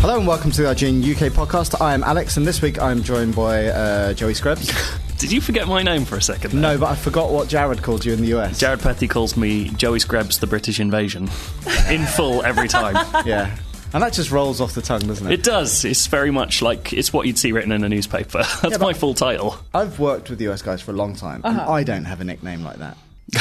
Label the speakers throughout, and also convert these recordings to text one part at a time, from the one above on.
Speaker 1: Hello and welcome to the IGN UK podcast. I am Alex, and this week I'm joined by uh, Joey Scrubs.
Speaker 2: Did you forget my name for a second? there?
Speaker 1: no, but I forgot what Jared called you in the US.
Speaker 2: Jared Petty calls me Joey Scrabbs the British Invasion in full every time.
Speaker 1: Yeah, and that just rolls off the tongue, doesn't it?
Speaker 2: It does. It's very much like it's what you'd see written in a newspaper. That's my full title.
Speaker 1: I've worked with the US guys for a long time, and I don't have a nickname like that.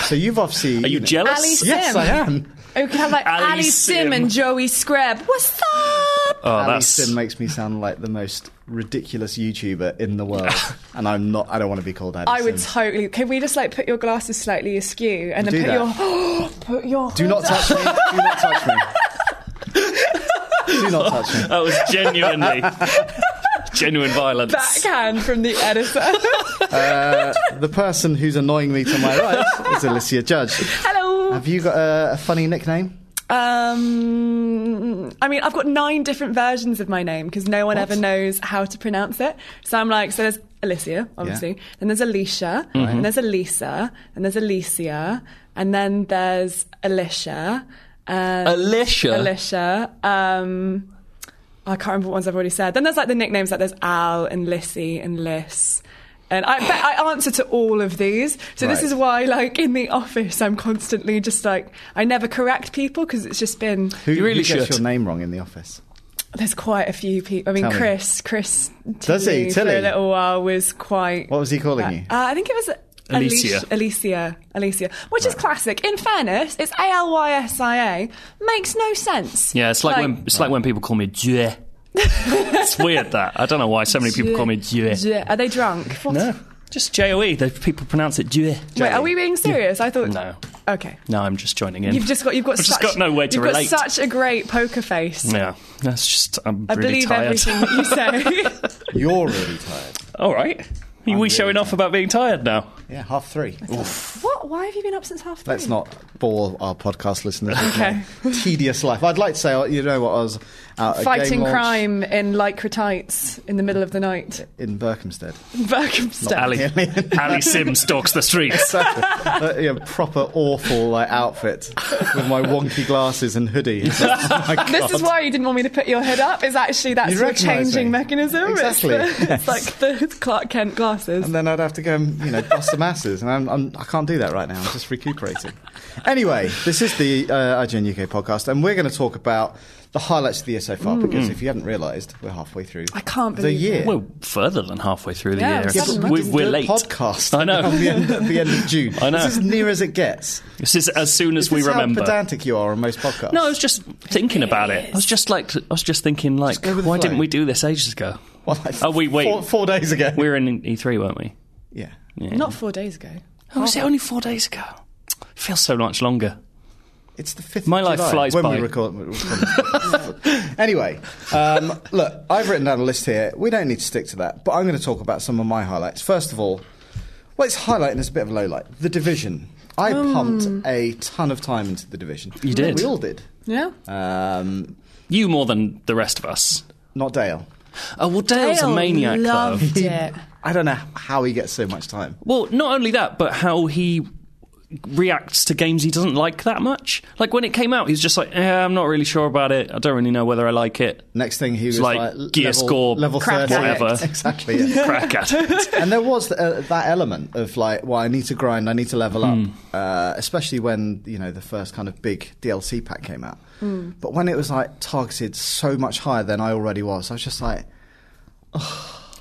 Speaker 1: So you've obviously.
Speaker 2: Uh-huh. Are you jealous?
Speaker 3: Ali Sim.
Speaker 1: Yes, I am.
Speaker 3: Or you could have like
Speaker 2: Ali
Speaker 3: Ali, Sim.
Speaker 2: Sim.
Speaker 3: and Joey Scrab. What's up?
Speaker 2: Oh,
Speaker 1: Ali
Speaker 2: that's
Speaker 1: Sim makes me sound like the most ridiculous YouTuber in the world, and I'm not. I don't want to be called Ali
Speaker 3: I would
Speaker 1: Sim.
Speaker 3: totally. Can we just like put your glasses slightly askew and
Speaker 1: do
Speaker 3: then put
Speaker 1: that.
Speaker 3: your put your
Speaker 1: Do not touch me. Do not touch me. Do not touch me.
Speaker 2: that was genuinely genuine violence.
Speaker 3: backhand from the editor.
Speaker 1: Uh, The person who's annoying me to my right is Alicia Judge.
Speaker 3: Hello.
Speaker 1: Have you got a, a funny nickname?
Speaker 3: Um, I mean, I've got nine different versions of my name because no one ever knows how to pronounce it. So I'm like, so there's Alicia, obviously,
Speaker 1: Yeah. Mm-hmm.
Speaker 3: then there's Alicia, and there's Elisa, and there's Alicia, and then there's Alicia. and-
Speaker 2: Alicia.
Speaker 3: Alicia. Um, I can't remember what ones I've already said. Then there's like the nicknames, like there's Al and Lissy and Liss. And I bet I answer to all of these. So this
Speaker 1: Right.
Speaker 3: is why, like, in the office, I'm constantly just like, I never correct people because it's just been,
Speaker 1: Who
Speaker 2: You really
Speaker 1: who gets
Speaker 2: should.
Speaker 1: your name wrong in the office?
Speaker 3: there's quite a few people. I mean,
Speaker 1: Tell me.
Speaker 3: Chris, Chris
Speaker 1: Does he?
Speaker 3: Tilly for
Speaker 1: Tilly?
Speaker 3: a little while was quite.
Speaker 1: What was he calling
Speaker 3: uh,
Speaker 1: you?
Speaker 3: Uh, I think it was
Speaker 2: Alicia.
Speaker 3: Alicia, Alicia, Alicia, which is classic. In fairness, it's A L Y S I A. Makes no sense.
Speaker 2: Yeah, it's like,
Speaker 3: Like-
Speaker 2: when it's like when people call me Jue. it's weird that I don't know why so many people call me Jue.
Speaker 3: Yeah. Are they drunk? What?
Speaker 2: No, just J O E. The people pronounce it Jue.
Speaker 3: Wait, are we being serious? I thought
Speaker 2: No,
Speaker 3: Okay.
Speaker 2: no, I'm just joining in.
Speaker 3: You've just got you've got
Speaker 2: I've just
Speaker 3: such
Speaker 2: got no way to
Speaker 3: you've
Speaker 2: relate.
Speaker 3: got such a great poker face.
Speaker 2: yeah, that's just I'm
Speaker 3: I
Speaker 2: really
Speaker 3: believe
Speaker 2: tired.
Speaker 3: everything that you say.
Speaker 1: You're really tired.
Speaker 2: All right. Are we
Speaker 1: really
Speaker 2: showing off about being tired now?
Speaker 1: Yeah, half three.
Speaker 3: what? Why have you been up since half three?
Speaker 1: Let's not bore our podcast listeners with
Speaker 3: Okay.
Speaker 1: my tedious life. I'd like to say, oh, you know what, I was out at a game
Speaker 3: Fighting
Speaker 1: launch
Speaker 3: crime in lycra tights in the middle of the night.
Speaker 1: in Berkhamsted.
Speaker 3: Berkhamsted.
Speaker 2: Ali, Ali Sim stalks the streets.
Speaker 1: Uh, yeah, proper awful like outfit with my wonky glasses and hoodie. It's like, oh my God.
Speaker 3: This is why you didn't want me to put your head up. Is actually that's
Speaker 1: You
Speaker 3: your
Speaker 1: recognise
Speaker 3: changing
Speaker 1: me.
Speaker 3: mechanism.
Speaker 1: Exactly,
Speaker 3: It's, the, it's like the Clark Kent glasses.
Speaker 1: And then I'd have to go and you know bust some asses, and I'm, I'm, I can't do that right now. I'm just recuperating. Anyway, this is the uh, IGN UK podcast, and we're going to talk about the highlights of the year so
Speaker 2: Mm.
Speaker 1: far. Because if you haven't realised, we're halfway through.
Speaker 3: I can't
Speaker 1: the
Speaker 3: believe
Speaker 1: year.
Speaker 3: it.
Speaker 2: We're further than halfway through the
Speaker 3: Yeah,
Speaker 2: year.
Speaker 3: Yeah, but
Speaker 2: we,
Speaker 1: did
Speaker 2: we're
Speaker 1: the
Speaker 2: late.
Speaker 1: Podcast. Oh,
Speaker 2: I know.
Speaker 1: At the, end, at the end of June.
Speaker 2: I know.
Speaker 1: This is near as it gets.
Speaker 2: This is as soon as
Speaker 1: This
Speaker 2: we
Speaker 1: is
Speaker 2: remember.
Speaker 1: How pedantic you are on most podcasts.
Speaker 2: No, I was just thinking about it. I was just like, I was just thinking, like,
Speaker 1: go with the
Speaker 2: why
Speaker 1: flow.
Speaker 2: didn't we do this ages ago?
Speaker 1: Well, like
Speaker 2: Oh, wait, wait.
Speaker 1: Four, four days ago.
Speaker 2: We were in E3, weren't we?
Speaker 1: yeah.
Speaker 3: Not four days ago.
Speaker 2: Oh, was it only four days ago? feels so much longer.
Speaker 1: It's the fifth.
Speaker 2: My
Speaker 1: of
Speaker 2: life
Speaker 1: July,
Speaker 2: flies
Speaker 1: when
Speaker 2: by.
Speaker 1: We record, we record- anyway, um, look, I've written down a list here. We don't need to stick to that, but I'm going to talk about some of my highlights. First of all, well, it's highlight and it's a bit of a low light. The division. I pumped a ton of time into the division.
Speaker 2: You did.
Speaker 1: We all did.
Speaker 3: Yeah.
Speaker 1: Um,
Speaker 2: You more than the rest of us.
Speaker 1: not Dale.
Speaker 2: Oh well, Dale's
Speaker 3: Dale
Speaker 2: a maniac, though.
Speaker 3: loved it.
Speaker 1: I don't know how he gets so much time.
Speaker 2: Well, not only that, but how he reacts to games he doesn't like that much. Like when it came out, he was just like, eh, "I'm not really sure about it. I don't really know whether I like it."
Speaker 1: Next thing he was
Speaker 2: like
Speaker 1: like,
Speaker 2: Gear
Speaker 1: level,
Speaker 2: Score,
Speaker 1: level
Speaker 3: Crack
Speaker 1: 30.
Speaker 2: Whatever.
Speaker 1: Exactly. yeah.
Speaker 2: Crack at it.
Speaker 1: and there was uh, that element of like, well, I need to grind, I need to level
Speaker 2: Hmm.
Speaker 1: up, uh, especially when you know the first kind of big DLC pack came out. But when it was like targeted so much higher than I already was, I was just like,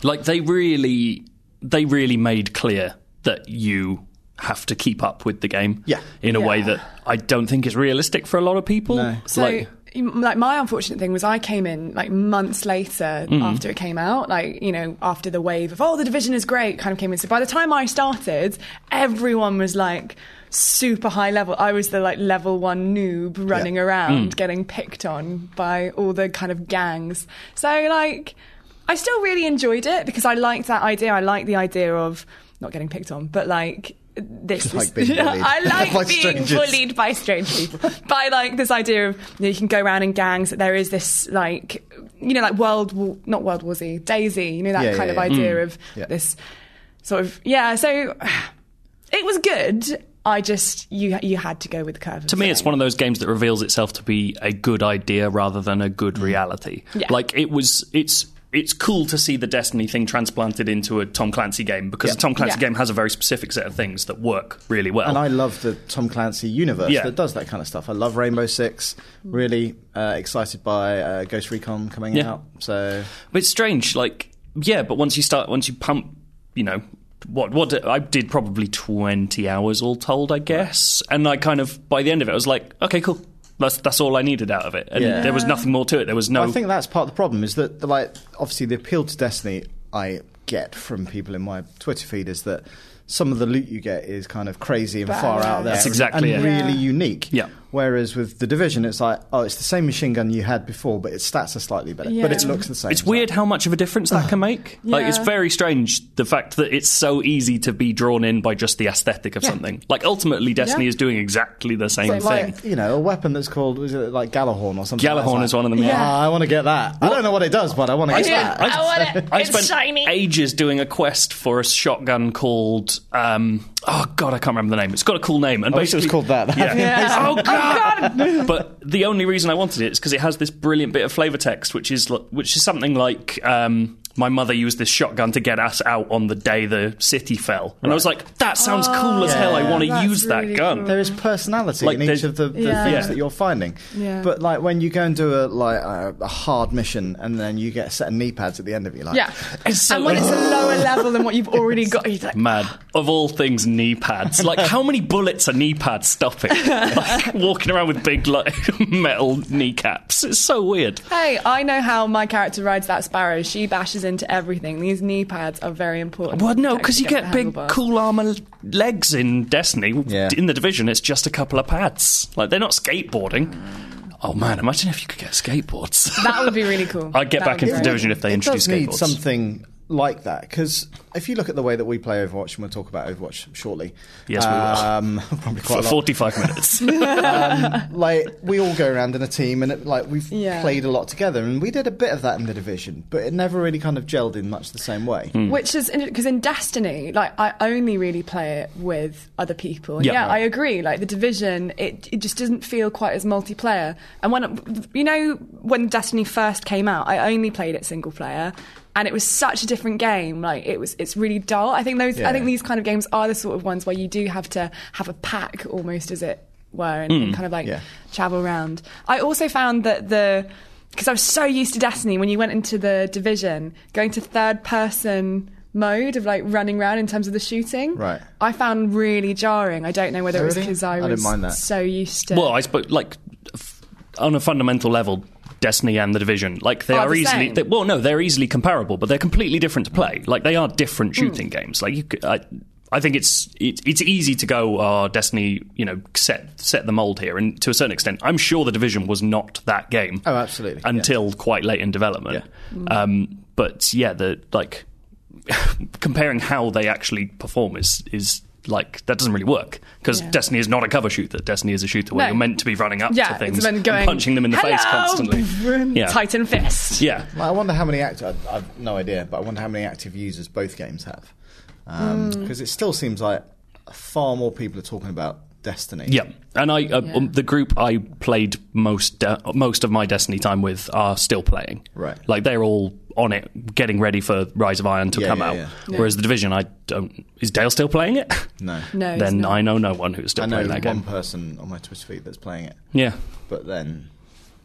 Speaker 2: like they really, they really made clear that you have to keep up with the game.
Speaker 1: Yeah.
Speaker 2: in a way
Speaker 3: Yeah.
Speaker 2: that I don't think is realistic for a lot of people.
Speaker 1: No.
Speaker 3: So,
Speaker 2: like,
Speaker 3: you- like my unfortunate thing was I came in like months later
Speaker 1: Mm.
Speaker 3: after it came out, like you know after the wave of oh the division is great kind of came in. So by the time I started, everyone was like. super high level. I was the like level one noob running around
Speaker 1: Mm.
Speaker 3: getting picked on by all the kind of gangs. So like I still really enjoyed it because I liked that idea. I liked the idea of not getting picked on, but like this
Speaker 1: Like
Speaker 3: is,
Speaker 1: being bullied
Speaker 3: I like
Speaker 1: by
Speaker 3: being
Speaker 1: strangers.
Speaker 3: bullied by strange people. by like this idea of you, know, you can go around in gangs. That there is this like you know like world war, not World War Z Daisy. You know that
Speaker 1: Yeah,
Speaker 3: kind
Speaker 1: yeah,
Speaker 3: of
Speaker 1: yeah. Mm.
Speaker 3: idea of
Speaker 1: Yeah.
Speaker 3: this sort of yeah. So it was good. I just you you had to go with the curve.
Speaker 2: To me, it's one of those games that reveals itself to be a good idea rather than a
Speaker 1: Mm.
Speaker 2: good reality.
Speaker 3: Yeah.
Speaker 2: Like it was, it's it's cool to see the Destiny thing transplanted into a Tom Clancy game because a Tom Clancy
Speaker 3: Yeah.
Speaker 2: game has a very specific set of things that work really well.
Speaker 1: And I love the Tom Clancy universe
Speaker 2: Yeah.
Speaker 1: that does that kind of stuff. I love Rainbow Six. Really uh, excited by uh, Ghost Recon coming
Speaker 2: Yeah.
Speaker 1: out. So
Speaker 2: But it's strange, like yeah. But once you start, once you pump, you know, what what did- I did probably twenty hours all told, I guess. And I kind of by the end of it, I was like, okay, cool. That's that's all I needed out of it, and
Speaker 1: Yeah.
Speaker 2: there was nothing more to it. There was no.
Speaker 1: I think that's part of the problem is that, like, obviously the appeal to Destiny I get from people in my Twitter feed is that some of the loot you get is kind of crazy and far out there.
Speaker 2: That's exactly
Speaker 1: and
Speaker 2: it.
Speaker 1: really
Speaker 3: Yeah.
Speaker 1: unique.
Speaker 2: Yeah.
Speaker 1: Whereas with the Division, it's like, oh, it's the same machine gun you had before, but its stats are slightly better,
Speaker 3: Yeah.
Speaker 1: but it looks the same.
Speaker 2: It's weird how much of a difference that can make. Like it's
Speaker 3: Yeah.
Speaker 2: very strange the fact that it's so easy to be drawn in by just the aesthetic of something. Like ultimately, Destiny
Speaker 1: Yeah.
Speaker 2: is doing exactly the same
Speaker 1: It's like,
Speaker 2: thing.
Speaker 1: like, you know, a weapon that's called was it like Galahorn or something.
Speaker 2: Galahorn
Speaker 1: It's like,
Speaker 2: is one of them, yeah.
Speaker 1: "Ah, I want to get that. I don't know what it does, but I want to get
Speaker 2: Yeah.
Speaker 1: that.
Speaker 2: I-
Speaker 3: want it.
Speaker 2: I spent ages doing a quest for a shotgun called um, oh god, I can't remember the name. It's got a cool name, and
Speaker 1: wish it was
Speaker 2: basically
Speaker 1: called that. That'd be
Speaker 2: Yeah.
Speaker 3: amazing.
Speaker 2: Oh god! but the only reason I wanted it is because it has this brilliant bit of flavor text, which is l- which is something like. Um, my mother used this shotgun to get us out on the day the city fell. And I was like, that sounds cool as hell. I
Speaker 1: Yeah.
Speaker 2: want to
Speaker 3: That's
Speaker 2: use that
Speaker 3: really
Speaker 2: gun.
Speaker 3: cool.
Speaker 1: there is personality
Speaker 2: Like,
Speaker 1: in each
Speaker 2: there's-
Speaker 1: of the, the
Speaker 3: Yeah.
Speaker 1: things
Speaker 3: Yeah.
Speaker 1: that you're finding.
Speaker 3: Yeah.
Speaker 1: But like when you go and do a like a, a hard mission and then you get a set of knee pads at the end of it, you're like,
Speaker 3: Yeah.
Speaker 2: It's so-
Speaker 3: and when it's a lower level than what you've already got, you're like,
Speaker 2: Mad. Of all things, knee pads. Like, how many bullets are knee pads stopping? Like, walking around with big like, metal kneecaps. It's so weird.
Speaker 3: hey, I know how my character rides that sparrow. She bashes into everything. These knee pads are very important.
Speaker 2: Well, no,
Speaker 3: Protect
Speaker 2: because you get
Speaker 3: against the
Speaker 2: big,
Speaker 3: handlebars.
Speaker 2: cool armor legs in Destiny.
Speaker 1: Yeah.
Speaker 2: In the division, it's just a couple of pads. Like, they're not skateboarding. Oh, man, imagine if you could get skateboards.
Speaker 3: That would be really cool.
Speaker 2: I'd get
Speaker 3: That
Speaker 2: back
Speaker 3: would be
Speaker 2: into
Speaker 3: great.
Speaker 2: Division if they
Speaker 1: it
Speaker 2: introduced
Speaker 1: does need
Speaker 2: skateboards.
Speaker 1: something like that because if you look at the way that we play Overwatch, and we'll talk about Overwatch shortly.
Speaker 2: Yes, we will.
Speaker 1: um, probably quite
Speaker 2: For
Speaker 1: a lot.
Speaker 2: 45 minutes.
Speaker 1: like we all go around in a team and it, like we've
Speaker 3: Yeah.
Speaker 1: played a lot together and we did a bit of that in the division but it never really kind of gelled in much the same way
Speaker 3: Which is because in Destiny, like I only really play it with other people.
Speaker 2: Yeah.
Speaker 3: Yeah, I agree. Like the Division, it it just doesn't feel quite as multiplayer. And when you know when Destiny first came out, I only played it single player, and it was such a different game. Like it was, it's really dull. I think those,
Speaker 1: Yeah.
Speaker 3: I think these kind of games are the sort of ones where you do have to have a pack almost, as it were, and, and kind of like
Speaker 1: Yeah.
Speaker 3: travel around. I also found that the because I was so used to Destiny when you went into the division, going to third person mode of like running around in terms of the shooting.
Speaker 1: Right.
Speaker 3: I found really jarring. I don't know whether it was
Speaker 1: Really?
Speaker 3: because I
Speaker 1: I
Speaker 3: was
Speaker 1: didn't mind that.
Speaker 3: so used to.
Speaker 2: Well, I suppose, like, f- on a fundamental level, Destiny and the Division, like, they
Speaker 3: Are
Speaker 2: are,
Speaker 3: the
Speaker 2: easily.
Speaker 3: same.
Speaker 2: They, well, no, they're easily comparable, but they're completely different to play. Like, they are different
Speaker 3: Hmm.
Speaker 2: shooting games. Like, you, c- I, I think it's it, it's easy to go, oh, Destiny, you know, set set the mold here, and to a certain extent, I'm sure the Division was not that game.
Speaker 1: Oh, absolutely, yeah.
Speaker 2: Until quite late in development.
Speaker 3: Hmm.
Speaker 2: Um, but yeah, the like comparing how they actually perform is is like that doesn't really work because
Speaker 3: Yeah.
Speaker 2: Destiny is not a cover shooter. Destiny is a shooter where
Speaker 3: No.
Speaker 2: you're meant to be running up
Speaker 3: yeah,
Speaker 2: to things
Speaker 3: it's been going
Speaker 2: and punching them in the face
Speaker 3: "Hello!"
Speaker 2: constantly. yeah.
Speaker 3: Titan fist.
Speaker 2: Yeah.
Speaker 1: Like, i wonder how many active i've I've no idea but i wonder how many active users both games have because it still seems like far more people are talking about destiny
Speaker 2: Yeah, and I uh,
Speaker 3: Yeah.
Speaker 2: um, the group I played most uh, most of my Destiny time with are still playing.
Speaker 1: Right.
Speaker 2: like they're all on it, getting ready for Rise of Iron to
Speaker 1: Yeah,
Speaker 2: come
Speaker 1: yeah,
Speaker 2: out.
Speaker 1: yeah.
Speaker 2: Whereas the Division, I don't. Is Dale still playing it?
Speaker 1: no
Speaker 3: No, it's
Speaker 2: then
Speaker 3: not.
Speaker 2: I know no one who's still
Speaker 1: i know
Speaker 2: playing
Speaker 1: one
Speaker 2: that game.
Speaker 1: person on my twitter feed that's playing it
Speaker 2: Yeah,
Speaker 1: but then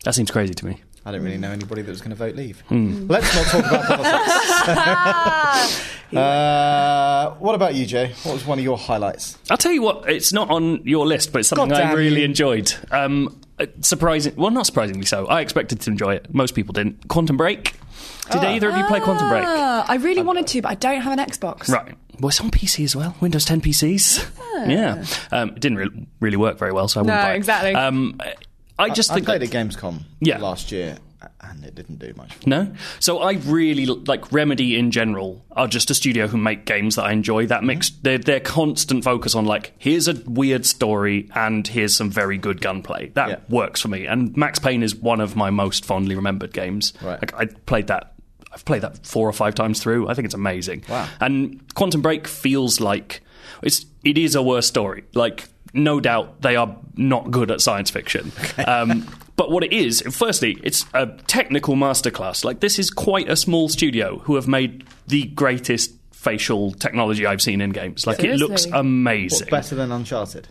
Speaker 2: that seems crazy to me.
Speaker 1: i don't really know anybody that was going to vote leave
Speaker 2: Hmm.
Speaker 1: let's not talk about politics uh, what about you jay what was one of your highlights
Speaker 2: I'll tell you what, it's not on your list, but it's something
Speaker 1: God
Speaker 2: I
Speaker 1: damn
Speaker 2: really
Speaker 1: you.
Speaker 2: enjoyed. Um, uh, surprising, well, not surprisingly so. I expected to enjoy it. Most people didn't. Quantum Break. Did either of you play Quantum Break?
Speaker 3: Ah, I really wanted to, but I don't have an Xbox.
Speaker 2: Right. Well, it's on PC as well. Windows 10 PCs. Yeah. Um, it didn't re- really work very well, so I wouldn't
Speaker 3: No,
Speaker 2: buy it.
Speaker 3: exactly.
Speaker 2: Um, I just
Speaker 1: I
Speaker 2: think
Speaker 1: played
Speaker 2: that-
Speaker 1: at Gamescom
Speaker 2: Yeah.
Speaker 1: last year, and it didn't do much. For me.
Speaker 2: No. So I really like Remedy in general are just a studio who make games that I enjoy. That mix
Speaker 1: Mm-hmm.
Speaker 2: their their constant focus on like here's a weird story and here's some very good gunplay. That
Speaker 1: Yeah.
Speaker 2: works for me. And Max Payne is one of my most fondly remembered games.
Speaker 1: Right.
Speaker 2: Like I played that I've played that four or five times through. I think it's amazing.
Speaker 1: Wow.
Speaker 2: And Quantum Break feels like it's it is a worse story. Like no doubt they are not good at science fiction. Um, but what it is, firstly, it's a technical masterclass. Like this is quite a small studio who have made the greatest facial technology I've seen in games. Like it
Speaker 3: Seriously?
Speaker 2: looks amazing.
Speaker 1: Better than Uncharted,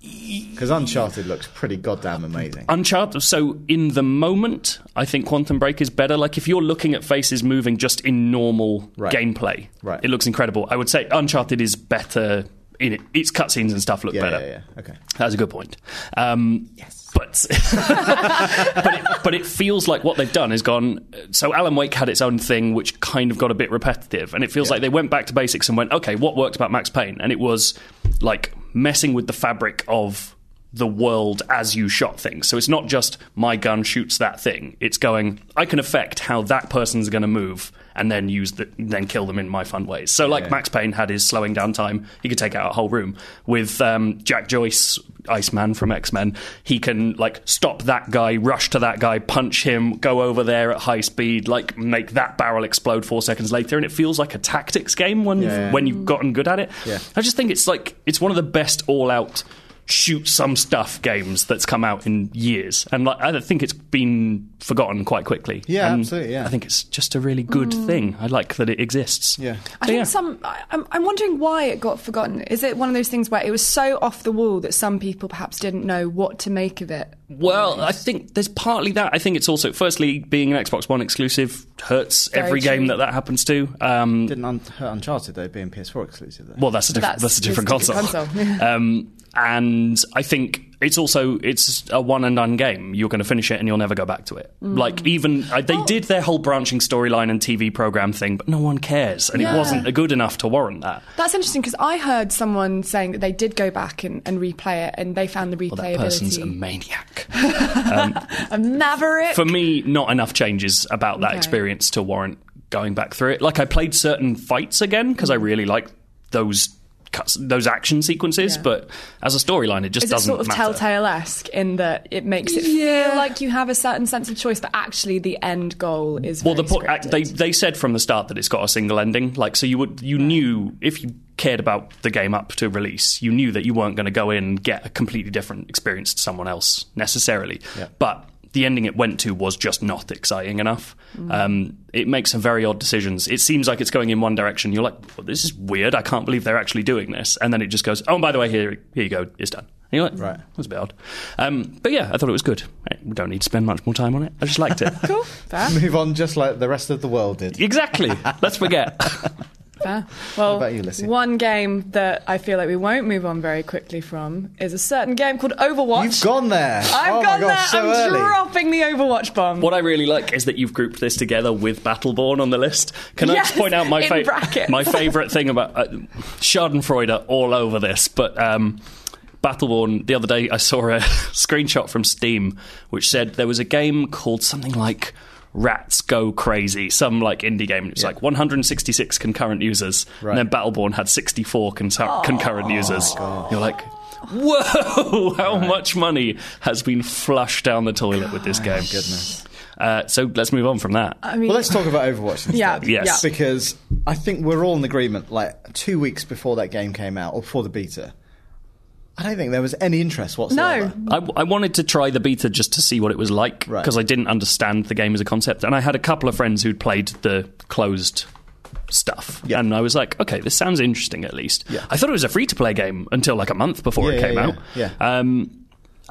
Speaker 1: because Uncharted looks pretty goddamn amazing.
Speaker 2: Uncharted. So in the moment, I think Quantum Break is better. Like if you're looking at faces moving just in normal
Speaker 1: Right.
Speaker 2: gameplay,
Speaker 1: Right.
Speaker 2: it looks incredible. I would say Uncharted is better. In it. Its cutscenes and stuff look
Speaker 1: yeah,
Speaker 2: better.
Speaker 1: yeah, yeah. Okay.
Speaker 2: That's a good point. Um, yes. But but, it, but it feels like what they've done is gone. So Alan Wake had its own thing, which kind of got a bit repetitive, and it feels like they went back to basics and went, okay, what worked about Max Payne? And it was like messing with the fabric of the world as you shot things. So it's not just my gun shoots that thing. It's going, I can affect how that person's going to move and then use the, then kill them in my fun ways. So like Max Payne had his slowing down time, he could take out a whole room. With um, Jack Joyce, Iceman from X-Men, he can like stop that guy, rush to that guy, punch him, go over there at high speed, like make that barrel explode 4 seconds later and it feels like a tactics game when you've,
Speaker 1: yeah.
Speaker 2: when you've gotten good at it.
Speaker 1: Yeah.
Speaker 2: I just think it's like it's one of the best all out shoot some stuff games that's come out in years, and like I think it's been forgotten quite quickly.
Speaker 1: Yeah,
Speaker 2: And
Speaker 1: absolutely, yeah.
Speaker 2: I think it's just a really good thing. I like that it exists.
Speaker 1: Yeah.
Speaker 3: Mm. I think
Speaker 2: yeah.
Speaker 3: some. I, I'm, I'm wondering why it got forgotten. Is it one of those things where it was so off the wall that some people perhaps didn't know what to make of it?
Speaker 2: Well, I think there's partly that. I think it's also, firstly, being an Xbox One exclusive hurts
Speaker 3: Very
Speaker 2: every
Speaker 3: true.
Speaker 2: game that that happens to. Um,
Speaker 1: Didn't un- hurt Uncharted though, being PS4 exclusive. Though.
Speaker 2: Well, that's a different
Speaker 3: That's-
Speaker 2: that's, a different
Speaker 3: it's a
Speaker 2: console.
Speaker 3: different
Speaker 2: um, and I think it's also it's a one and done game. You're going to finish it and you'll never go back to it.
Speaker 3: Mm.
Speaker 2: Like even I, they did their whole branching storyline and TV program thing, but no one cares, and
Speaker 3: Yeah.
Speaker 2: it wasn't good enough to warrant that.
Speaker 3: That's interesting because I heard someone saying that they did go back and, and replay it and they found the
Speaker 2: Well, that person's a
Speaker 3: replayability.
Speaker 2: maniac.
Speaker 3: a maverick.
Speaker 2: For me, not enough changes about that
Speaker 3: Okay.
Speaker 2: experience to warrant going back through it. Like I played certain fights again because I really liked those cuts, those action sequences,
Speaker 3: Yeah.
Speaker 2: but as a storyline, it just
Speaker 3: Is it
Speaker 2: doesn't
Speaker 3: sort of
Speaker 2: matter.
Speaker 3: Telltale esque in that it makes it feel like you have a certain sense of choice, but actually the end goal is
Speaker 2: Well, the po-
Speaker 3: very
Speaker 2: act- they
Speaker 3: scripted.
Speaker 2: they said from the start that it's got a single ending. Like, so you would you knew if you cared about the game up to release, you knew that you weren't going to go in and get a completely different experience to someone else necessarily. But the ending it went to was just not exciting enough.
Speaker 3: Mm.
Speaker 2: Um, it makes some very odd decisions. It seems like it's going in one direction. You're like, well, this is weird. I can't believe they're actually doing this. And then it just goes, oh, and by the way, here here you go. It's done. And you're like,
Speaker 1: Right.
Speaker 2: right. That's a bit odd. Um, but yeah, I thought it was good. We don't need to spend much more time on it. I just liked it.
Speaker 3: cool. Fair,
Speaker 1: Move on, just like the rest of the world did.
Speaker 2: Exactly. Let's forget.
Speaker 3: fair. Well,
Speaker 1: about you, Lizzie?
Speaker 3: one game that I feel like we won't move on very quickly from is a certain game called Overwatch.
Speaker 1: You've gone there.
Speaker 3: I've
Speaker 1: oh
Speaker 3: gone
Speaker 1: my
Speaker 3: there.
Speaker 1: gosh, so
Speaker 3: I'm
Speaker 1: early.
Speaker 3: dropping the Overwatch bomb.
Speaker 2: what I really like is that you've grouped this together with Battleborn on the list. Can I just
Speaker 3: Yes,
Speaker 2: point out my
Speaker 3: in
Speaker 2: favorite
Speaker 3: brackets.
Speaker 2: my favorite thing about uh, Schadenfreude are all over this, but um, Battleborn. The other day, I saw a screenshot from Steam which said there was a game called something like. Rats go crazy. Some like indie game. It was like 166 concurrent users,
Speaker 1: Right.
Speaker 2: and then Battleborn had 64
Speaker 3: Oh
Speaker 2: concur- concurrent users. You're like, whoa! How much money has been flushed down the toilet with this game?
Speaker 1: Goodness.
Speaker 2: Uh, so let's move on from that.
Speaker 3: I mean,
Speaker 1: Well, let's talk about Overwatch instead.
Speaker 3: yeah,
Speaker 2: Yes.
Speaker 3: yeah.
Speaker 1: because I think we're all in agreement. Like two weeks before that game came out, or before the beta, I don't think there was any interest whatsoever.
Speaker 3: No,
Speaker 2: I, I wanted to try the beta just to see what it was like
Speaker 1: Right.
Speaker 2: because I didn't understand the game as a concept, and I had a couple of friends who'd played the closed stuff,
Speaker 1: Yeah.
Speaker 2: and I was like, okay, this sounds interesting at least.
Speaker 1: Yeah.
Speaker 2: I thought it was a free to play game until like a month before
Speaker 1: Yeah,
Speaker 2: it
Speaker 1: yeah,
Speaker 2: came
Speaker 1: yeah,
Speaker 2: out.
Speaker 1: yeah.
Speaker 2: Um,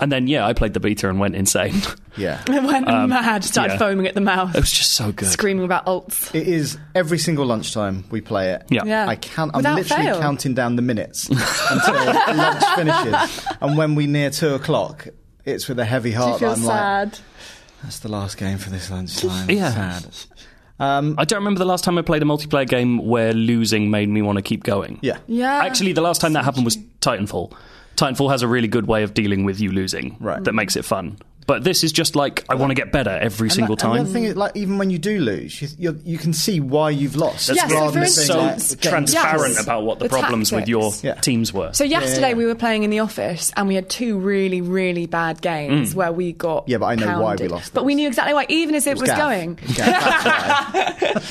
Speaker 2: and then yeah, I played the beta and went insane. it
Speaker 1: Yeah.
Speaker 3: I went mad, started
Speaker 2: Um, yeah.
Speaker 3: foaming at the mouth,
Speaker 2: was just so good.
Speaker 3: screaming about alts.
Speaker 1: It is every single lunchtime we play it.
Speaker 2: Yeah.
Speaker 3: Yeah.
Speaker 1: I count. I'm
Speaker 3: Without
Speaker 1: literally
Speaker 3: fail.
Speaker 1: counting down the minutes until lunch finishes, and when we near two o'clock, it's with a heavy
Speaker 3: Do you
Speaker 1: heart. that
Speaker 3: feel
Speaker 1: I'm like,
Speaker 3: sad?
Speaker 1: that's the last game for this lunchtime.
Speaker 2: Yeah.
Speaker 1: Sad. Um,
Speaker 2: I don't remember the last time I played a multiplayer game where losing made me want to keep going.
Speaker 1: yeah.
Speaker 3: Yeah.
Speaker 2: Actually, the last time that happened was Titanfall. Titanfall has a really good way of dealing with you losing
Speaker 1: Right.
Speaker 2: that makes it fun. But this is just like, I want to get better every single
Speaker 1: And The
Speaker 2: time.
Speaker 1: other thing is, like, even when you do lose, you, you, you can see why you've lost.
Speaker 3: Yeah, so
Speaker 1: rather
Speaker 3: for
Speaker 1: than being
Speaker 3: instance-
Speaker 2: so
Speaker 1: like, getting-
Speaker 2: transparent
Speaker 3: Yes.
Speaker 2: about what the,
Speaker 3: The
Speaker 2: problems with your
Speaker 3: tactics.
Speaker 1: Yeah.
Speaker 2: teams were.
Speaker 3: So yesterday
Speaker 1: yeah.
Speaker 3: we were playing in the office and we had two really, really bad
Speaker 2: Mm.
Speaker 3: games where we got
Speaker 1: Yeah, but I know why we
Speaker 3: pounded.
Speaker 1: lost
Speaker 3: But we
Speaker 1: those.
Speaker 3: knew exactly why, even as it, was
Speaker 1: Gav.
Speaker 3: going.
Speaker 1: Gav, that's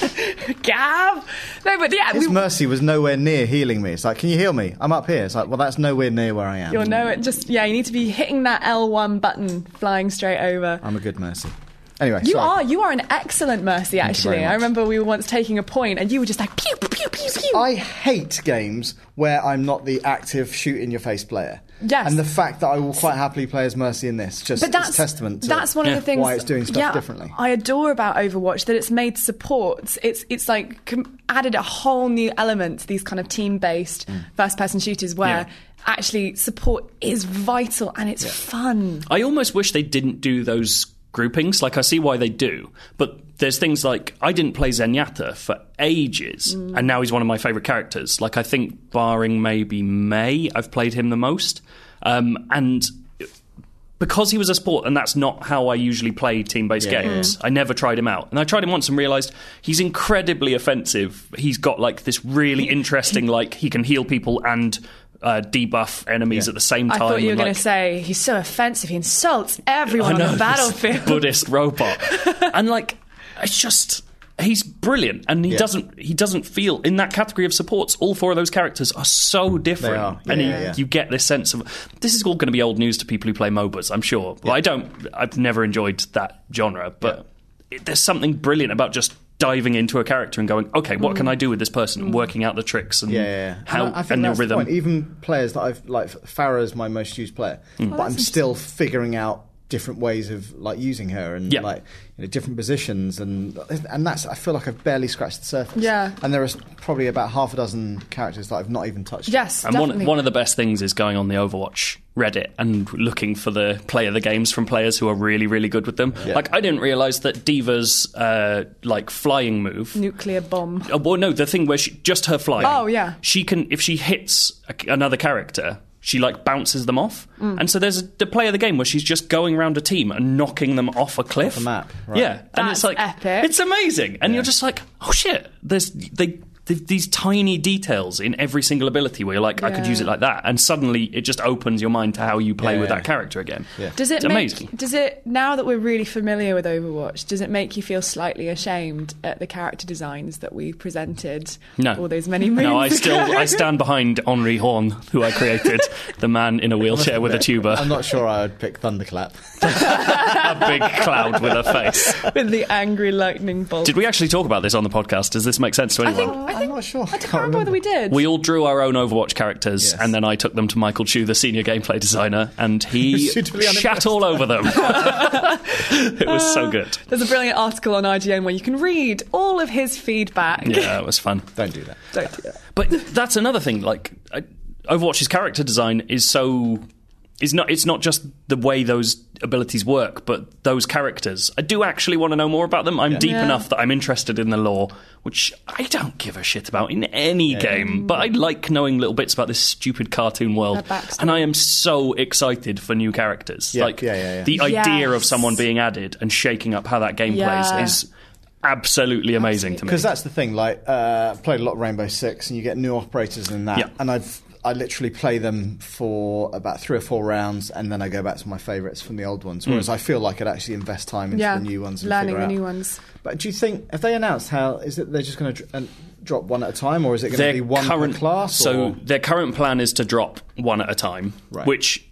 Speaker 1: why.
Speaker 3: Gav, no, but yeah,
Speaker 1: His
Speaker 3: we,
Speaker 1: mercy was nowhere near healing me. It's like, can you heal me? I'm up here. It's like, well, that's nowhere near where I am.
Speaker 3: you'll know it. Just yeah, you need to be hitting that L1 button, flying straight over.
Speaker 1: I'm a good mercy. Anyway,
Speaker 3: You
Speaker 1: sorry.
Speaker 3: are you are an excellent mercy.
Speaker 1: very
Speaker 3: Actually, I
Speaker 1: much.
Speaker 3: remember we were once taking a point and you were just like pew pew pew pew.
Speaker 1: I hate games where I'm not the active shoot in your face player.
Speaker 3: Yes.
Speaker 1: And the fact that I will quite happily play as Mercy in this just
Speaker 3: but that's
Speaker 1: is testament to
Speaker 3: that's one of the things
Speaker 1: why it's doing stuff
Speaker 3: yeah,
Speaker 1: differently.
Speaker 3: I adore about Overwatch that it's made supports. It's it's like com- added a whole new element to these kind of team based
Speaker 1: Mm.
Speaker 3: first person shooters where
Speaker 2: Yeah.
Speaker 3: actually support is vital and it's fun.
Speaker 2: I almost wish they didn't do those groupings. Like, I see why they do, but there's things like I didn't play Zenyatta for ages,
Speaker 3: Hmm.
Speaker 2: and now he's one of my favorite characters. Like, I think, barring maybe May, I've played him the most. Um, and because he was a sport, and that's not how I usually play team based games,
Speaker 3: Hmm.
Speaker 2: I never tried him out. And I tried him once and realized he's incredibly offensive. He's got like this really interesting, like, he can heal people and. Uh, debuff enemies at the same
Speaker 3: I
Speaker 2: time.
Speaker 3: thought you were
Speaker 2: and,
Speaker 3: going
Speaker 2: like-
Speaker 3: to say he's so offensive. He insults
Speaker 2: I
Speaker 3: everyone on
Speaker 2: know,
Speaker 3: the
Speaker 2: this
Speaker 3: battlefield.
Speaker 2: Buddhist robot. and like it's just he's brilliant and he doesn't he doesn't feel in that category of supports all four of those characters are so different
Speaker 1: They are.
Speaker 2: and
Speaker 1: Yeah,
Speaker 2: he-
Speaker 1: yeah, yeah.
Speaker 2: you get this sense of this is all going to be old news to people who play MOBAs I'm sure well, I don't I've never enjoyed that genre but it, there's something brilliant about just diving into a character and going okay what can I do with this person and working out the tricks and
Speaker 1: yeah, yeah, yeah.
Speaker 2: how
Speaker 1: Mm. and, I- I think
Speaker 2: and the
Speaker 1: that's
Speaker 2: rhythm
Speaker 1: point. Even players that I've like Farah's my most used player,
Speaker 2: Hmm. Oh,
Speaker 1: but I'm still figuring out different ways of like using her and
Speaker 2: Yeah.
Speaker 1: like you know, different positions and and that's I feel like I've barely scratched the surface.
Speaker 3: Yeah.
Speaker 1: And there are probably about half a dozen characters that I've not even touched.
Speaker 3: Yes,
Speaker 2: And one,
Speaker 3: definitely.
Speaker 2: one of the best things is going on the Overwatch Reddit and looking for the play of the games from players who are really, really good with them. Like, I didn't realize that Diva's, uh, like, flying move.
Speaker 3: nuclear bomb.
Speaker 2: Oh, well, no, the thing where she, just her flying.
Speaker 3: Oh, yeah.
Speaker 2: She can, if she hits a, another character, she, like, bounces them off.
Speaker 3: Mm.
Speaker 2: And so there's a, the play of the game where she's just going around a team and knocking them off a cliff.
Speaker 1: a map, right.
Speaker 2: Yeah. and
Speaker 3: That's
Speaker 2: it's like,
Speaker 3: epic.
Speaker 2: it's amazing. And you're just like, oh, shit. There's, they, th- these tiny details in every single ability where you're like, I could
Speaker 3: Yeah.
Speaker 2: use it like that, and suddenly it just opens your mind to how you play
Speaker 1: Yeah,
Speaker 2: with
Speaker 1: yeah.
Speaker 2: that character again. Yeah.
Speaker 3: Does it
Speaker 2: It's
Speaker 3: make,
Speaker 2: amazing.
Speaker 3: Does it now that we're really familiar with Overwatch? Does it make you feel slightly ashamed at the character designs that we presented?
Speaker 2: No,
Speaker 3: all those many moons.
Speaker 2: No, I
Speaker 3: ago?
Speaker 2: still I stand behind Henri Horn, who I created, the man in a wheelchair with a tuba,
Speaker 1: I'm not sure I would pick Thunderclap.
Speaker 2: a big cloud with a face.
Speaker 3: with the angry lightning bolt.
Speaker 2: Did we actually talk about this on the podcast? Does this make sense to
Speaker 3: I
Speaker 2: anyone?
Speaker 3: think,
Speaker 1: Well,
Speaker 3: I
Speaker 1: I'm
Speaker 3: think
Speaker 1: not sure.
Speaker 3: I don't
Speaker 1: Can't
Speaker 3: remember whether
Speaker 1: remember.
Speaker 3: we did.
Speaker 2: we all drew our own Overwatch characters,
Speaker 1: Yes.
Speaker 2: and then I took them to Michael Chu, the senior gameplay designer, and he
Speaker 1: Suitably
Speaker 2: shat all over them. it was so good.
Speaker 3: There's a brilliant article on IGN where you can read all of his feedback.
Speaker 2: Yeah, it was fun.
Speaker 1: Don't do that.
Speaker 3: Don't do that.
Speaker 2: But that's another thing. Like I- Overwatch's character design is so is not. It's not just the way those abilities work, but those characters. I do actually want to know more about them. I'm deep
Speaker 3: Yeah.
Speaker 2: enough that I'm interested in the lore, which I don't give a shit about in any game. But I like knowing little bits about this stupid cartoon world,
Speaker 3: Their backstory.
Speaker 2: and I am so excited for new characters. Like
Speaker 1: yeah, yeah, yeah.
Speaker 2: the idea of
Speaker 3: Yes.
Speaker 2: someone being added and shaking up how that game
Speaker 3: Yeah.
Speaker 2: plays is absolutely amazing to me.
Speaker 1: Because that's the thing. Like, uh, played a lot of Rainbow Six, and you get new operators and that.
Speaker 2: Yeah.
Speaker 1: And I've I literally play them for about three or four rounds, and then I go back to my favourites from the old ones.
Speaker 2: Mm.
Speaker 1: Whereas I feel like I'd actually invest time into
Speaker 3: Yeah,
Speaker 1: the new ones, and
Speaker 3: learning
Speaker 1: figure
Speaker 3: the
Speaker 1: out.
Speaker 3: new ones.
Speaker 1: But do you think have they announced how is it? They're just going to dr- and drop one at a time, or is it going to
Speaker 2: their
Speaker 1: be one
Speaker 2: current
Speaker 1: per class?
Speaker 2: So
Speaker 1: or?
Speaker 2: their current plan is to drop one at a time,
Speaker 1: Right.
Speaker 2: which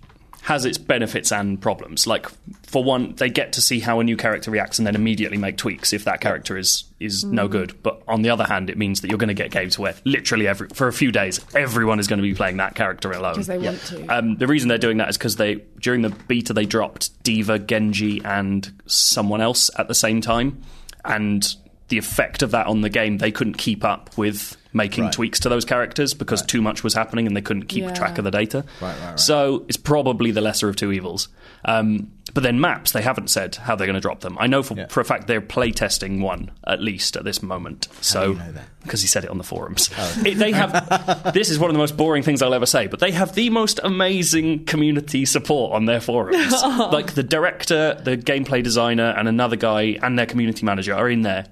Speaker 2: has its benefits and problems. Like for one, they get to see how a new character reacts and then immediately make tweaks if that character is is
Speaker 3: Hmm.
Speaker 2: no good. But on the other hand, it means that you're going to get games where literally every for a few days everyone is going to be playing that character alone
Speaker 3: Because they want to.
Speaker 2: um, the reason they're doing that is because they during the beta they dropped Diva, Genji, and someone else at the same time, and the effect of that on the game they couldn't keep up with making tweaks to those characters because too much was happening and they couldn't keep
Speaker 3: Yeah.
Speaker 2: track of the data.
Speaker 1: Right, right, right.
Speaker 2: So it's probably the lesser of two evils. Um, But then maps, they haven't said how they're going to drop them. I know for,
Speaker 1: Yeah.
Speaker 2: for a fact they're playtesting one at least at this moment. so
Speaker 1: you know that?
Speaker 2: because he said it on the forums.
Speaker 1: Oh,
Speaker 2: It- they have this is one of the most boring things I'll ever say, but they have the most amazing community support on their forums.
Speaker 1: Oh.
Speaker 2: like the director, the gameplay designer, and another guy and their community manager are in there.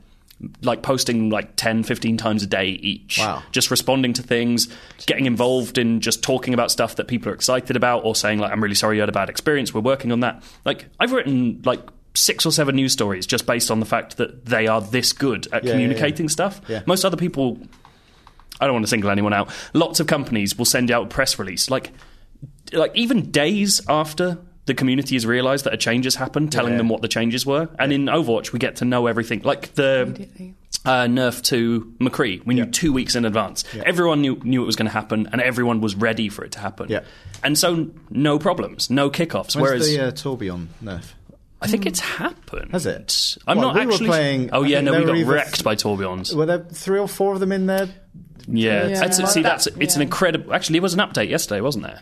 Speaker 2: Like posting like 10, 15 times a day each.
Speaker 1: Wow.
Speaker 2: Just responding to things, getting involved in just talking about stuff that people are excited about or saying, like, I'm really sorry you had a bad experience. We're working on that. Like, I've written like six or seven news stories just based on the fact that they are this good at
Speaker 1: yeah,
Speaker 2: communicating
Speaker 1: yeah.
Speaker 2: stuff.
Speaker 1: Yeah.
Speaker 2: Most other people, I don't want to single anyone out. Lots of companies will send out a press release, like like even days after the community has realised that a change has happened, telling
Speaker 1: Yeah.
Speaker 2: them what the changes were. And in Overwatch, we get to know everything, like the
Speaker 3: Immediately.
Speaker 2: uh, nerf to McCree. We knew two weeks in advance. Everyone knew knew it was going to happen, and everyone was ready for it to happen.
Speaker 1: Yeah.
Speaker 2: And so, no problems, no kickoffs.
Speaker 1: Whereas
Speaker 2: Whereas
Speaker 1: the uh, Torbjorn nerf?
Speaker 2: I think it's happened.
Speaker 1: Has it?
Speaker 2: I'm
Speaker 1: Well,
Speaker 2: not
Speaker 1: we were
Speaker 2: actually.
Speaker 1: playing-
Speaker 2: oh
Speaker 1: I
Speaker 2: yeah,
Speaker 1: think
Speaker 2: no,
Speaker 1: they
Speaker 2: we
Speaker 1: were
Speaker 2: got
Speaker 1: either-
Speaker 2: wrecked by Torbjorns.
Speaker 1: Were there three or four of them in there?
Speaker 2: Yeah,
Speaker 3: Yeah.
Speaker 2: That's,
Speaker 3: Like
Speaker 2: see,
Speaker 3: that,
Speaker 2: that's it's an
Speaker 3: yeah.
Speaker 2: incredible. Actually, it was an update yesterday, wasn't there?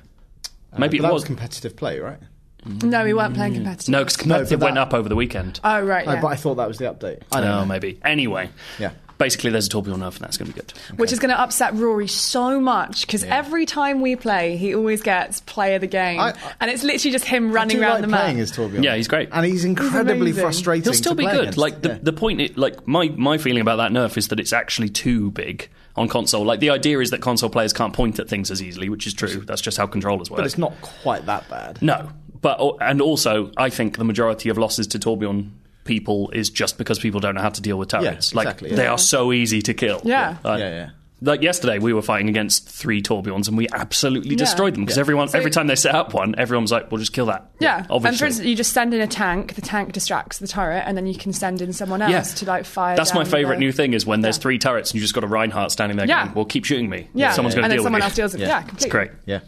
Speaker 1: Uh,
Speaker 2: Maybe
Speaker 1: But
Speaker 2: it
Speaker 1: that
Speaker 2: was.
Speaker 1: was competitive play, right?
Speaker 3: No, we weren't playing competitive.
Speaker 2: Mm. no, because competitive
Speaker 1: that-
Speaker 2: went up over the weekend.
Speaker 3: Oh right,
Speaker 1: No,
Speaker 3: yeah.
Speaker 1: but I thought that was the update. I
Speaker 2: I
Speaker 1: don't
Speaker 2: know,
Speaker 1: know.
Speaker 2: maybe. Anyway,
Speaker 1: Yeah.
Speaker 2: Basically, there's a Torbjorn nerf, and that's going to be good.
Speaker 3: Which is going to upset Rory so much because every time we play, he always gets play of the game,
Speaker 1: I- I-
Speaker 3: and it's literally just him running
Speaker 1: I do
Speaker 3: around
Speaker 1: like
Speaker 3: the map.
Speaker 1: playing as Torbjorn.
Speaker 2: Yeah, he's great.
Speaker 1: and he's incredibly
Speaker 3: amazing.
Speaker 1: frustrating.
Speaker 2: He'll still
Speaker 1: to
Speaker 2: be
Speaker 1: play
Speaker 2: good.
Speaker 1: against.
Speaker 2: Like the,
Speaker 1: Yeah.
Speaker 2: the point, it, like my my feeling about that nerf is that it's actually too big on console. Like the idea is that console players can't point at things as easily, which is true. That's just how controllers work.
Speaker 1: but it's not quite that bad.
Speaker 2: No, but and also I think the majority of losses to Torbjorn people is just because people don't know how to deal with turrets.
Speaker 1: Yeah, exactly, yeah.
Speaker 2: like they are so easy to kill.
Speaker 3: Yeah.
Speaker 2: Uh,
Speaker 1: Yeah, yeah.
Speaker 2: Like yesterday, we were fighting against three Torbjorns and we absolutely destroyed them because everyone,
Speaker 3: So-
Speaker 2: every time they set up one, everyone was like, "We'll just kill that."
Speaker 3: yeah, and for
Speaker 2: obviously.
Speaker 3: instance, you just send in a tank. The tank distracts the turret, and then you can send in someone else
Speaker 2: Yeah.
Speaker 3: to like fire.
Speaker 2: That's my
Speaker 3: down the-
Speaker 2: favorite new thing is when there's
Speaker 3: Yeah.
Speaker 2: three turrets and you just got a Reinhardt standing there
Speaker 3: Yeah.
Speaker 2: going, "Well, keep shooting me.
Speaker 3: Yeah,
Speaker 2: someone's going
Speaker 3: and
Speaker 2: to
Speaker 3: then
Speaker 2: deal
Speaker 3: someone
Speaker 2: with
Speaker 3: else
Speaker 2: it."
Speaker 3: deals with it.
Speaker 1: Yeah.
Speaker 3: Yeah,
Speaker 1: It's
Speaker 3: completely.
Speaker 2: It's great.
Speaker 1: Yeah.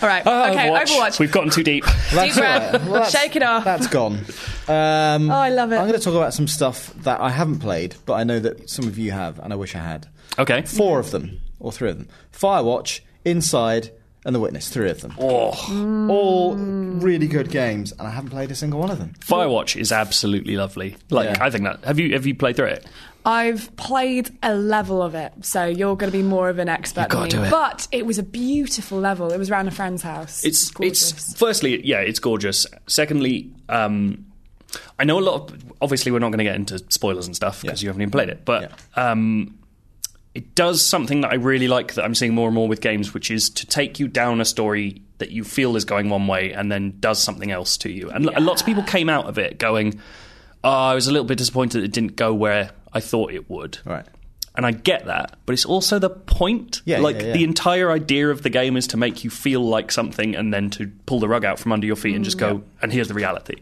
Speaker 3: All right,
Speaker 2: Oh,
Speaker 3: okay, Overwatch.
Speaker 2: We've gotten too deep.
Speaker 3: Deep breath. Shake it off.
Speaker 1: That's gone. Um,
Speaker 3: Oh, I love it.
Speaker 1: I'm going to talk about some stuff that I haven't played, but I know that some of you have, and I wish I had.
Speaker 2: okay.
Speaker 1: Four of them, or three of them. Firewatch, Inside, and The Witness. Three of them.
Speaker 2: Oh.
Speaker 3: Mm.
Speaker 1: All really good games, and I haven't played a single one of them.
Speaker 2: Firewatch is absolutely lovely. Like
Speaker 1: Yeah.
Speaker 2: I think that have you have you played through it?
Speaker 3: I've played a level of it, so you're going to be more of an expert than me.
Speaker 2: gotta do it.
Speaker 3: But it was a beautiful level. It was around a friend's house.
Speaker 2: It's
Speaker 3: gorgeous.
Speaker 2: it's firstly yeah it's gorgeous. Secondly, um, I know a lot of obviously we're not going to get into spoilers and stuff because
Speaker 1: Yeah.
Speaker 2: you haven't even played it, but um, it does something that I really like that I'm seeing more and more with games, which is to take you down a story that you feel is going one way and then does something else to you. And lo- lots of people came out of it going, "Oh, I was a little bit disappointed it didn't go where I thought it would."
Speaker 1: All right.
Speaker 2: and I get that, but it's also the point.
Speaker 1: Yeah,
Speaker 2: like
Speaker 1: yeah, yeah.
Speaker 2: the entire idea of the game is to make you feel like something and then to pull the rug out from under your feet and
Speaker 1: Mm,
Speaker 2: just go, and here's the reality.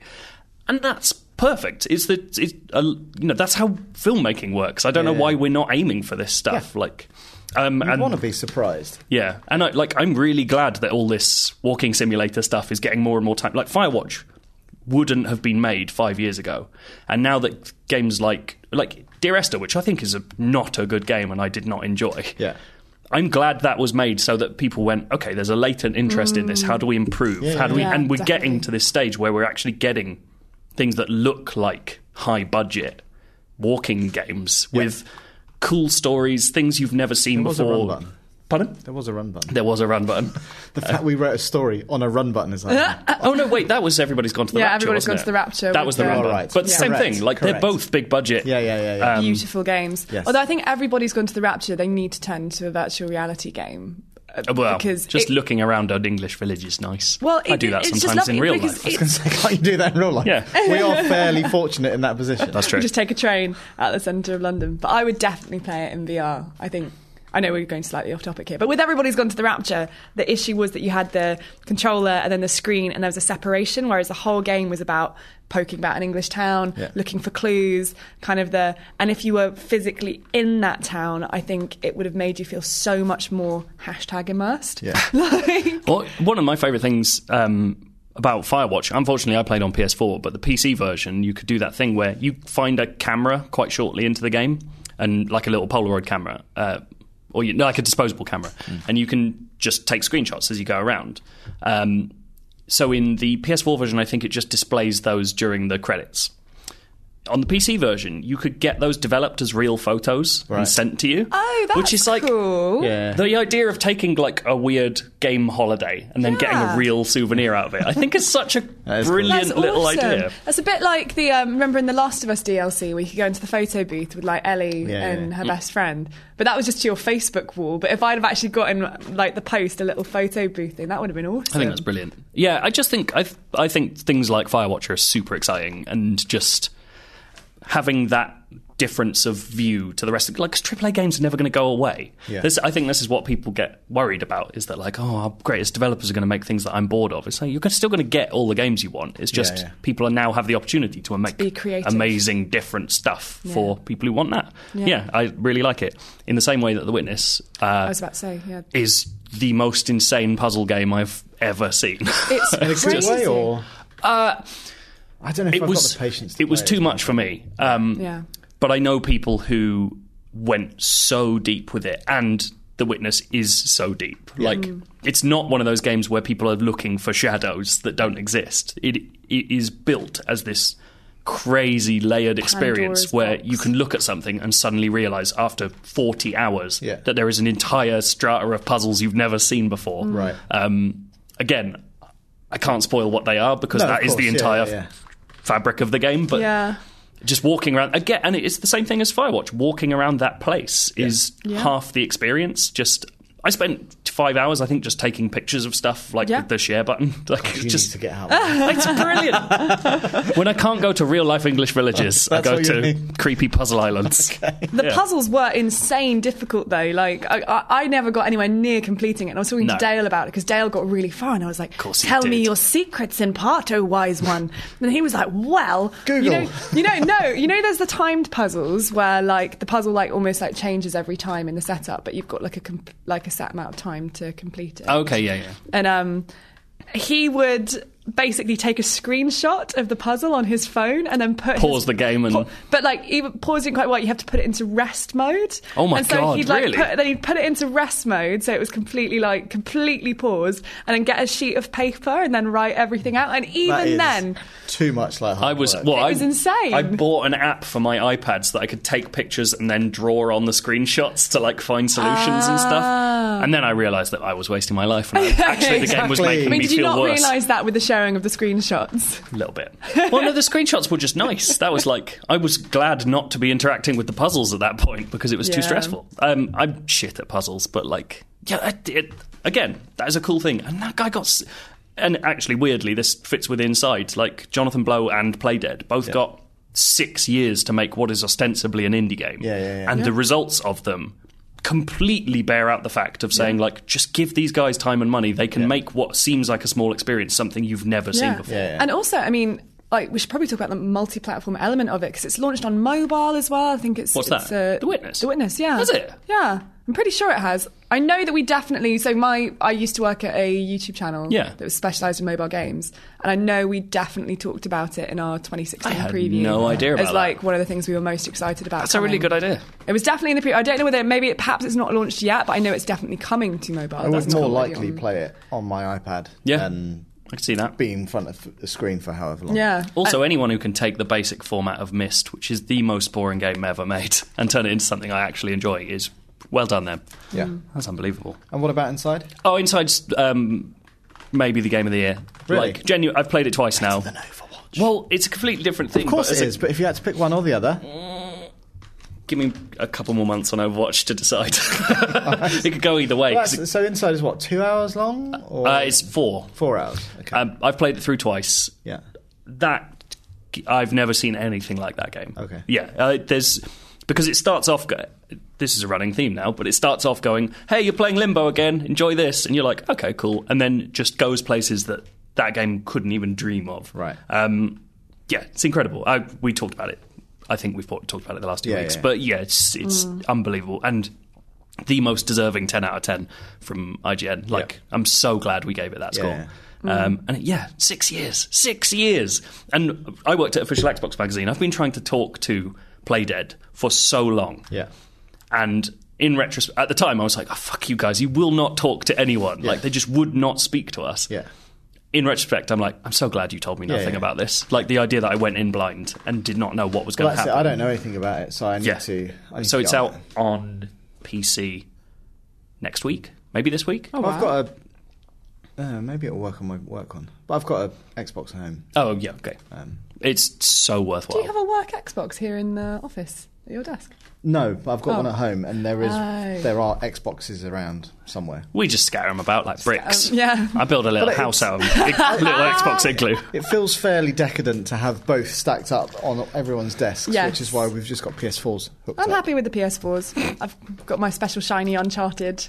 Speaker 2: And that's perfect. It's the it's a, you know that's how filmmaking works. I don't know
Speaker 1: Yeah.
Speaker 2: why we're not aiming for this stuff. Like, um,
Speaker 1: I
Speaker 2: and
Speaker 1: want to be surprised.
Speaker 2: yeah, and I, like I'm really glad that all this walking simulator stuff is getting more and more time. Like Firewatch wouldn't have been made five years ago, and now that games like like Dear Esther, which I think is a, not a good game and I did not enjoy.
Speaker 1: Yeah.
Speaker 2: I'm glad that was made so that people went, okay, there's a latent interest in this. How do
Speaker 1: Mm.
Speaker 2: we improve? How do we?
Speaker 3: yeah.
Speaker 2: and we're
Speaker 3: Definitely.
Speaker 2: getting to this stage where we're actually getting things that look like high budget walking games with cool stories, things you've never seen
Speaker 1: was a
Speaker 2: before.
Speaker 1: run button.
Speaker 2: Pardon?
Speaker 1: There was a run button.
Speaker 2: There was a run button.
Speaker 1: The fact we wrote a story on a run button is like.
Speaker 2: oh no, wait, that was everybody's gone to the
Speaker 3: Yeah,
Speaker 2: rapture. wasn't
Speaker 3: Everybody's Gone to
Speaker 2: it?
Speaker 3: the Rapture
Speaker 2: That
Speaker 3: with
Speaker 2: was the
Speaker 3: the-
Speaker 2: run button.
Speaker 1: Alright,
Speaker 2: But same
Speaker 1: correct,
Speaker 2: thing, like
Speaker 1: correct.
Speaker 2: they're both big budget.
Speaker 1: yeah, yeah, yeah,
Speaker 2: Uh, Um,
Speaker 1: yeah.
Speaker 3: beautiful games.
Speaker 1: Yes.
Speaker 3: Although I think everybody's gone to the Rapture, they need to turn to a virtual reality game. uh,
Speaker 2: Well, just
Speaker 3: it-
Speaker 2: looking around an English village is nice.
Speaker 3: Well,
Speaker 2: I
Speaker 3: it-
Speaker 2: do that
Speaker 3: it's just
Speaker 2: sometimes in
Speaker 3: lovely
Speaker 2: real
Speaker 3: because
Speaker 2: life.
Speaker 3: it-
Speaker 1: It's like, can't you do that in real life?
Speaker 2: Yeah.
Speaker 1: We are fairly fortunate in that position.
Speaker 2: That's true.
Speaker 3: Just take a train at the centre of London. But I would definitely play it in VR. I think. I know we're going slightly off topic here, but with everybody's gone to the Rapture, the issue was that you had the controller and then the screen, and there was a separation. Whereas the whole game was about poking about an English town,
Speaker 1: Yeah.
Speaker 3: looking for clues, kind of the. And if you were physically in that town, I think it would have made you feel so much more hashtag immersed.
Speaker 1: Yeah.
Speaker 3: like,
Speaker 2: Well, one of my favourite things um, about Firewatch, unfortunately, I played on PS4, but the PC version, you could do that thing where you find a camera quite shortly into the game, and like a little Polaroid camera, uh, or you, no, like a disposable camera, and you can just take screenshots as you go around. Um, So in the PS4 version, I think it just displays those during the credits. On the PC version, you could get those developed as real photos
Speaker 1: Right.
Speaker 2: and sent to you.
Speaker 3: Oh, that's
Speaker 2: which is like
Speaker 3: cool.
Speaker 4: Yeah.
Speaker 2: the idea of taking like a weird game holiday and then getting a
Speaker 3: Yeah.
Speaker 2: real souvenir out of it. I think is such a
Speaker 4: is cool.
Speaker 2: brilliant
Speaker 3: That's
Speaker 2: little
Speaker 3: awesome.
Speaker 2: idea.
Speaker 3: That's a bit like the um, remember in the Last of Us DLC where you could go into the photo booth with like Ellie
Speaker 4: Yeah,
Speaker 3: and
Speaker 4: yeah.
Speaker 3: her best friend, but that was just to your Facebook wall. But if I'd have actually gotten like the post a little photo booth thing, that would have been awesome.
Speaker 2: I think that's brilliant. Yeah, I just think I th- I think things like Firewatch are super exciting and just having that difference of view to the rest of like 'cause AAA games are never going to go away.
Speaker 1: Yeah.
Speaker 2: This I think this is what people get worried about is that like oh our greatest developers are going to make things that I'm bored of. It's like you're still going to get all the games you want. It's just
Speaker 1: yeah.
Speaker 2: people are now have the opportunity to make
Speaker 3: be creative.
Speaker 2: amazing different stuff
Speaker 3: Yeah.
Speaker 2: for people who want that. Yeah.
Speaker 3: Yeah.
Speaker 2: I really like it. In the same way that The Witness
Speaker 3: I
Speaker 2: uh,
Speaker 3: was about to say, yeah.
Speaker 2: is the most insane puzzle game I've ever seen.
Speaker 3: It's crazy.
Speaker 4: Way or
Speaker 1: Uh, I don't know if
Speaker 2: it
Speaker 1: I've
Speaker 2: was
Speaker 1: got the patience. To
Speaker 2: it was
Speaker 1: play
Speaker 2: too much for me. Um,
Speaker 3: Yeah.
Speaker 2: But I know people who went so deep with it, and The Witness is so deep. Like it's not one of those games where people are looking for shadows that don't exist. It it is built as this crazy layered experience
Speaker 3: Pandora's
Speaker 2: where
Speaker 3: box.
Speaker 2: you can look at something and suddenly realize after 40 hours
Speaker 1: Yeah.
Speaker 2: that there is an entire strata of puzzles you've never seen before
Speaker 1: Right.
Speaker 2: um, again i can't spoil what they are because
Speaker 1: No, of
Speaker 2: that is
Speaker 1: course,
Speaker 2: the
Speaker 1: yeah,
Speaker 2: entire
Speaker 1: yeah, yeah.
Speaker 2: fabric of the game but
Speaker 3: Yeah.
Speaker 2: just walking around again and it's the same thing as firewatch walking around that place is
Speaker 3: Yeah.
Speaker 2: half the experience just i spent five hours i think just taking pictures of stuff like
Speaker 3: Yeah.
Speaker 2: with the share button like it's
Speaker 1: You
Speaker 2: just
Speaker 1: need to get out. of it.
Speaker 2: it's brilliant when i can't go to real life english villages i
Speaker 1: That's
Speaker 2: go
Speaker 1: what you
Speaker 2: to
Speaker 1: need.
Speaker 2: creepy puzzle islands
Speaker 3: The
Speaker 2: Yeah.
Speaker 3: puzzles were insane difficult though. Like I, I, I never got anywhere near completing it. And I was talking
Speaker 2: No.
Speaker 3: to Dale about it because Dale got really far, and I was like,
Speaker 2: course he
Speaker 3: "Tell me
Speaker 2: did.
Speaker 3: your secrets in part, oh wise one." and he was like, "Well, you
Speaker 1: Google.
Speaker 3: know, you know, no, you know, there's the timed puzzles where like the puzzle like almost like changes every time in the setup, but you've got like a comp- like a set amount of time to complete it."
Speaker 2: okay yeah yeah
Speaker 3: and um, he would basically take a screenshot of the puzzle on his phone and then put
Speaker 2: Pause
Speaker 3: his-
Speaker 2: the game and-
Speaker 3: but like even pausing quite well, you have to put it into rest mode.
Speaker 2: Oh my
Speaker 3: and so
Speaker 2: God,
Speaker 3: He'd like
Speaker 2: really?
Speaker 3: put, then he'd put it into rest mode, so it was completely like completely paused, and then get a sheet of paper and then write everything out. And even
Speaker 1: That is
Speaker 3: then,
Speaker 1: too much like
Speaker 2: I was
Speaker 1: hard
Speaker 2: well,
Speaker 1: work.
Speaker 2: I,
Speaker 3: was insane.
Speaker 2: I bought an app for my iPad so that I could take pictures and then draw on the screenshots to like find solutions and
Speaker 3: Ah.
Speaker 2: stuff. And then I realised that I was wasting my life, and I, actually the game was
Speaker 1: Exactly.
Speaker 2: making
Speaker 3: I mean,
Speaker 2: me
Speaker 3: did you
Speaker 2: feel
Speaker 3: not
Speaker 2: worse
Speaker 3: realise that with the sharing of the screenshots?
Speaker 2: a little bit. Well, no, the screenshots were just nice. That was like I was glad not to be interacting with the puzzles at that point because it was too
Speaker 3: Yeah.
Speaker 2: stressful. Um, I'm shit at puzzles, but like, yeah, I did. again, that is a cool thing. And that guy got. s- And actually, weirdly, this fits with Inside. Like Jonathan Blow and Playdead both got six years to make what is ostensibly an indie game,
Speaker 1: Yeah, yeah, yeah.
Speaker 2: and the results of them completely bear out the fact of saying like just give these guys time and money they can make what seems like a small experience something you've never seen before
Speaker 1: Yeah, yeah.
Speaker 3: And also, I mean, like we should probably talk about the multi-platform element of it because it's launched on mobile as well. I think it's
Speaker 2: What's
Speaker 3: it's,
Speaker 2: that?
Speaker 3: Uh,
Speaker 2: The Witness?
Speaker 3: The Witness, yeah.
Speaker 2: Has it?
Speaker 3: Yeah, I'm pretty sure it has. I know that we definitely. So my, I used to work at a YouTube channel
Speaker 2: Yeah.
Speaker 3: that was specialised in mobile games, and I know we definitely talked about it in our 2016
Speaker 2: I had
Speaker 3: preview.
Speaker 2: no idea about
Speaker 3: It's
Speaker 2: that.
Speaker 3: like one of the things we were most excited about.
Speaker 2: That's a really
Speaker 3: coming.
Speaker 2: good idea.
Speaker 3: It was definitely in the preview. I don't know whether maybe it, perhaps it's not launched yet, but I know it's definitely coming to mobile.
Speaker 1: I would
Speaker 3: That's
Speaker 1: more
Speaker 3: not already
Speaker 1: likely
Speaker 3: on.
Speaker 1: play it on my iPad
Speaker 2: Yeah.
Speaker 1: than
Speaker 2: I can see that.
Speaker 1: be in front of the screen for however long.
Speaker 3: Yeah.
Speaker 2: Also, anyone who can take the basic format of Myst, which is the most boring game ever made, and turn it into something I actually enjoy is well done them.
Speaker 1: Yeah.
Speaker 3: Mm.
Speaker 2: That's unbelievable.
Speaker 1: And what about inside?
Speaker 2: Oh, Inside's um, maybe the game of the year.
Speaker 1: Really?
Speaker 2: Like, genu- I've played it twice now. Well, it's a completely different thing.
Speaker 1: Of course
Speaker 2: but
Speaker 1: it
Speaker 2: as a-
Speaker 1: is, but if you had to pick one or the other,
Speaker 2: Give me a couple more months on Overwatch to decide. it could go either way. 'cause
Speaker 1: that's- so inside is what two hours long
Speaker 2: it-
Speaker 1: or
Speaker 2: uh, it's four.
Speaker 1: four hours? Okay.
Speaker 2: Um, I've played it through twice.
Speaker 1: yeah.
Speaker 2: that I've never seen anything like that game.
Speaker 1: Okay.
Speaker 2: Yeah, uh, there's because it starts off. Go- this is a running theme now, but it starts off going, "Hey, you're playing Limbo again. Enjoy this," and you're like, "Okay, cool," and then just goes places that that game couldn't even dream of.
Speaker 1: Right.
Speaker 2: Um, yeah, it's incredible. I, we talked about it. I think we've talked talked about it the last two
Speaker 1: Yeah,
Speaker 2: weeks,
Speaker 1: yeah.
Speaker 2: but yeah, it's it's unbelievable and the most deserving ten out of ten from IGN. Like, I'm so glad we gave it that score.
Speaker 1: Yeah.
Speaker 2: Um, and yeah, six years, six years. And I worked at Official Xbox Magazine. I've been trying to talk to Playdead for so long.
Speaker 1: Yeah.
Speaker 2: And in retrospect, at the time, I was like, oh, fuck you guys, you will not talk to anyone. Like, they just would not speak to us.
Speaker 1: Yeah.
Speaker 2: in retrospect, I'm like, I'm so glad you told me nothing
Speaker 1: yeah.
Speaker 2: about this. Like the idea that I went in blind and did not know what was going
Speaker 1: Well,
Speaker 2: to
Speaker 1: that's it.
Speaker 2: happen.
Speaker 1: I don't know anything about it, so I need
Speaker 2: Yeah.
Speaker 1: to. I need
Speaker 2: so
Speaker 1: to
Speaker 2: it's
Speaker 1: get on
Speaker 2: out on PC next week, maybe this week.
Speaker 3: Oh,
Speaker 1: it. I've
Speaker 3: wow.
Speaker 1: got a. Uh, maybe it'll work on my work one, but I've got a Xbox at home.
Speaker 2: Oh, yeah, okay.
Speaker 1: Um,
Speaker 2: It's so
Speaker 3: Do
Speaker 2: worthwhile.
Speaker 3: you have a work Xbox here in the office at your desk?
Speaker 1: no, but I've got
Speaker 3: Oh.
Speaker 1: one at home, and there is
Speaker 3: Oh.
Speaker 1: there are Xboxes around somewhere.
Speaker 2: we just scatter them about like bricks.
Speaker 3: Um, yeah.
Speaker 2: I build a little
Speaker 1: But
Speaker 2: house out of 'em. Ig- little Xbox igloo.
Speaker 1: It feels fairly decadent to have both stacked up on everyone's desks,
Speaker 3: Yes.
Speaker 1: which is why we've just got PS4s. Hooked
Speaker 3: I'm
Speaker 1: up.
Speaker 3: happy with the PS4s. I've got my special shiny Uncharted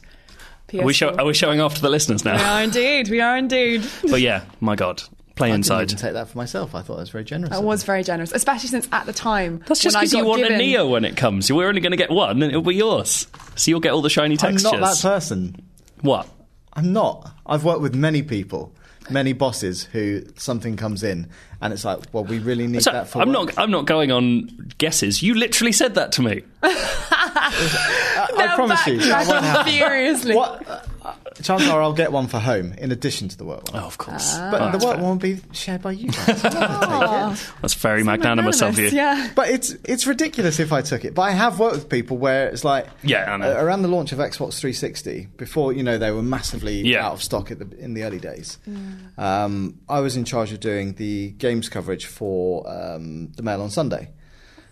Speaker 3: PS4.
Speaker 2: Are we, show- are we showing off to the listeners
Speaker 3: We
Speaker 2: now?
Speaker 3: are indeed. We are indeed.
Speaker 2: but yeah, my God, play
Speaker 1: I
Speaker 2: inside.
Speaker 1: didn't even take that for myself. I thought that was very generous.
Speaker 3: That
Speaker 1: of
Speaker 3: was very generous, especially since at the time
Speaker 2: That's just
Speaker 3: when I
Speaker 2: because you
Speaker 3: got
Speaker 2: want
Speaker 3: given-
Speaker 2: a Neo when it comes. We're only going to get one, and it'll be yours. So you'll get all the shiny
Speaker 1: me. I'm
Speaker 2: textures.
Speaker 1: not that person.
Speaker 2: what?
Speaker 1: I'm not. I've worked with many people, many bosses who something comes in and it's like, well, we really need
Speaker 2: So,
Speaker 1: that for.
Speaker 2: I'm
Speaker 1: work.
Speaker 2: not. I'm not going on guesses. You literally said that to me.
Speaker 1: I promise you. that won't
Speaker 3: backtracking
Speaker 1: happen.
Speaker 3: furiously.
Speaker 1: What? Uh, uh, chances are I'll get one for home in addition to the work one.
Speaker 2: Oh, of course.
Speaker 1: But
Speaker 2: Oh,
Speaker 1: the
Speaker 2: that's
Speaker 1: work
Speaker 2: fair.
Speaker 1: one will be shared by you. guys. I'll take it.
Speaker 2: That's very magnanimous of you.
Speaker 3: Oh, Yeah.
Speaker 1: But it's it's ridiculous if I took it. But I have worked with people where it's like
Speaker 2: Yeah, I know.
Speaker 1: uh, around the launch of Xbox 360 before you know they were massively
Speaker 2: Yeah.
Speaker 1: out of stock at the, in the early days.
Speaker 3: Mm.
Speaker 1: Um, I was in charge of doing the games coverage for um, the Mail on Sunday,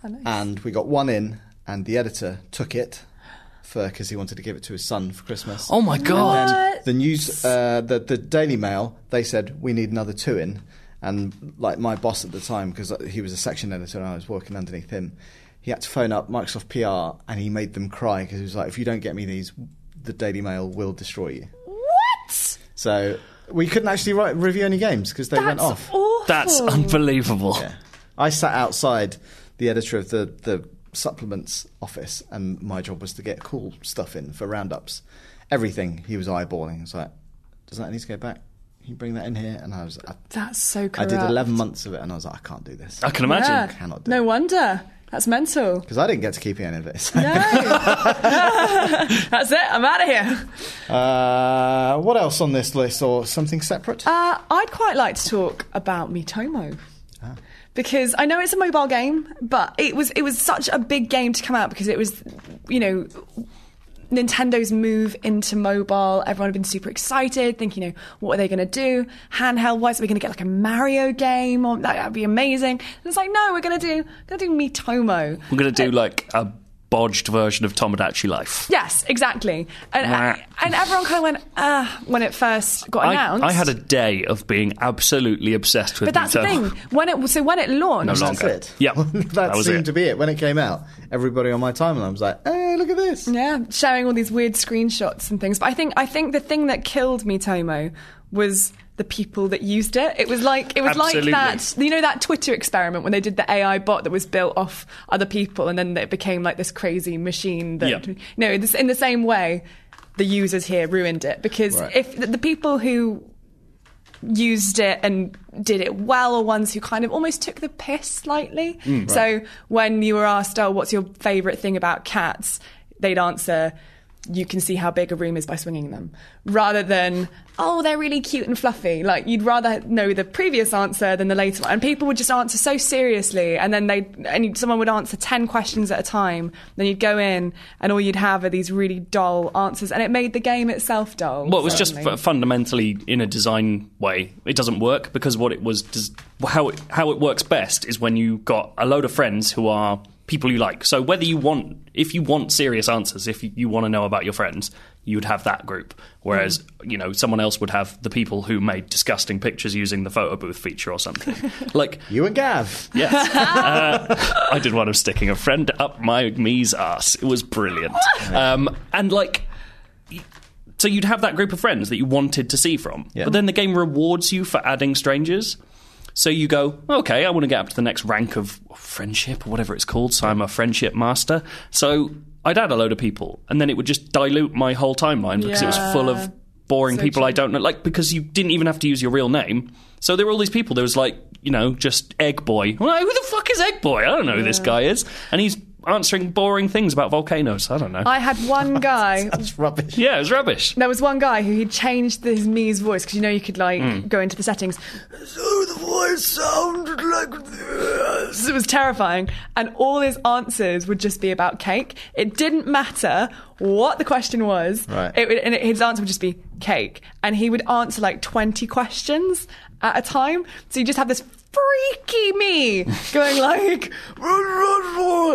Speaker 3: Oh, nice.
Speaker 1: and we got one in, and the editor took it for because he wanted to give it to his son for Christmas.
Speaker 2: Oh my
Speaker 1: Ah.
Speaker 2: god.
Speaker 3: What?
Speaker 1: The news, uh, the the Daily Mail, they said we need another two in, and like my boss at the time, because he was a section editor and I was working underneath him, he had to phone up Microsoft PR and he made them cry because he was like, if you don't get me these, the Daily Mail will destroy you.
Speaker 3: What?
Speaker 1: So we couldn't actually write review any games because they went
Speaker 3: That's
Speaker 1: off.
Speaker 3: awful.
Speaker 2: That's unbelievable.
Speaker 1: Yeah. I sat outside the editor of the, the supplements office, and my job was to get cool stuff in for roundups. Everything he was eyeballing. He was like, does that need to go back? Can you bring that in here? And I was, I,
Speaker 3: That's so
Speaker 1: I
Speaker 3: corrupt.
Speaker 1: did 11 months of it, and I was like, I can't do this.
Speaker 2: I can imagine.
Speaker 3: Yeah.
Speaker 1: Cannot do
Speaker 3: no
Speaker 1: it.
Speaker 3: wonder. That's mental.
Speaker 1: Because I didn't get to keep any of it. so-
Speaker 3: No. That's it. I'm out of here.
Speaker 1: Uh, what else on this list, or something separate?
Speaker 3: Uh, I'd quite like to talk about Mitomo.
Speaker 2: Ah.
Speaker 3: Because I know it's a mobile game, but it was it was such a big game to come out because it was, you know, Nintendo's move into mobile. Everyone had been super excited, thinking, you know, what are they going to do? Handheld wise, are we going to get like a Mario game? Or that would be amazing. And it's like, no, we're going to do going to do Mitomo.
Speaker 2: We're going to do like a bodged version of Tomodachi Life.
Speaker 3: Yes, exactly. And
Speaker 2: Nah.
Speaker 3: and everyone kind of went uh, when it first got
Speaker 2: I,
Speaker 3: announced.
Speaker 2: I had a day of being absolutely obsessed with
Speaker 3: But that's the
Speaker 2: Nintendo.
Speaker 3: thing. When it so when it launched,
Speaker 2: No
Speaker 1: That's
Speaker 2: longer.
Speaker 1: it.
Speaker 2: Yeah.
Speaker 1: that,
Speaker 2: That was
Speaker 1: seemed
Speaker 2: it.
Speaker 1: to be it. When it came out, everybody on my timeline was like, hey, look at this.
Speaker 3: yeah, sharing all these weird screenshots and things. But I think I think the thing that killed Mitomo was the people that used it. It was like it was
Speaker 2: Absolutely.
Speaker 3: like that you know that Twitter experiment when they did the AI bot that was built off other people and then it became like this crazy machine that
Speaker 2: Yeah.
Speaker 3: no, this, in the same way the users here ruined it because
Speaker 1: Right.
Speaker 3: if the, the people who used it and did it well or ones who kind of almost took the piss slightly. so when you were asked, oh, what's your favourite thing about cats? They'd answer, you can see how big a room is by swinging them, rather than, oh, they're really cute and fluffy. Like, you'd rather know the previous answer than the later one. And people would just answer so seriously, and then they, and you'd- someone would answer 10 questions at a time. Then you'd go in, and all you'd have are these really dull answers, and it made the game itself dull.
Speaker 2: Well, it was just
Speaker 3: suddenly.
Speaker 2: f- fundamentally in a design way, it doesn't work because what it was des- how it how it works best is when you got a load of friends who are people you like. So whether you want if you want serious answers, if you, you want to know about your friends, you would have that group. Whereas you know someone else would have the people who made disgusting pictures using the photo booth feature or something. like
Speaker 1: You and Gav.
Speaker 2: yes, Uh, I did one of sticking a friend up my me's ass. It was brilliant, um, and like. So you'd have that group of friends that you wanted to see from. But then the game rewards you for adding strangers. So you go, okay, I want to get up to the next rank of friendship or whatever it's called. So I'm a friendship master. So I'd add a load of people, and then it would just dilute my whole timeline because it was
Speaker 3: Yeah.
Speaker 2: full of boring
Speaker 3: So
Speaker 2: people I
Speaker 3: true.
Speaker 2: don't know. Like because you didn't even have to use your real name. So there were all these people. There was like you know just Egg Boy. Well, who the fuck is Egg Boy? I don't know who this guy is, and he's answering boring things about volcanoes. I don't know.
Speaker 3: I had one guy.
Speaker 1: That's rubbish.
Speaker 2: yeah, it was rubbish.
Speaker 3: There was one guy who he changed his Mii's voice because you know you could like
Speaker 2: Hmm.
Speaker 3: go into the settings.
Speaker 1: So Oh, the voice sounded like this.
Speaker 3: So it was terrifying, and all his answers would just be about cake. It didn't matter what the question was.
Speaker 1: Right.
Speaker 3: It, would- and it- his answer would just be cake, and he would answer like twenty questions at a time. So you just have this freaky me going like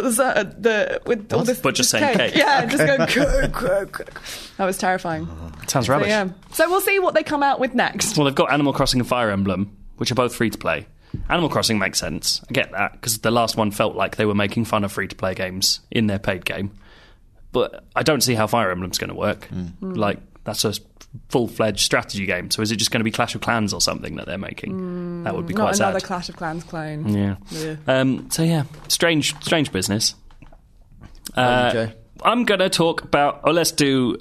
Speaker 3: "Is that a- the with all
Speaker 1: What?
Speaker 3: this,
Speaker 2: But just
Speaker 3: this
Speaker 2: saying cake.
Speaker 3: Yeah, just going cake, cake, cake. That was terrifying.
Speaker 2: sounds
Speaker 3: So,
Speaker 2: rubbish.
Speaker 3: yeah. So we'll see what they come out with next.
Speaker 2: Well, they've got Animal Crossing and Fire Emblem, which are both free to play. Animal Crossing makes sense. I get that because the last one felt like they were making fun of free to play games in their paid game. But I don't see how Fire Emblem's going to work.
Speaker 3: Mm.
Speaker 2: Like that's a full fledged strategy game. So is it just going to be Clash of Clans or something that they're making? that would be
Speaker 3: Mm, Not
Speaker 2: quite
Speaker 3: another
Speaker 2: sad.
Speaker 3: Clash of Clans clone.
Speaker 2: yeah.
Speaker 3: Yeah.
Speaker 2: Um, so yeah, strange, strange business. Uh,
Speaker 1: on, Joe.
Speaker 2: I'm gonna talk about. Oh, let's do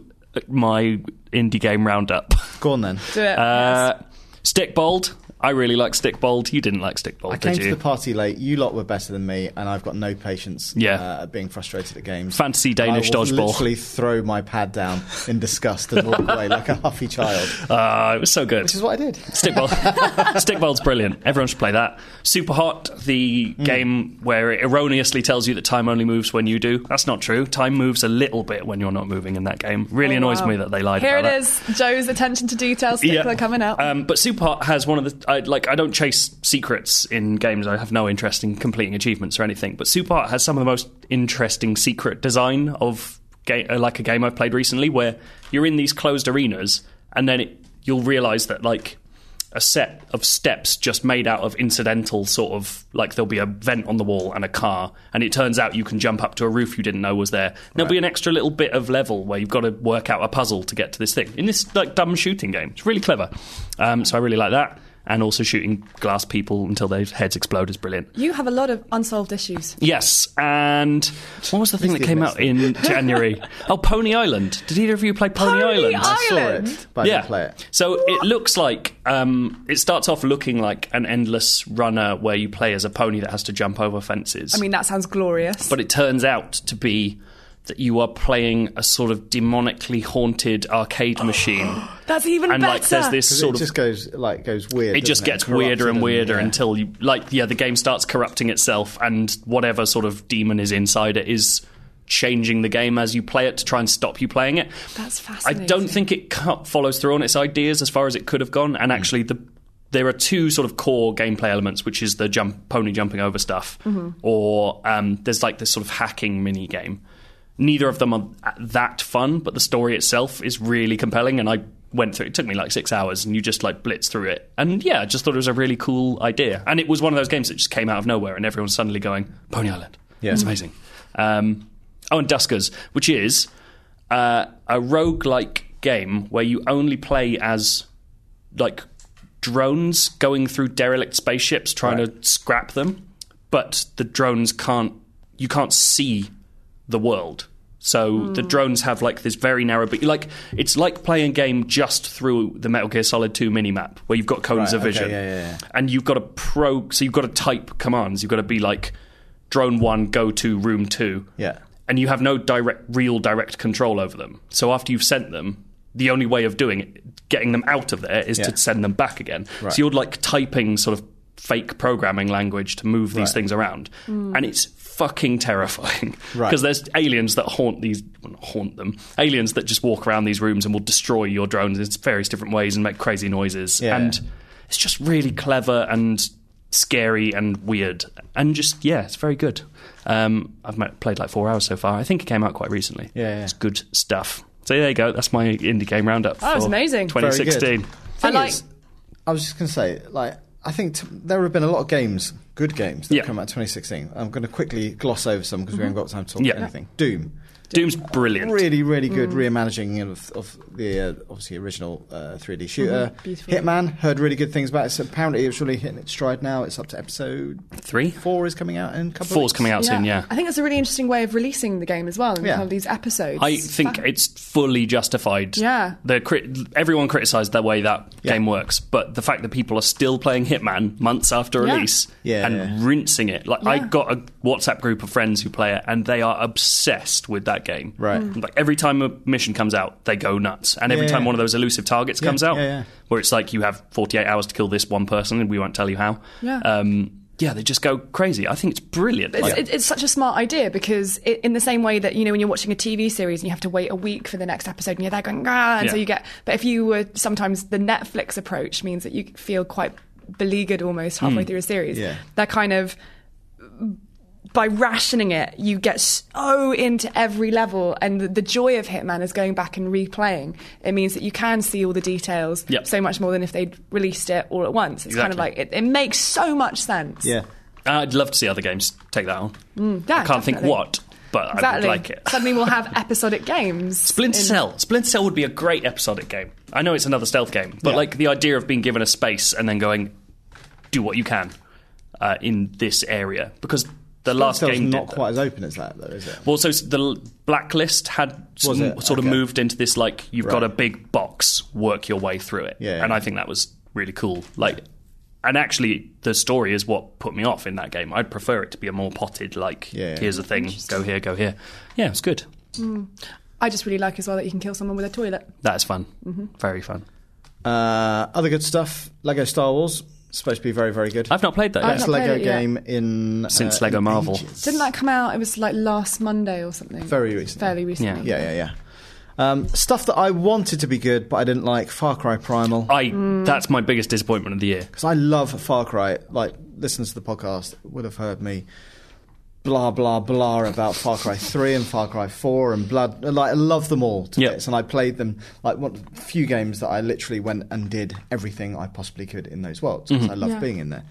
Speaker 2: my indie game roundup.
Speaker 1: Go on then.
Speaker 3: Do it.
Speaker 2: Uh, Stickbold. I really like Stickbold. You didn't like Stickbold,
Speaker 1: I
Speaker 2: did
Speaker 1: came
Speaker 2: you?
Speaker 1: to the party late. You lot were better than me, and I've got no patience.
Speaker 2: Yeah.
Speaker 1: uh, at being frustrated at games.
Speaker 2: Fantasy Danish
Speaker 1: I will
Speaker 2: dodgeball.
Speaker 1: Literally throw my pad down in disgust and walk away like a huffy child.
Speaker 2: Ah, it was so good.
Speaker 1: Which is what I did.
Speaker 2: Stickball. Stickball's brilliant. Everyone should play that. Super Hot, the game where it erroneously tells you that time only moves when you do. That's not true. Time moves a little bit when you're not moving in that game.
Speaker 1: Oh,
Speaker 2: Really annoys
Speaker 3: Wow.
Speaker 2: me that they lied
Speaker 3: Here
Speaker 2: about
Speaker 3: it
Speaker 2: that.
Speaker 3: is, Joe's attention to detail stickler coming up.
Speaker 2: Um, but Superhot has one of the I, like I don't chase secrets in games. I have no interest in completing achievements or anything. But Superhot has some of the most interesting secret design of ga- uh, like a game I've played recently, where you're in these closed arenas and then it, you'll realize that like a set of steps just made out of incidental sort of like there'll be a vent on the wall and a car and it turns out you can jump up to a roof you didn't know was there there'll be an extra little bit of level where you've got to work out a puzzle to get to this thing in this like dumb shooting game it's really clever um, so i really like that and also shooting glass people until their heads explode is brilliant
Speaker 3: you have a lot of unsolved issues.
Speaker 2: yes and what was the thing that came out in january oh pony island did either of you play pony,
Speaker 3: Pony
Speaker 2: island
Speaker 3: Island.
Speaker 1: I saw
Speaker 3: Island.
Speaker 1: it, but I didn't play it.
Speaker 2: so it looks like um, it starts off looking like an endless runner where you play as a pony that has to jump over fences.
Speaker 3: I mean, that sounds glorious.
Speaker 2: but it turns out to be that you are playing a sort of demonically haunted arcade machine,
Speaker 3: That's even
Speaker 2: and
Speaker 3: better.
Speaker 2: like there's this
Speaker 1: Because
Speaker 2: sort
Speaker 1: it
Speaker 2: of
Speaker 1: just goes like goes weird.
Speaker 2: it just
Speaker 1: doesn't
Speaker 2: gets weirder
Speaker 1: corrupted
Speaker 2: and weirder
Speaker 1: yeah.
Speaker 2: until you like yeah the game starts corrupting itself and whatever sort of demon is inside it is changing the game as you play it to try and stop you playing it
Speaker 3: That's
Speaker 2: i
Speaker 3: fascinating.
Speaker 2: don't think it co- follows through on its ideas as far as it could have gone and actually the there are two sort of core gameplay elements, which is the jump, pony jumping over stuff, or um, there's like this sort of hacking mini game. Neither of them are that fun, but the story itself is really compelling. And I went through it took me like six hours, and you just like blitz through it. And yeah, I just thought it was a really cool idea. And it was one of those games that just came out of nowhere, and everyone's suddenly going Pony Island. Yeah, it's amazing. Um, oh, and Duskers, which is uh, a roguelike game where you only play as like drones going through derelict spaceships trying to scrap them, but the drones can't. You can't see the world, so the drones have like this very narrow. But like it's like playing a game just through the Metal Gear Solid Two minimap where you've got
Speaker 1: Right,
Speaker 2: cones of
Speaker 1: okay,
Speaker 2: vision,
Speaker 1: yeah, yeah, yeah.
Speaker 2: and you've got to pro. So you've got to type commands. You've got to be like drone one, go to room two
Speaker 1: Yeah.
Speaker 2: and you have no direct, real direct control over them. So after you've sent them, the only way of doing it, getting them out of there, is
Speaker 1: Yeah.
Speaker 2: to send them back again.
Speaker 1: Right.
Speaker 2: So you're like typing sort of fake programming language to move these
Speaker 1: Right.
Speaker 2: things around, and it's fucking terrifying because
Speaker 1: Right.
Speaker 2: there's aliens that haunt these well, not haunt them aliens that just walk around these rooms and will destroy your drones in various different ways and make crazy noises
Speaker 1: Yeah.
Speaker 2: and it's just really clever and scary and weird and just yeah it's very good um, i've ma- played like four hours so far i think it came out quite recently
Speaker 1: Yeah, yeah.
Speaker 2: it's good stuff so there you go that's my indie game roundup
Speaker 3: That Oh, was
Speaker 2: for
Speaker 3: amazing. Very
Speaker 1: Very good.
Speaker 2: 2016
Speaker 3: I
Speaker 1: Thing
Speaker 3: like.
Speaker 1: is, I was just going to say, like, I think t- there have been a lot of games, good games, that
Speaker 2: Yeah.
Speaker 1: have come out in 2016. I'm going to quickly gloss over some because we haven't got time to talk
Speaker 2: Yeah.
Speaker 1: about anything. Doom.
Speaker 2: doom's brilliant
Speaker 1: Really, really
Speaker 3: Mm.
Speaker 1: good reimagining of, of the uh, obviously original uh, 3D shooter.
Speaker 3: Mm-hmm. Beautiful.
Speaker 1: Hitman, heard really good things about it. So apparently, it's really hitting its stride now. It's up to episode
Speaker 2: three
Speaker 1: four is coming out in a couple of
Speaker 2: four's
Speaker 1: weeks.
Speaker 2: coming out soon yeah
Speaker 3: I think that's a really interesting way of releasing the game as well. In
Speaker 1: Yeah.
Speaker 3: kind of these episodes.
Speaker 2: I think
Speaker 3: Fa-
Speaker 2: it's fully justified.
Speaker 3: Yeah.
Speaker 2: The cri- everyone criticised the way that game works, but the fact that people are still playing Hitman months after
Speaker 3: Yeah.
Speaker 2: release
Speaker 1: Yeah,
Speaker 2: and rinsing it. Like I
Speaker 3: Yeah.
Speaker 2: got a WhatsApp group of friends who play it, and they are obsessed with that game.
Speaker 1: Right. Mm.
Speaker 2: Like every time a mission comes out, they go nuts, and every
Speaker 1: Yeah.
Speaker 2: time one of those elusive targets comes out,
Speaker 1: yeah, yeah.
Speaker 2: where it's like you have 48 hours to kill this one person, and we won't tell you how.
Speaker 3: Yeah.
Speaker 2: Um, yeah, they just go crazy. I think it's brilliant.
Speaker 3: It's,
Speaker 2: Like-
Speaker 3: it- it's such a smart idea because, it, in the same way that you know when you're watching a TV series and you have to wait a week for the next episode and you're there going ah, and so
Speaker 2: Yeah.
Speaker 3: you get. But if you were sometimes the Netflix approach means that you feel quite beleaguered almost
Speaker 2: Hmm.
Speaker 3: halfway through a series.
Speaker 1: Yeah.
Speaker 3: That kind of by rationing it, you get so into every level, and the, the joy of Hitman is going back and replaying. It means that you can see all the details
Speaker 2: Yep.
Speaker 3: so much more than if they'd released it all at once. It's kind of like
Speaker 2: Exactly.
Speaker 3: it, it makes so much sense.
Speaker 1: Yeah.
Speaker 2: I'd love to see other games take that on.
Speaker 3: yeah,
Speaker 2: I can't think
Speaker 3: definitely.
Speaker 2: what, but I would
Speaker 3: Exactly.
Speaker 2: like it.
Speaker 3: Suddenly we'll have episodic games.
Speaker 2: Splinter
Speaker 3: in-
Speaker 2: Cell. Splinter Cell would be a great episodic game. I know it's another stealth game, but
Speaker 1: Yeah.
Speaker 2: like the idea of being given a space and then going, do what you can uh, in this area because the last
Speaker 1: Cell's
Speaker 2: game
Speaker 1: not
Speaker 2: did that.
Speaker 1: quite as open as that, though, is it?
Speaker 2: Well, so the l- blacklist had some,
Speaker 1: Was it?
Speaker 2: sort of
Speaker 1: Okay.
Speaker 2: moved into this like you've got
Speaker 1: Right.
Speaker 2: a big box, work your way through it,
Speaker 1: Yeah, yeah.
Speaker 2: and I think that was really cool. Like, and actually, the story is what put me off in that game. I'd prefer it to be a more potted, like
Speaker 1: Yeah, yeah.
Speaker 2: here's a thing, go here, go here. Yeah, it's good.
Speaker 3: I just really like as well that you can kill someone with a toilet.
Speaker 2: That's fun. Very fun.
Speaker 1: Uh, other good stuff. Lego Star Wars supposed to be very, very good.
Speaker 2: I've not played that
Speaker 1: Best
Speaker 2: yet.
Speaker 3: not played
Speaker 1: Lego
Speaker 3: it yet.
Speaker 1: game in uh,
Speaker 2: Since Lego
Speaker 1: in
Speaker 2: Marvel.
Speaker 1: ages.
Speaker 3: Didn't that come out? It was like last Monday or something.
Speaker 1: Very recently.
Speaker 3: Fairly recently.
Speaker 1: Yeah, yeah, yeah. Um, stuff that I wanted to be good, but I didn't like Far Cry Primal.
Speaker 2: I that's my biggest disappointment of the year.
Speaker 1: Because I love Far Cry. Like, listeners to the podcast would have heard me blah, blah, blah about Far Cry 3 and Far Cry 4 and Blood. Like, I love them all to
Speaker 2: Yep.
Speaker 1: bits. And I played them, like, one of the few games that I literally went and did everything I possibly could in those worlds.
Speaker 2: Mm-hmm.
Speaker 1: Because I love
Speaker 3: Yeah.
Speaker 1: being in there.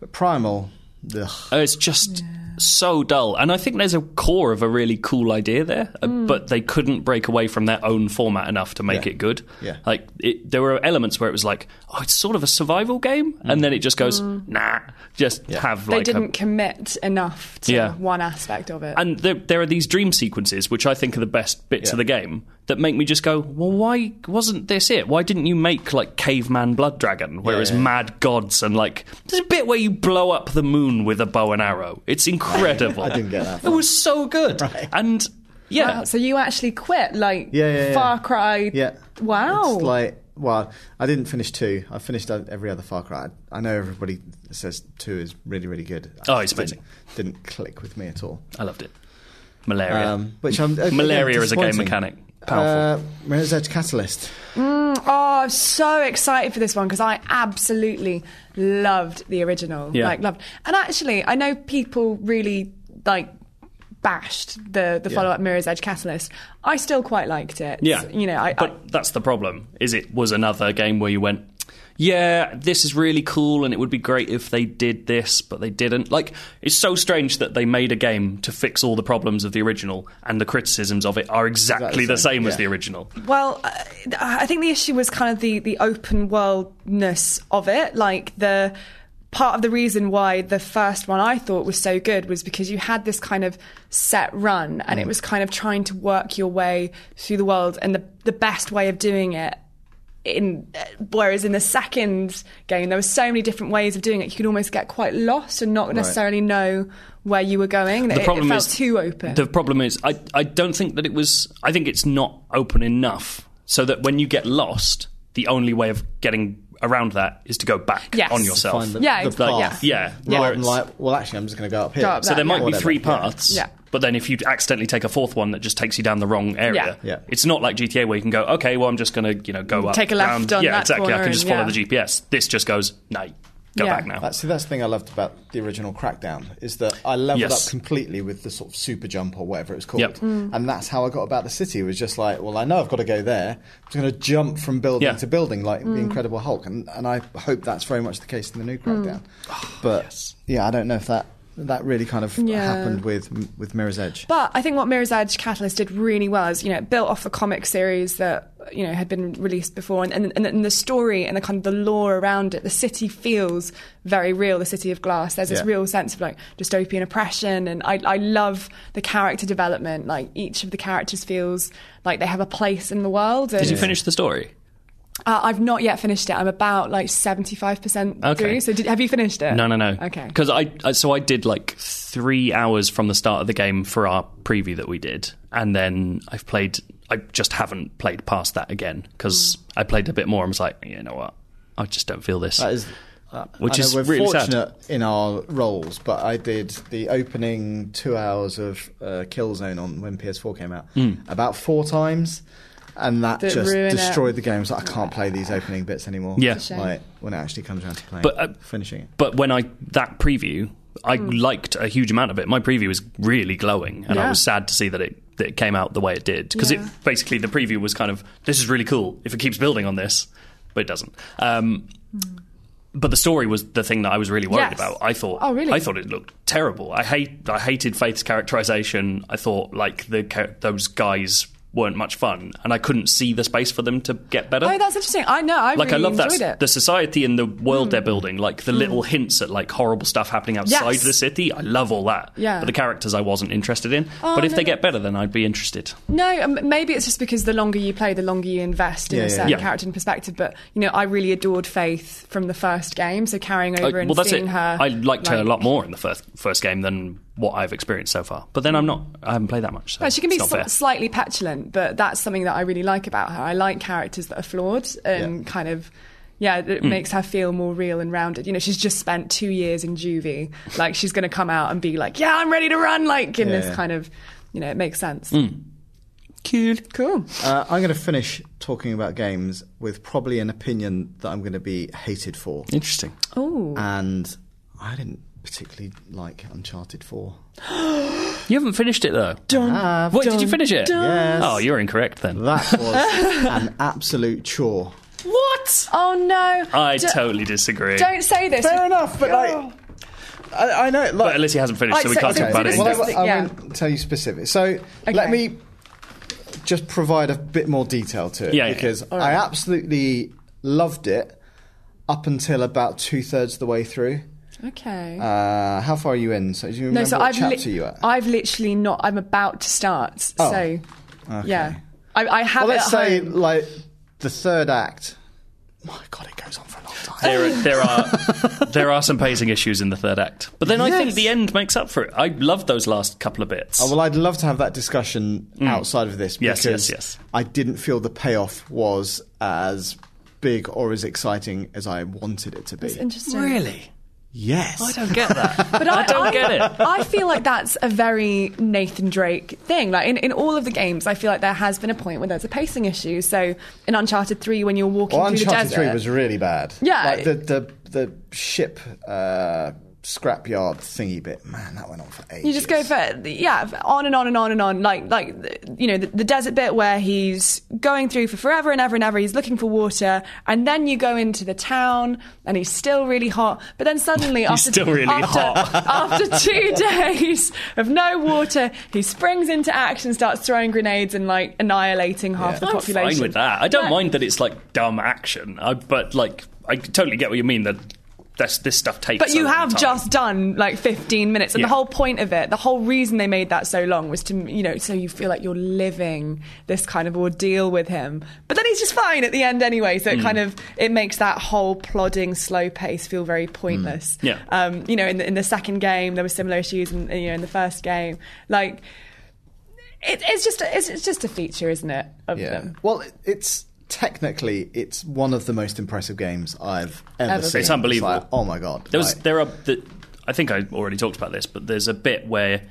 Speaker 1: But Primal, ugh.
Speaker 2: Uh, It's just so dull, and I think there's a core of a really cool idea there, uh, but they couldn't break away from their own format enough to make
Speaker 1: Yeah.
Speaker 2: it good.
Speaker 1: Yeah.
Speaker 2: like it, there were elements where it was like, oh, it's sort of a survival game, and then it just goes, nah, just have
Speaker 3: They
Speaker 2: like
Speaker 3: didn't
Speaker 2: a
Speaker 3: commit enough to
Speaker 2: Yeah.
Speaker 3: one aspect of it.
Speaker 2: and there, there are these dream sequences, which I think are the best bits
Speaker 1: Yeah.
Speaker 2: of the game, that make me just go, well, why wasn't this it? Why didn't you make like caveman blood dragon, where
Speaker 1: Yeah,
Speaker 2: it's
Speaker 1: yeah.
Speaker 2: mad gods and like there's a bit where you blow up the moon with a bow and arrow. It's incredible.
Speaker 1: I didn't get that
Speaker 2: It
Speaker 1: far.
Speaker 2: was so good. And yeah,
Speaker 3: Wow, so you actually quit like
Speaker 1: Yeah, yeah, yeah.
Speaker 3: Far Cry.
Speaker 1: Yeah.
Speaker 3: Wow.
Speaker 1: It's like, well, I didn't finish two. I finished uh, every other Far Cry. I know everybody says two is really, really good. I
Speaker 2: Oh,
Speaker 1: just
Speaker 2: it's
Speaker 1: didn't- Didn't click with me at all.
Speaker 2: I loved it. Malaria.
Speaker 1: Um, which I'm, again,
Speaker 2: Malaria is a game
Speaker 1: disappointing.
Speaker 2: mechanic. Powerful.
Speaker 1: Uh, Mirror's Edge Catalyst.
Speaker 3: Oh, I'm so excited for this one because I absolutely loved the original.
Speaker 2: Yeah.
Speaker 3: Like loved. And actually, I know people really like bashed the the
Speaker 1: Yeah.
Speaker 3: follow up Mirror's Edge Catalyst. I still quite liked it.
Speaker 2: Yeah,
Speaker 3: You know, I,
Speaker 2: but
Speaker 3: I
Speaker 2: that's the problem. Is it was another game where you went, yeah, this is really cool, and it would be great if they did this, but they didn't. Like, it's so strange that they made a game to fix all the problems of the original, and the criticisms of it are exactly
Speaker 1: Exactly
Speaker 2: the
Speaker 1: the same,
Speaker 2: same as
Speaker 1: yeah.
Speaker 2: the original.
Speaker 3: Well, I I think the issue was kind of the the open worldness of it, like the. Part of the reason why the first one I thought was so good was because you had this kind of set run and
Speaker 2: Mm.
Speaker 3: it was kind of trying to work your way through the world and the, the best way of doing it in whereas in the second game there were so many different ways of doing it you could almost get quite lost and not necessarily know where you were going
Speaker 2: The
Speaker 3: it,
Speaker 2: problem
Speaker 3: it felt
Speaker 2: is
Speaker 3: too open
Speaker 2: The problem is, I I don't think that it was. I think it's not open enough, so that when you get lost, the only way of getting around that is to go back
Speaker 3: Yes.
Speaker 2: on yourself.
Speaker 1: Find the,
Speaker 3: Yeah,
Speaker 1: the
Speaker 3: it's like-
Speaker 1: path.
Speaker 2: yeah. Yeah.
Speaker 1: Rather than like,
Speaker 2: Whereas-
Speaker 1: well, actually, I'm just going to go up here.
Speaker 3: Go up
Speaker 2: So
Speaker 3: that,
Speaker 2: there might
Speaker 3: yeah.
Speaker 2: be
Speaker 1: Whatever,
Speaker 2: three
Speaker 1: yeah.
Speaker 2: paths,
Speaker 3: Yeah.
Speaker 2: but then if you accidentally take a fourth one that just takes you down the wrong area,
Speaker 1: Yeah. Yeah.
Speaker 2: it's not like GTA where you can go, okay, well I'm just going to you know go up,
Speaker 3: Take a left
Speaker 2: round.
Speaker 3: on
Speaker 2: yeah,
Speaker 3: that
Speaker 2: exactly. I
Speaker 3: corner
Speaker 2: can just
Speaker 3: and-
Speaker 2: follow
Speaker 3: yeah.
Speaker 2: the GPS. This just goes, no, go
Speaker 3: Yeah.
Speaker 2: back now.
Speaker 1: That's, see, that's the thing I loved about the original Crackdown is that I leveled
Speaker 2: Yes.
Speaker 1: up completely with the sort of super jump or whatever it was called,
Speaker 2: Yep. Mm.
Speaker 1: and that's how I got about the city. It was just like, well, I know I've got to go there. I'm just going to jump from building
Speaker 2: Yeah.
Speaker 1: to building like the Incredible Hulk, and, and I hope that's very much the case in the new Crackdown.
Speaker 2: Oh,
Speaker 1: but yeah, I don't know if that that really kind of
Speaker 3: Yeah.
Speaker 1: happened with with Mirror's Edge.
Speaker 3: But I think what Mirror's Edge Catalyst did really well is, you know, it built off the comic series that you know had been released before, and and, and the story and the kind of the lore around it. The city feels very real. The city of glass. There's this
Speaker 1: Yeah.
Speaker 3: real sense of like dystopian oppression, and I I love the character development. Like each of the characters feels like they have a place in the world. And
Speaker 2: Did you finish the story?
Speaker 3: Uh, I've not yet finished it. I'm about like 75%
Speaker 2: Okay.
Speaker 3: through. So did, have you finished it?
Speaker 2: No, no, no.
Speaker 3: Okay.
Speaker 2: Because I, I- so I did like three hours from the start of the game for our preview that we did, and then I've played. I just haven't played past that again because
Speaker 3: Hmm.
Speaker 2: I played a bit more. and was like, you know what, I just don't feel this.
Speaker 1: That is, uh,
Speaker 2: Which
Speaker 1: I know
Speaker 2: is
Speaker 1: we're
Speaker 2: really sad.
Speaker 1: fortunate in our roles, but I did the opening two hours of uh, Killzone on when PS4 came out
Speaker 2: Hmm.
Speaker 1: about four times, and that
Speaker 3: Did it
Speaker 1: just
Speaker 3: ruin it?
Speaker 1: destroyed the game. It's like, I can't play these opening bits anymore.
Speaker 2: Yeah.
Speaker 3: It's a shame.
Speaker 1: like when it actually comes around to playing,
Speaker 2: But, uh,
Speaker 1: finishing it.
Speaker 2: but when I that preview, I liked a huge amount of it. My preview was really glowing, and I
Speaker 3: Hmm. Yeah.
Speaker 2: was sad to see that it that it came out the way it did because
Speaker 3: Yeah.
Speaker 2: it basically the preview was kind of this is really cool if it keeps building on this, but it doesn't. Um, But the story was the thing that I was really worried
Speaker 3: Hmm. Yes.
Speaker 2: about. I thought,
Speaker 3: Oh, really?
Speaker 2: I thought it looked terrible. I hate, I hated Faith's characterization. I thought like the cha- those guys weren't much fun, and I couldn't see the space for them to get better
Speaker 3: Oh, that's interesting. I know. I
Speaker 2: like
Speaker 3: really
Speaker 2: I love that
Speaker 3: enjoyed it. Hmm.
Speaker 2: the society and the world they're building, like the little hints at like horrible stuff happening outside
Speaker 3: Yes.
Speaker 2: the city. I love all that.
Speaker 3: Yeah. Oh,
Speaker 2: But the characters I wasn't interested in. but if
Speaker 3: no,
Speaker 2: they
Speaker 3: no.
Speaker 2: get better, then I'd be interested.
Speaker 3: No, um, maybe it's just because the longer you play, the longer you invest in
Speaker 1: Yeah,
Speaker 3: a
Speaker 1: yeah,
Speaker 3: certain
Speaker 2: yeah.
Speaker 3: character and perspective. But you know, I really adored Faith from the first game, so carrying
Speaker 2: Like,
Speaker 3: over and
Speaker 2: well, that's
Speaker 3: seeing
Speaker 2: it.
Speaker 3: her.
Speaker 2: I liked her a
Speaker 3: like-
Speaker 2: lot more in the first first game than what I've experienced so far. But then I'm not. I haven't played that much. So
Speaker 3: No, Oh, she can be
Speaker 2: it's not
Speaker 3: sl-
Speaker 2: fair.
Speaker 3: slightly petulant, but that's something that I really like about her. I like characters that are flawed and
Speaker 1: Yeah.
Speaker 3: kind of. Yeah, it
Speaker 2: Hmm.
Speaker 3: makes her feel more real and rounded. You know, she's just spent two years in juvie. Like, she's going to come out and be like, "Yeah, I'm ready to run." Like in
Speaker 1: Yeah,
Speaker 3: this
Speaker 1: yeah.
Speaker 3: kind of, you know, it makes sense.
Speaker 2: Hmm. Cool.
Speaker 3: Cool.
Speaker 1: Uh, I'm going to finish talking about games with probably an opinion that I'm going to be hated for,
Speaker 2: Interesting.
Speaker 3: Oh,
Speaker 1: and I didn't particularly like Uncharted 4.
Speaker 2: You haven't finished it though.
Speaker 3: Uh,
Speaker 1: Have-
Speaker 2: Wait, did you finish it?
Speaker 1: Yes.
Speaker 2: Oh, you're incorrect then.
Speaker 1: That was an absolute chore.
Speaker 2: what?
Speaker 3: oh no!
Speaker 2: I
Speaker 3: D-
Speaker 2: totally disagree.
Speaker 3: don't say this.
Speaker 1: Fair enough, but like, I, I know. Like,
Speaker 2: But Alicia hasn't finished,
Speaker 3: Right,
Speaker 2: so we
Speaker 3: so-
Speaker 2: can't
Speaker 3: so-
Speaker 2: talk about it.
Speaker 3: so this
Speaker 2: in
Speaker 3: is-
Speaker 2: depth.
Speaker 1: Well, I, I
Speaker 3: Yeah.
Speaker 1: won't tell you specifics. So let me just provide a bit more detail to it
Speaker 2: Yeah, yeah.
Speaker 1: because I absolutely loved it up until about two thirds of the way through.
Speaker 3: Okay.
Speaker 1: Uh, how far are you in? So do you remember
Speaker 3: no, so
Speaker 1: what
Speaker 3: I've
Speaker 1: chapter
Speaker 3: li-
Speaker 1: you at?
Speaker 3: I've literally not. I'm about to start.
Speaker 1: Oh,
Speaker 3: So, yeah, I, I have
Speaker 1: well,
Speaker 3: it
Speaker 1: let's
Speaker 3: at
Speaker 1: say
Speaker 3: home.
Speaker 1: like the third act. My God, it goes on for a long time.
Speaker 2: there, there are there are some pacing issues in the third act, but then I think
Speaker 1: Yes.
Speaker 2: the end makes up for it. I love those last couple of bits.
Speaker 1: Well, I'd love to have that discussion outside of this
Speaker 2: Mm. Yes,
Speaker 1: because
Speaker 2: yes, yes.
Speaker 1: I didn't feel the payoff was as big or as exciting as I wanted it to be.
Speaker 3: It's interesting.
Speaker 2: really,
Speaker 1: Yes.
Speaker 2: I don't get that. but I, don't get it.
Speaker 3: I feel like that's a very Nathan Drake thing. Like in, in all of the games, I feel like there has been a point where there's a pacing issue. So in Uncharted Three, when you're walking
Speaker 1: well,
Speaker 3: through
Speaker 1: Uncharted
Speaker 3: the
Speaker 1: 3
Speaker 3: desert,
Speaker 1: was really bad.
Speaker 3: Yeah.
Speaker 1: Like the, the, the ship uh, scrapyard thingy bit, man, that went on for ages.
Speaker 3: you just go for yeah, on and on and on and on. Like like you know the, the desert bit where he's going through for forever and ever and ever. He's looking for water, and then you go into the town, and he's still really hot. But then suddenly after
Speaker 2: still really
Speaker 3: after,
Speaker 2: hot.
Speaker 3: after two days of no water, he springs into action, starts throwing grenades and like annihilating half
Speaker 1: Yeah.
Speaker 3: the
Speaker 1: I'm
Speaker 2: I'm
Speaker 3: population.
Speaker 2: fine with that. I don't
Speaker 3: But-
Speaker 2: mind that it's like dumb action, I, but like I totally get what you mean that this, this stuff takes.
Speaker 3: But
Speaker 2: a
Speaker 3: you
Speaker 2: long
Speaker 3: have
Speaker 2: time.
Speaker 3: just done like 15 minutes, and
Speaker 2: Yeah.
Speaker 3: the whole point of it, the whole reason they made that so long was to, you know, so you feel like you're living this kind of ordeal with him. But then he's just fine at the end anyway,
Speaker 2: Mm.
Speaker 3: so it kind of it makes that whole plodding, slow pace feel very pointless.
Speaker 2: Mm. Yeah.
Speaker 3: Um, you know, in the, in the second game there were similar issues, and you know, in the first game, like it, it's just a, it's, it's just a feature, isn't it? Of
Speaker 1: Yeah.
Speaker 3: them.
Speaker 1: Well, it- it's technically it's one of the most impressive games I've ever,
Speaker 3: Ever.
Speaker 1: seen.
Speaker 3: It's
Speaker 2: unbelievable.
Speaker 1: like, oh my god.
Speaker 2: There was
Speaker 1: Like,
Speaker 2: there are the, I think I already talked about this, but there's a bit where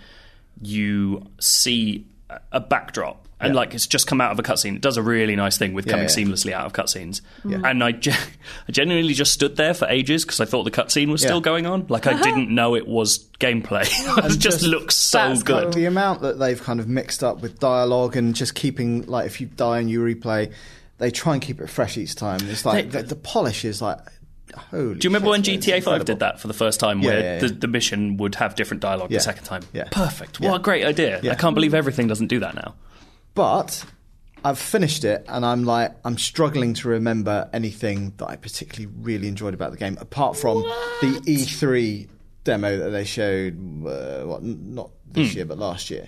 Speaker 2: you see a- a backdrop and
Speaker 1: Yeah.
Speaker 2: like it's just come out of a cutscene. It does a really nice thing with coming
Speaker 1: yeah.
Speaker 2: seamlessly out of cutscenes. And I, ge- I genuinely just stood there for ages because I thought the cutscene was
Speaker 1: Yeah.
Speaker 2: still going on. Like I didn't know it was gameplay. it just,
Speaker 1: just-
Speaker 2: looks so
Speaker 3: That's cool.
Speaker 2: good.
Speaker 1: the amount that they've kind of mixed up with dialogue and just keeping like if you die and you replay, they try and keep it fresh each time. It's like the, the polish is like holy.
Speaker 2: Do you remember when
Speaker 1: shit, it's
Speaker 2: GTA Five
Speaker 1: incredible.
Speaker 2: did that for the first time,
Speaker 1: Yeah,
Speaker 2: where
Speaker 1: yeah, yeah.
Speaker 2: The, the mission would have different dialogue
Speaker 1: Yeah.
Speaker 2: the second time?
Speaker 1: Yeah.
Speaker 2: Perfect.
Speaker 1: Yeah.
Speaker 2: What a great idea!
Speaker 1: Yeah.
Speaker 2: I can't believe everything doesn't do that now.
Speaker 1: But I've finished it and I'm like I'm struggling to remember anything that I particularly really enjoyed about the game apart from the E
Speaker 2: Hmm.
Speaker 1: E3 demo that they showed uh, what n- not this year but last year.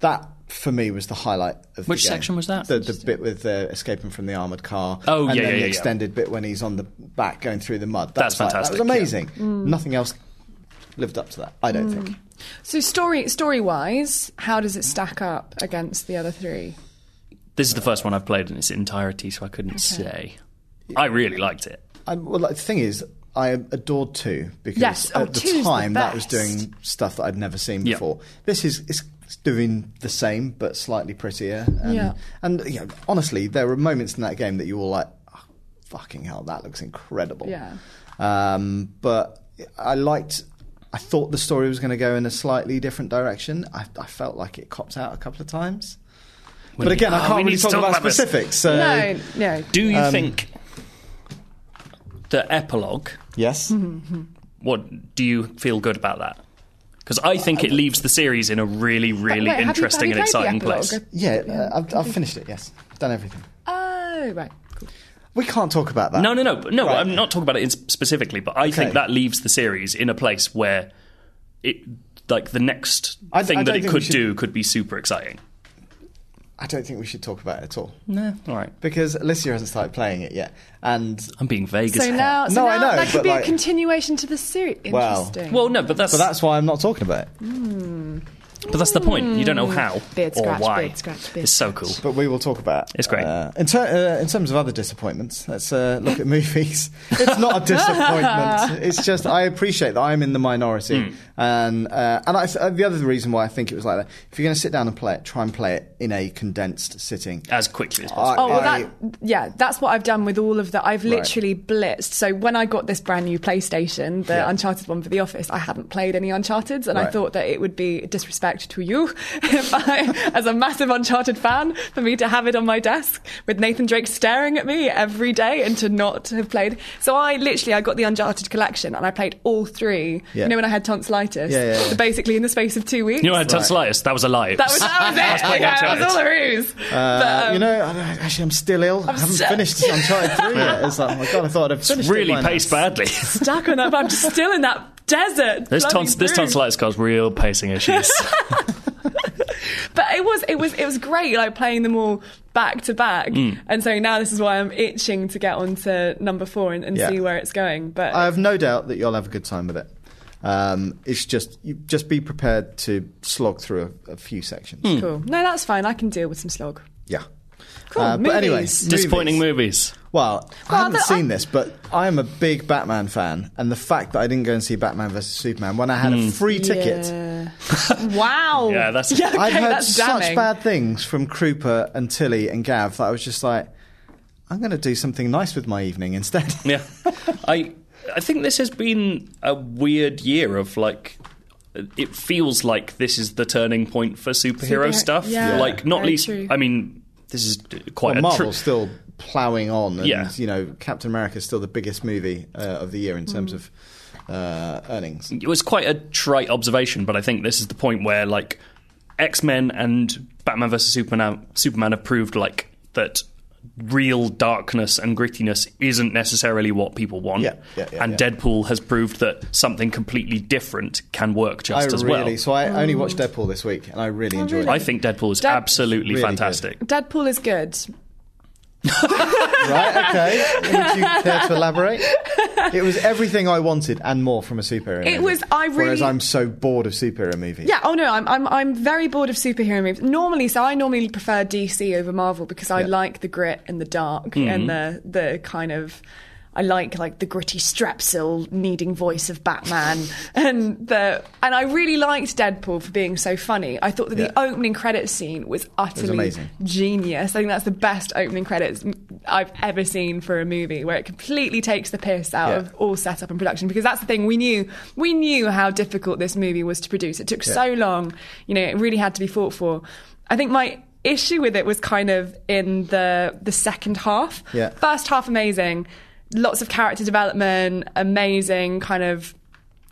Speaker 1: that for me was the highlight of the
Speaker 2: Which
Speaker 1: game.
Speaker 2: section was that?
Speaker 1: The, the bit with uh, escaping from the armored car.
Speaker 2: Oh,
Speaker 1: and
Speaker 2: yeah,
Speaker 1: then
Speaker 2: yeah,
Speaker 1: the
Speaker 2: yeah.
Speaker 1: extended bit when he's on the back going through the mud. That was
Speaker 2: That's
Speaker 1: like-
Speaker 2: fantastic, Hmm.
Speaker 1: that was amazing. Nothing else lived up to that. I don't think.
Speaker 3: So story story wise, how does it stack up against the other three?
Speaker 2: This is the first one I've played in its entirety, so I couldn't say. I really liked it.
Speaker 1: I, well, like, the thing is, I adored two because
Speaker 3: Yes, oh,
Speaker 1: at the
Speaker 3: two's the
Speaker 1: time that was
Speaker 3: best.
Speaker 1: doing stuff that I'd never seen
Speaker 2: Yeah.
Speaker 1: before. This is it's, it's doing the same but slightly prettier. And,
Speaker 3: Yeah.
Speaker 1: and you know, honestly, there were moments in that game that you were like, oh, "Fucking hell, that looks incredible."
Speaker 3: Yeah.
Speaker 1: Um, but I liked. I thought the story was going to go in a slightly different direction. I, I felt like it copped out a couple of times. but
Speaker 2: need-
Speaker 1: again,
Speaker 2: oh,
Speaker 1: I
Speaker 2: we
Speaker 1: can't
Speaker 2: need
Speaker 1: really
Speaker 2: to
Speaker 1: talk,
Speaker 2: talk
Speaker 1: about, Um,
Speaker 2: about this.
Speaker 1: specifics. So
Speaker 3: No, no.
Speaker 2: Do you think the epilogue?
Speaker 1: yes,
Speaker 3: Mm-hmm.
Speaker 2: What do you feel good about that? Because I think it leaves the series in a really, really
Speaker 3: Wait, have you- have you
Speaker 2: interesting and
Speaker 3: played the
Speaker 2: exciting
Speaker 3: epilogue?
Speaker 2: place.
Speaker 1: yeah, uh, I've, I've finished it. Yes, done everything.
Speaker 3: Oh, right. Cool.
Speaker 1: We can't talk about that.
Speaker 2: No, no, no, no.
Speaker 1: Right.
Speaker 2: I'm not talking about it in specifically, but I think that leaves the series in a place where it, like, the next
Speaker 1: I- I
Speaker 2: thing
Speaker 1: don't
Speaker 2: that it
Speaker 1: think we
Speaker 2: could
Speaker 1: should-
Speaker 2: do could be super exciting.
Speaker 1: I don't think we should talk about it at all
Speaker 2: No, all right.
Speaker 1: because Alicia hasn't started playing it yet, and
Speaker 2: I'm being vague as
Speaker 3: So
Speaker 2: hell.
Speaker 3: now, so
Speaker 1: No,
Speaker 3: now
Speaker 1: I know,
Speaker 3: that
Speaker 1: but
Speaker 3: could be
Speaker 1: like-
Speaker 3: a continuation to the series.
Speaker 1: Well-
Speaker 3: Interesting.
Speaker 2: well, no, but that's,
Speaker 1: so that's why I'm not talking about it.
Speaker 2: but that's the point. You don't know how
Speaker 3: Mm. Beard
Speaker 2: or
Speaker 3: scratch,
Speaker 2: why.
Speaker 3: beard scratch, beard
Speaker 2: it's so cool.
Speaker 1: But we will talk about it.
Speaker 2: It's great.
Speaker 1: Uh, in, ter- uh, in terms of other disappointments, let's uh, look at movies. It's not a disappointment. it's just I appreciate that I'm in the minority, and uh, and I, uh, the other reason why I think it was like that. If you're going to sit down and play it, try and play it in a condensed sitting.
Speaker 2: As quickly as
Speaker 1: I-
Speaker 2: possible.
Speaker 3: Oh, well,
Speaker 1: I-
Speaker 3: that, yeah, that's what I've done with all of that. I've literally blitzed. So when I got this brand new PlayStation, the
Speaker 1: Yeah.
Speaker 3: Uncharted one for the office, I hadn't played any Uncharteds, and I
Speaker 1: Right.
Speaker 3: thought that it would be disrespect to you, if I, as a massive Uncharted fan, for me to have it on my desk with Nathan Drake staring at me every day and to not have played. So I literally I got the Uncharted collection and I played all three.
Speaker 1: Yeah.
Speaker 3: You know when I had tonsillitis,
Speaker 1: Yeah, yeah, yeah.
Speaker 3: basically in the space of two weeks.
Speaker 2: you know, I had tonsillitis. That was a lie.
Speaker 3: that was that was it. yeah, that
Speaker 2: Uncharted.
Speaker 3: was all a ruse.
Speaker 1: Uh,
Speaker 3: But, um,
Speaker 1: you know, I, I- actually, I'm still ill. I haven't
Speaker 3: still-
Speaker 1: finished Uncharted 3 yet. It's like, oh my god, I thought I'd have finished it
Speaker 2: really
Speaker 1: by now.
Speaker 2: paced badly.
Speaker 3: stuck on that, but I'm just still in that desert.
Speaker 2: this,
Speaker 3: bloody
Speaker 2: tons- this
Speaker 3: roof.
Speaker 2: tonsillitis caused real pacing issues.
Speaker 3: But it was it was it was great, like playing them all back to back.
Speaker 2: Mm.
Speaker 3: And so now this is why I'm itching to get onto number four and, and
Speaker 1: Yeah. Um,
Speaker 3: see where it's going. But
Speaker 1: I have no doubt that you'll have a good time with it. Um, it's just you, just be prepared to slog through a, a few sections.
Speaker 3: cool. No, that's fine. I can deal with some slog.
Speaker 1: Yeah.
Speaker 3: Cool.
Speaker 1: Uh, but anyway,
Speaker 3: movies.
Speaker 2: Disappointing movies.
Speaker 1: Well, I
Speaker 3: Well,
Speaker 1: haven't
Speaker 3: the-
Speaker 1: seen
Speaker 3: I-
Speaker 1: this, but I am a big Batman fan, and the fact that I didn't go and see Batman vs Superman when I had a free ticket.
Speaker 3: Yeah. wow.
Speaker 2: Yeah, that's-
Speaker 3: yeah, okay,
Speaker 1: I've heard
Speaker 3: that's
Speaker 1: such
Speaker 3: damning.
Speaker 1: bad things from Krupa and Tilly and Gav that I was just like, I'm going to do something nice with my evening instead.
Speaker 2: Yeah, I I think this has been a weird year of like. It feels like this is the turning point for superhero
Speaker 3: Superhero-
Speaker 2: stuff.
Speaker 3: yeah,
Speaker 2: like not
Speaker 3: very
Speaker 2: least.
Speaker 3: true.
Speaker 2: I mean, this is quite
Speaker 1: But
Speaker 2: a
Speaker 1: Marvel's
Speaker 2: true.
Speaker 1: still ploughing on, and
Speaker 2: Yeah.
Speaker 1: you know Captain America's still the biggest movie uh, of the year
Speaker 3: Hmm.
Speaker 1: in terms of uh, earnings.
Speaker 2: It was quite a trite observation, but I think this is the point where like X Men and Batman vs Superman Superman have proved like that real darkness and grittiness isn't necessarily what people want.
Speaker 1: Yeah, yeah, yeah,
Speaker 2: and
Speaker 1: yeah.
Speaker 2: Deadpool has proved that something completely different can work
Speaker 1: I
Speaker 2: just as
Speaker 1: really,
Speaker 2: well.
Speaker 1: so I
Speaker 3: Hmm.
Speaker 1: only watched Deadpool this week, and I
Speaker 3: Oh,
Speaker 1: really enjoyed
Speaker 2: I think Deadpool is
Speaker 3: Dead-
Speaker 2: absolutely
Speaker 1: Really good.
Speaker 2: fantastic.
Speaker 3: Deadpool is good.
Speaker 1: it. Right? Okay. Would you care to elaborate? It was everything I wanted and more from a superhero. movie.
Speaker 3: was- I really-
Speaker 1: Whereas I'm so bored of superhero movies.
Speaker 3: Yeah. Oh no, I'm I'm I'm very bored of superhero movies. Normally, so I normally prefer DC over Marvel because I
Speaker 1: Yeah.
Speaker 3: like the grit and the dark and the the kind of. I like like the gritty strepsil needing voice of Batman and the and I really liked Deadpool for being so funny. I thought that
Speaker 1: Yeah.
Speaker 3: the opening credits scene was utterly
Speaker 1: amazing.
Speaker 3: genius. I think that's the best opening credits I've ever seen for a movie where it completely takes the piss out
Speaker 1: Yeah.
Speaker 3: of all setup and production because that's the thing we knew we knew how difficult this movie was to produce. It took
Speaker 1: Yeah.
Speaker 3: so long, you know, it really had to be fought for. I think my issue with it was kind of in the the second half.
Speaker 1: Yeah.
Speaker 3: First half amazing, lots of character development, amazing kind of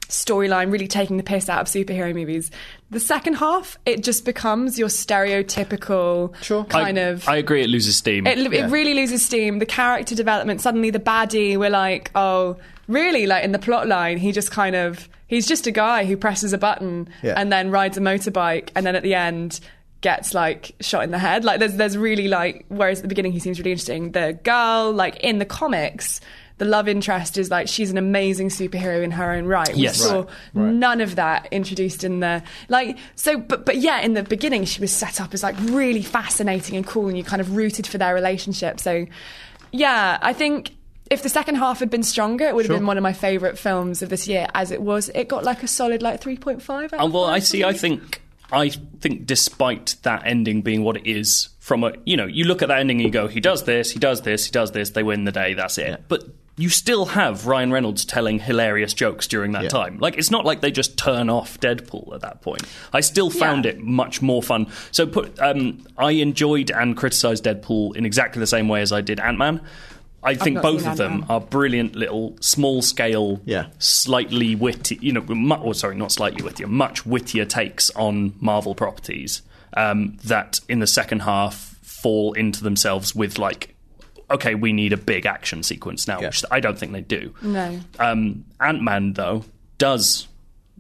Speaker 3: storyline really taking the piss out of superhero movies. The second half, it just becomes your stereotypical
Speaker 1: Sure.
Speaker 3: kind
Speaker 2: I,
Speaker 3: of.
Speaker 2: I agree, it loses steam.
Speaker 3: it,
Speaker 1: yeah.
Speaker 3: it really loses steam. The character development, suddenly the baddie, we're like, oh, really? Like in the plot line, he just kind of. He's just a guy who presses a button
Speaker 1: Yeah.
Speaker 3: and then rides a motorbike, and then at the end, gets like shot in the head. Like there's there's really like whereas at the beginning he seems really interesting. The girl like in the comics, the love interest is like she's an amazing superhero in her own right. We
Speaker 2: Yes.
Speaker 3: saw
Speaker 2: Right,
Speaker 3: none of that introduced in the like so but but yeah in the beginning she was set up as like really fascinating and cool and you kind of rooted for their relationship. So yeah, I think if the second half had been stronger, it would have been one of my favourite films of this year. As it was, it got like a solid like three point five.
Speaker 2: And Uh, well, I see. I think I think despite that ending being what it is, from a you know, you look at that ending and you go, he does this, he does this, he does this. They win the day. That's it. But you still have Ryan Reynolds telling hilarious jokes during that
Speaker 4: Yeah.
Speaker 2: time. Like it's not like they just turn off Deadpool at that point. I still found
Speaker 3: Yeah.
Speaker 2: it much more fun. So put, um, I enjoyed and criticized Deadpool in exactly the same way as I did Ant Man. I think
Speaker 3: not
Speaker 2: both
Speaker 3: seen
Speaker 2: of them
Speaker 3: Ant-Man.
Speaker 2: are brilliant little small scale
Speaker 4: Yeah.
Speaker 2: slightly witty, you know, mu- or sorry, not slightly wittier, much wittier takes on Marvel properties um, that in the second half fall into themselves with like, okay, we need a big action sequence now, which I don't think they do.
Speaker 3: No.
Speaker 2: Um, Ant Man though does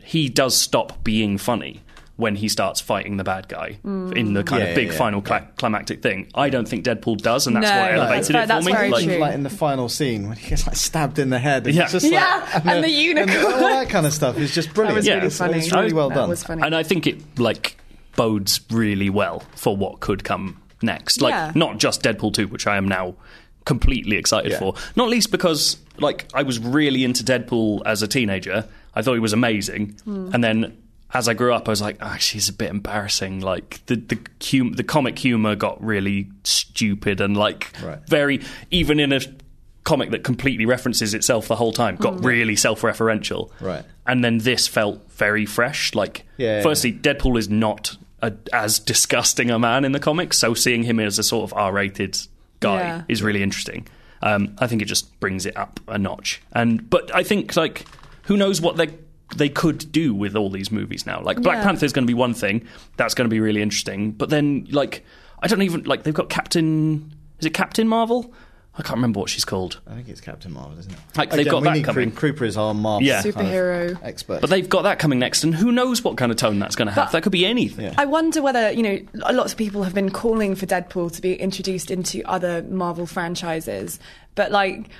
Speaker 2: he does stop being funny when he starts fighting the bad guy in the kind
Speaker 4: Yeah,
Speaker 2: of big
Speaker 4: yeah, yeah.
Speaker 2: final cla- climactic thing. I don't think Deadpool does, and that's
Speaker 3: No,
Speaker 2: what
Speaker 3: that's
Speaker 2: elevated
Speaker 3: very-
Speaker 2: it for
Speaker 3: that's
Speaker 2: me.
Speaker 3: very
Speaker 2: Like,
Speaker 3: true.
Speaker 1: like in the final scene when he gets like stabbed in the head. And
Speaker 2: Yeah.
Speaker 1: it's just like-
Speaker 3: Yeah, and the unicorn.
Speaker 1: all that kind of stuff is just brilliant.
Speaker 3: That was
Speaker 2: Yeah,
Speaker 3: really
Speaker 1: it's,
Speaker 3: funny.
Speaker 1: It's really well
Speaker 3: that
Speaker 1: done.
Speaker 3: Was funny.
Speaker 2: And I think it like bodes really well for what could come next. Like
Speaker 3: Yeah.
Speaker 2: not just Deadpool 2, which I am now completely excited
Speaker 4: Yeah.
Speaker 2: for. Not least because like I was really into Deadpool as a teenager. I thought he was amazing.
Speaker 3: Hmm.
Speaker 2: And then as I grew up, I was like, actually, it's a bit embarrassing. Like the the, hum- the comic humor got really stupid and like
Speaker 4: Right.
Speaker 2: very even in a comic that completely references itself the whole time got
Speaker 3: Hmm.
Speaker 2: really self-referential
Speaker 4: Right.
Speaker 2: and then this felt very fresh. Like,
Speaker 4: Yeah, yeah,
Speaker 2: firstly, Deadpool is not a, as disgusting a man in the comics, so seeing him as a sort of R-rated guy
Speaker 3: Yeah.
Speaker 2: is really interesting. Um, I think it just brings it up a notch. And but I think like who knows what they they could do with all these movies now. Like Black
Speaker 3: Yeah.
Speaker 2: Panther is going to be one thing that's going to be really interesting, but then like I don't even like they've got Captain. Is it Captain Marvel? I can't remember what she's called.
Speaker 1: I think it's Captain Marvel, isn't it?
Speaker 2: Like, they've got
Speaker 1: we
Speaker 2: that
Speaker 1: need
Speaker 2: coming.
Speaker 1: Kru- Krupa is our Marvel
Speaker 2: Yeah.
Speaker 1: kind of
Speaker 3: Superhero.
Speaker 1: expert.
Speaker 2: But they've got that coming next, and who knows what kind of tone that's going to have?
Speaker 3: But-
Speaker 2: that could be anything.
Speaker 1: Yeah.
Speaker 3: I wonder whether, you know, lots of people have been calling for Deadpool to be introduced into other Marvel franchises, but like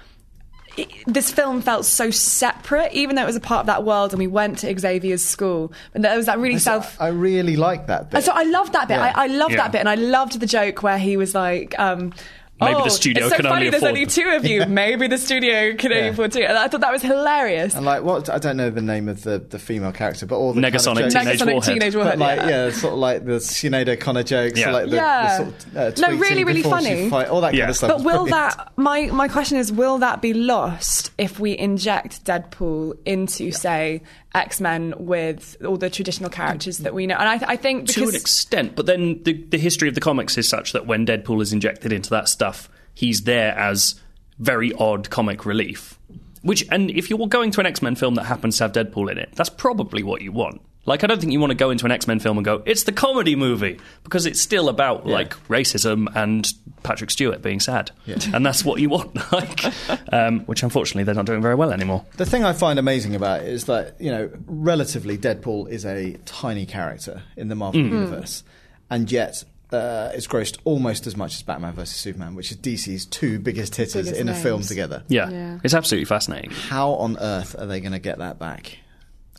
Speaker 3: it, this film felt so separate, even though it was a part of that world and we went to Xavier's school. And there was that really self.
Speaker 1: I really like that bit.
Speaker 3: So I loved that bit.
Speaker 1: Yeah.
Speaker 3: I, I loved
Speaker 2: Yeah.
Speaker 3: that bit, and I loved the joke where he was like, um,
Speaker 2: Maybe the
Speaker 3: "Oh,
Speaker 2: studio
Speaker 3: it's so
Speaker 2: can
Speaker 3: funny.
Speaker 2: only
Speaker 3: there's
Speaker 2: afford
Speaker 3: only
Speaker 2: them."
Speaker 3: two of you. Maybe the studio can only
Speaker 1: Yeah.
Speaker 3: afford two. And I thought that was hilarious.
Speaker 1: and like what I don't know the name of the, the female character, but all the kind of
Speaker 2: Negasonic
Speaker 1: jokes-
Speaker 2: Teenage
Speaker 3: Negasonic
Speaker 2: Warhead.
Speaker 3: teenage warhead.
Speaker 1: But like yeah. sort of like the Sinead O'Connor jokes,
Speaker 2: Yeah.
Speaker 1: or like the, the
Speaker 3: Yeah.
Speaker 1: sort of uh,
Speaker 3: No,
Speaker 1: tweeting
Speaker 3: really, really
Speaker 1: before she
Speaker 3: funny.
Speaker 1: Fight, all that
Speaker 2: Yeah.
Speaker 1: kind of stuff.
Speaker 3: But
Speaker 1: is
Speaker 3: will
Speaker 1: brilliant.
Speaker 3: that my my question is will that be lost if we inject Deadpool into say X Men with all the traditional characters that we know? And I, th- I think
Speaker 2: to an
Speaker 3: because
Speaker 2: extent. But then the, the history of the comics is such that when Deadpool is injected into that stuff, he's there as very odd comic relief. Which, and if you're going to an X Men film that happens to have Deadpool in it, that's probably what you want. Like, I don't think you want to go into an X Men film and go, it's the comedy movie, because it's still about, like, racism and Patrick Stewart being sad. And that's what you want, like, um, which unfortunately they're not doing very well anymore.
Speaker 1: The thing I find amazing about it is that, you know, relatively Deadpool is a tiny character in the Marvel
Speaker 2: Mm.
Speaker 1: universe, and yet uh, it's grossed almost as much as Batman vs. Superman, which is DC's two biggest hitters
Speaker 3: Biggest
Speaker 1: in a film
Speaker 3: names.
Speaker 1: together.
Speaker 2: Yeah.
Speaker 3: Yeah.
Speaker 2: It's absolutely fascinating.
Speaker 1: How on earth are they going to get that back?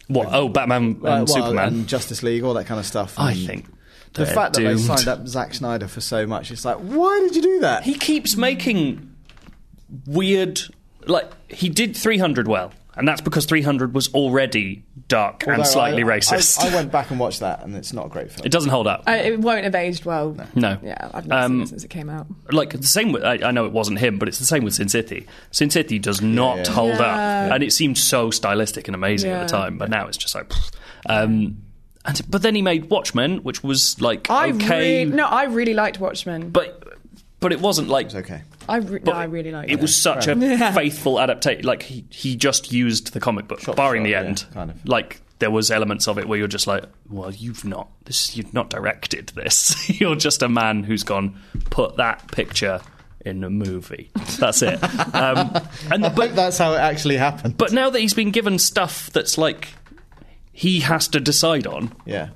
Speaker 2: What? Oh, Batman and
Speaker 1: Uh, well,
Speaker 2: Superman.
Speaker 1: and Justice League, all that kind of stuff.
Speaker 2: I
Speaker 1: and
Speaker 2: think.
Speaker 1: the
Speaker 2: they're
Speaker 1: fact that
Speaker 2: doomed.
Speaker 1: they signed up Zack Snyder for so much, it's like, why did you do that?
Speaker 2: he keeps making weird like he did 300 well and that's because 300 was already dark
Speaker 1: Although I-
Speaker 2: and slightly
Speaker 1: I-
Speaker 2: racist
Speaker 1: I, I went back and watched that, and it's not a great film.
Speaker 2: it doesn't hold up
Speaker 3: I, uh, it won't have aged well.
Speaker 2: No.
Speaker 3: yeah, I've not seen
Speaker 2: Um,
Speaker 3: it since it came out.
Speaker 2: like the same with, I, I know it wasn't him but it's the same with Sin City Sin City does not
Speaker 1: yeah.
Speaker 2: hold
Speaker 3: Yeah.
Speaker 2: up and it seemed so stylistic and amazing at the
Speaker 3: Yeah.
Speaker 2: time but now it's just like pfft. um and, but then he made Watchmen which was like
Speaker 3: I
Speaker 2: okay
Speaker 3: really, no, I really liked Watchmen.
Speaker 2: but but it wasn't like
Speaker 1: okay.
Speaker 3: I re- no,
Speaker 2: But
Speaker 3: I really liked
Speaker 2: it. was such a faithful adaptation. Like he, he just used the comic book, barring
Speaker 1: shot,
Speaker 2: the
Speaker 1: yeah,
Speaker 2: end.
Speaker 1: kind of.
Speaker 2: Like there was elements of it where you're just like, well, you've not this, you've not directed this. you're just a man who's gone put that picture in a movie. That's it. um, and
Speaker 1: But
Speaker 2: but
Speaker 1: that's how it actually happened.
Speaker 2: but now that he's been given stuff that's like he has to decide on,
Speaker 1: yeah.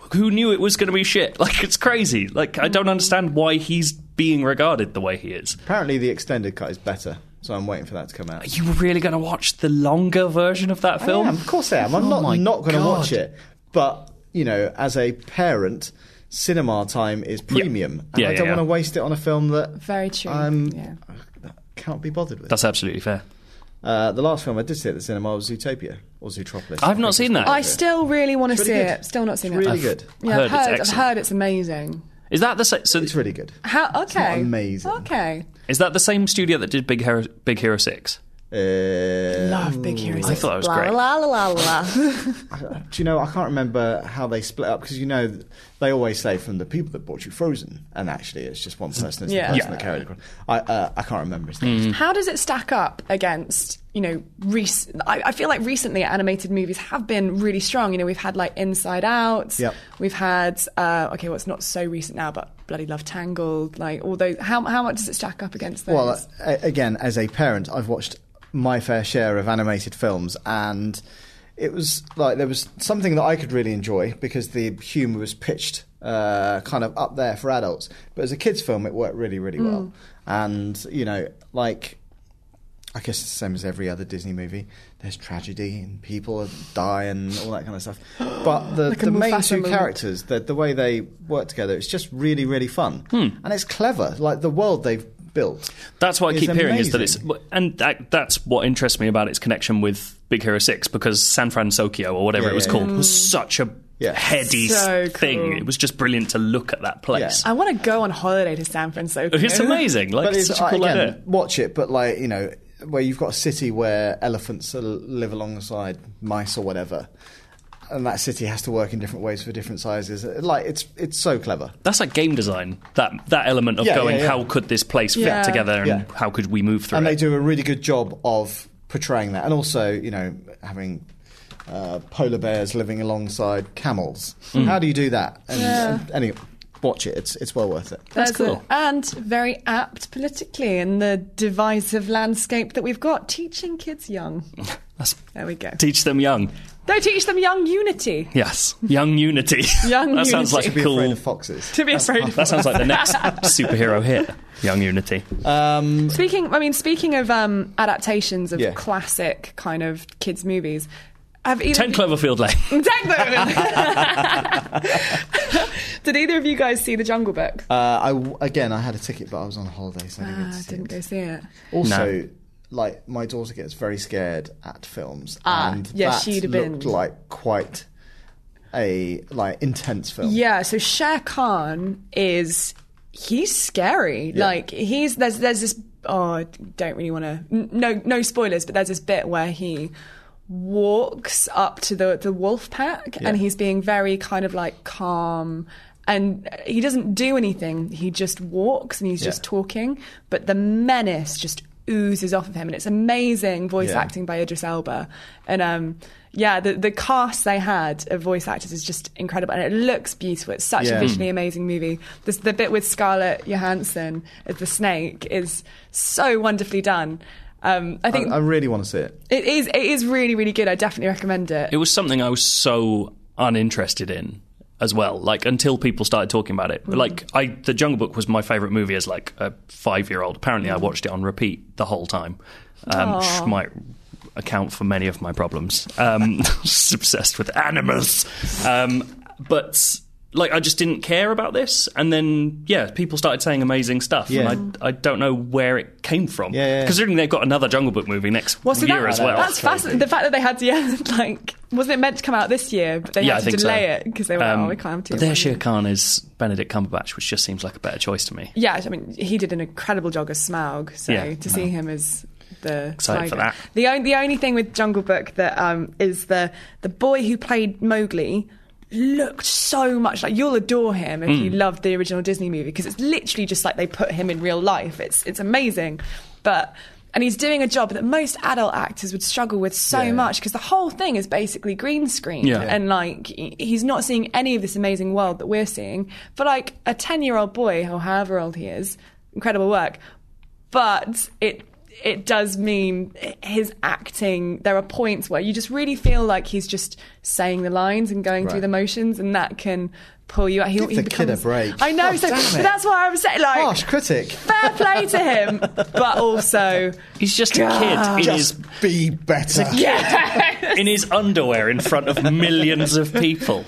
Speaker 2: we're who knew it was going to be shit? Like it's crazy. Like I don't understand why he's being regarded the way he is.
Speaker 1: Apparently, the extended cut is better, so I'm waiting for that to come out.
Speaker 2: Are you really going to watch the longer version of that film?
Speaker 1: I am, of course I am. I'm
Speaker 2: Oh my
Speaker 1: not not going to
Speaker 2: God.
Speaker 1: watch it. But you know, as a parent, cinema time is premium, and
Speaker 2: Yeah,
Speaker 1: I
Speaker 2: yeah,
Speaker 1: don't
Speaker 2: yeah.
Speaker 1: want to waste it on a film that
Speaker 3: Very true,
Speaker 1: I'm,
Speaker 3: yeah.
Speaker 1: I can't be bothered with.
Speaker 2: That's absolutely fair.
Speaker 1: Uh, the last film I did see at the cinema was Zootopia or Zootropolis.
Speaker 2: I've
Speaker 1: I
Speaker 2: not
Speaker 1: think
Speaker 2: seen
Speaker 1: it's-
Speaker 2: that.
Speaker 3: I still really want to
Speaker 1: It's
Speaker 3: see
Speaker 1: really
Speaker 3: it.
Speaker 1: good.
Speaker 3: Still not seen
Speaker 1: It's really
Speaker 3: it.
Speaker 1: good.
Speaker 3: Yeah,
Speaker 2: Heard
Speaker 3: I've
Speaker 2: it's
Speaker 3: heard, I've
Speaker 2: excellent.
Speaker 3: heard it's amazing.
Speaker 2: Is that the sa- so?
Speaker 1: It's really good.
Speaker 3: How? Okay.
Speaker 1: not amazing.
Speaker 3: Okay.
Speaker 2: Is that the same studio that did Big Hero Big Hero Six?
Speaker 1: Uh,
Speaker 3: Love Big Hero 6.
Speaker 2: I thought it was
Speaker 3: blah,
Speaker 2: great.
Speaker 3: La la la la.
Speaker 1: do you know? I can't remember how they split up because you know th- they always say from the people that bought you Frozen, and actually it's just one person. It's
Speaker 3: Yeah.
Speaker 1: the person
Speaker 3: Yeah.
Speaker 1: that carried it. across. I uh, I can't remember his name.
Speaker 3: How does it stack up against, you know, rec- I, I feel like recently animated movies have been really strong. You know, we've had like Inside Out.
Speaker 1: Yep.
Speaker 3: We've had, uh, okay, well, it's not so recent now, but Bloody Love Tangled. Like, all those. How, how much does it stack up against those?
Speaker 1: Well, uh, a- again, as a parent, I've watched my fair share of animated films, and it was like there was something that I could really enjoy because the humour was pitched uh, kind of up there for adults. But as a kids' film, it worked really, really well. And you know, like I guess it's the same as every other Disney movie. There's tragedy and people die and all that kind of stuff. But the,
Speaker 3: a
Speaker 1: the main
Speaker 3: Mufasa
Speaker 1: two
Speaker 3: moment.
Speaker 1: characters, the, the way they work together, it's just really, really fun.
Speaker 2: Hmm.
Speaker 1: And it's clever. Like the world they've built.
Speaker 2: That's what I
Speaker 1: is
Speaker 2: keep hearing is that it's,
Speaker 1: amazing.
Speaker 2: and that, that's what interests me about its connection with Big Hero Six because San Francisco or whatever
Speaker 1: Yeah,
Speaker 2: it was
Speaker 1: yeah,
Speaker 2: called
Speaker 1: yeah.
Speaker 2: was such a
Speaker 1: Yeah.
Speaker 2: heady
Speaker 3: So
Speaker 2: thing.
Speaker 3: cool.
Speaker 2: It was just brilliant to look at that place.
Speaker 3: I want to go on holiday to San Francisco.
Speaker 2: Oh, It's amazing. Like
Speaker 1: But
Speaker 2: it's
Speaker 1: it's, uh,
Speaker 2: such a cool
Speaker 1: again,
Speaker 2: idea.
Speaker 1: watch it, but like, you know, where you've got a city where elephants l- live alongside mice or whatever. And that city has to work in different ways for different sizes. Like it's it's so clever.
Speaker 2: That's like game design. That that element of
Speaker 1: Yeah,
Speaker 2: going,
Speaker 1: yeah, yeah.
Speaker 2: how could this place
Speaker 3: Yeah.
Speaker 2: fit together, and
Speaker 1: Yeah.
Speaker 2: how could we move through
Speaker 1: and
Speaker 2: it?
Speaker 1: they do a really good job of portraying that and also you know having uh, polar bears living alongside camels
Speaker 2: Mm.
Speaker 1: how do you do that and,
Speaker 3: Yeah.
Speaker 1: and anyway watch it it's, it's well worth it
Speaker 3: That's
Speaker 2: cool.
Speaker 3: it. and very apt politically in the divisive landscape that we've got, teaching kids young.
Speaker 2: That's-
Speaker 3: There we go.
Speaker 2: teach them young.
Speaker 3: They teach them young unity.
Speaker 2: Yes, young unity.
Speaker 3: Young
Speaker 2: that sounds like
Speaker 3: unity.
Speaker 1: to be
Speaker 2: a
Speaker 1: afraid
Speaker 2: cool.
Speaker 1: of foxes
Speaker 3: To be afraid of
Speaker 2: That sounds like the next superhero hit. Young unity.
Speaker 1: um,
Speaker 3: Speaking, I mean, speaking of um, adaptations of
Speaker 1: Yeah.
Speaker 3: classic kind of kids' movies, have either
Speaker 2: Ten Cloverfield Lane.
Speaker 3: Ten Cloverfield. Did either of you guys see The Jungle Book?
Speaker 1: uh, I w- again I had a ticket but I was on holiday so I didn't get
Speaker 3: Ah,
Speaker 1: to see
Speaker 3: didn't
Speaker 1: it.
Speaker 3: go see it.
Speaker 1: also
Speaker 2: No.
Speaker 1: like my daughter gets very scared at films
Speaker 3: Ah,
Speaker 1: and
Speaker 3: yeah,
Speaker 1: that
Speaker 3: she'd have been-
Speaker 1: looked like quite a like intense film
Speaker 3: Yeah, so Shere Khan is he's scary.
Speaker 1: Yeah.
Speaker 3: Like he's there's there's this oh I don't really want to no no spoilers, but there's this bit where he walks up to the the wolf pack and he's being very kind of like calm and he doesn't do anything. He just walks and he's just
Speaker 1: Yeah.
Speaker 3: talking, but the menace just oozes off of him and it's amazing voice
Speaker 1: Yeah.
Speaker 3: acting by Idris Elba. And um, yeah, the, the cast they had of voice actors is just incredible. And it looks beautiful. It's such a
Speaker 1: Yeah.
Speaker 3: visually
Speaker 2: Mm.
Speaker 3: amazing movie. This, the bit with Scarlett Johansson as the snake is so wonderfully done. Um, I
Speaker 1: I,
Speaker 2: Uh,
Speaker 3: think
Speaker 1: I really want to see it
Speaker 3: it is it is really, really good. I definitely recommend it.
Speaker 2: It was something I was so uninterested in as well. Like until people started talking about
Speaker 1: Mm.
Speaker 2: it. Like I, the Jungle Book was my favorite movie as like a five year old. Apparently,
Speaker 1: Mm.
Speaker 2: I watched it on repeat the whole time. Um, which
Speaker 3: Aw.
Speaker 2: might account for many of my problems. Um, just obsessed with animals. Um, but. Like I just didn't care about this, and then yeah, people started saying amazing stuff, and I, I don't know where it came from.
Speaker 1: Yeah, yeah, yeah.
Speaker 2: Considering they've got another Jungle Book movie next
Speaker 3: Well, so
Speaker 2: year
Speaker 3: that-
Speaker 2: as well.
Speaker 3: That's fascinating. The fact that they had to, yeah, like, wasn't it meant to come out this year, but they
Speaker 2: yeah, I
Speaker 3: had to
Speaker 2: think
Speaker 3: delay
Speaker 2: so.
Speaker 3: it because they were
Speaker 2: Um,
Speaker 3: like, oh, we can't have two.
Speaker 2: But
Speaker 3: at
Speaker 2: their
Speaker 3: once."
Speaker 2: Shere Khan is Benedict Cumberbatch, which just seems like a better choice to me.
Speaker 3: Yeah, I mean, he did an incredible job as Smaug. So
Speaker 2: Yeah.
Speaker 3: to see him as the
Speaker 2: Excited for
Speaker 3: tiger.
Speaker 2: that.
Speaker 3: The only the only thing with Jungle Book that um, is the the boy who played Mowgli looked so much like you'll adore him if
Speaker 2: Hmm.
Speaker 3: you loved the original Disney movie because it's literally just like they put him in real life. It's it's amazing, but. And he's doing a job that most adult actors would struggle with so
Speaker 1: Yeah.
Speaker 3: much because the whole thing is basically green screen
Speaker 2: Yeah.
Speaker 3: and like he- he's not seeing any of this amazing world that we're seeing for like a 10 year old boy or however old he is incredible work but it it does mean his acting. There are points where you just really feel like he's just saying the lines and going through
Speaker 1: Right.
Speaker 3: the motions, and that can pull you out. He,
Speaker 1: Give
Speaker 3: he
Speaker 1: the kid a
Speaker 3: becomes-
Speaker 1: break.
Speaker 3: I know.
Speaker 1: God
Speaker 3: so
Speaker 1: damn it.
Speaker 3: but that's why I'm saying, like,
Speaker 1: Harsh critic.
Speaker 3: fair play to him, but also,
Speaker 2: He's just a kid in his,
Speaker 1: Just be better.
Speaker 3: yeah,
Speaker 2: in his underwear in front of millions of people.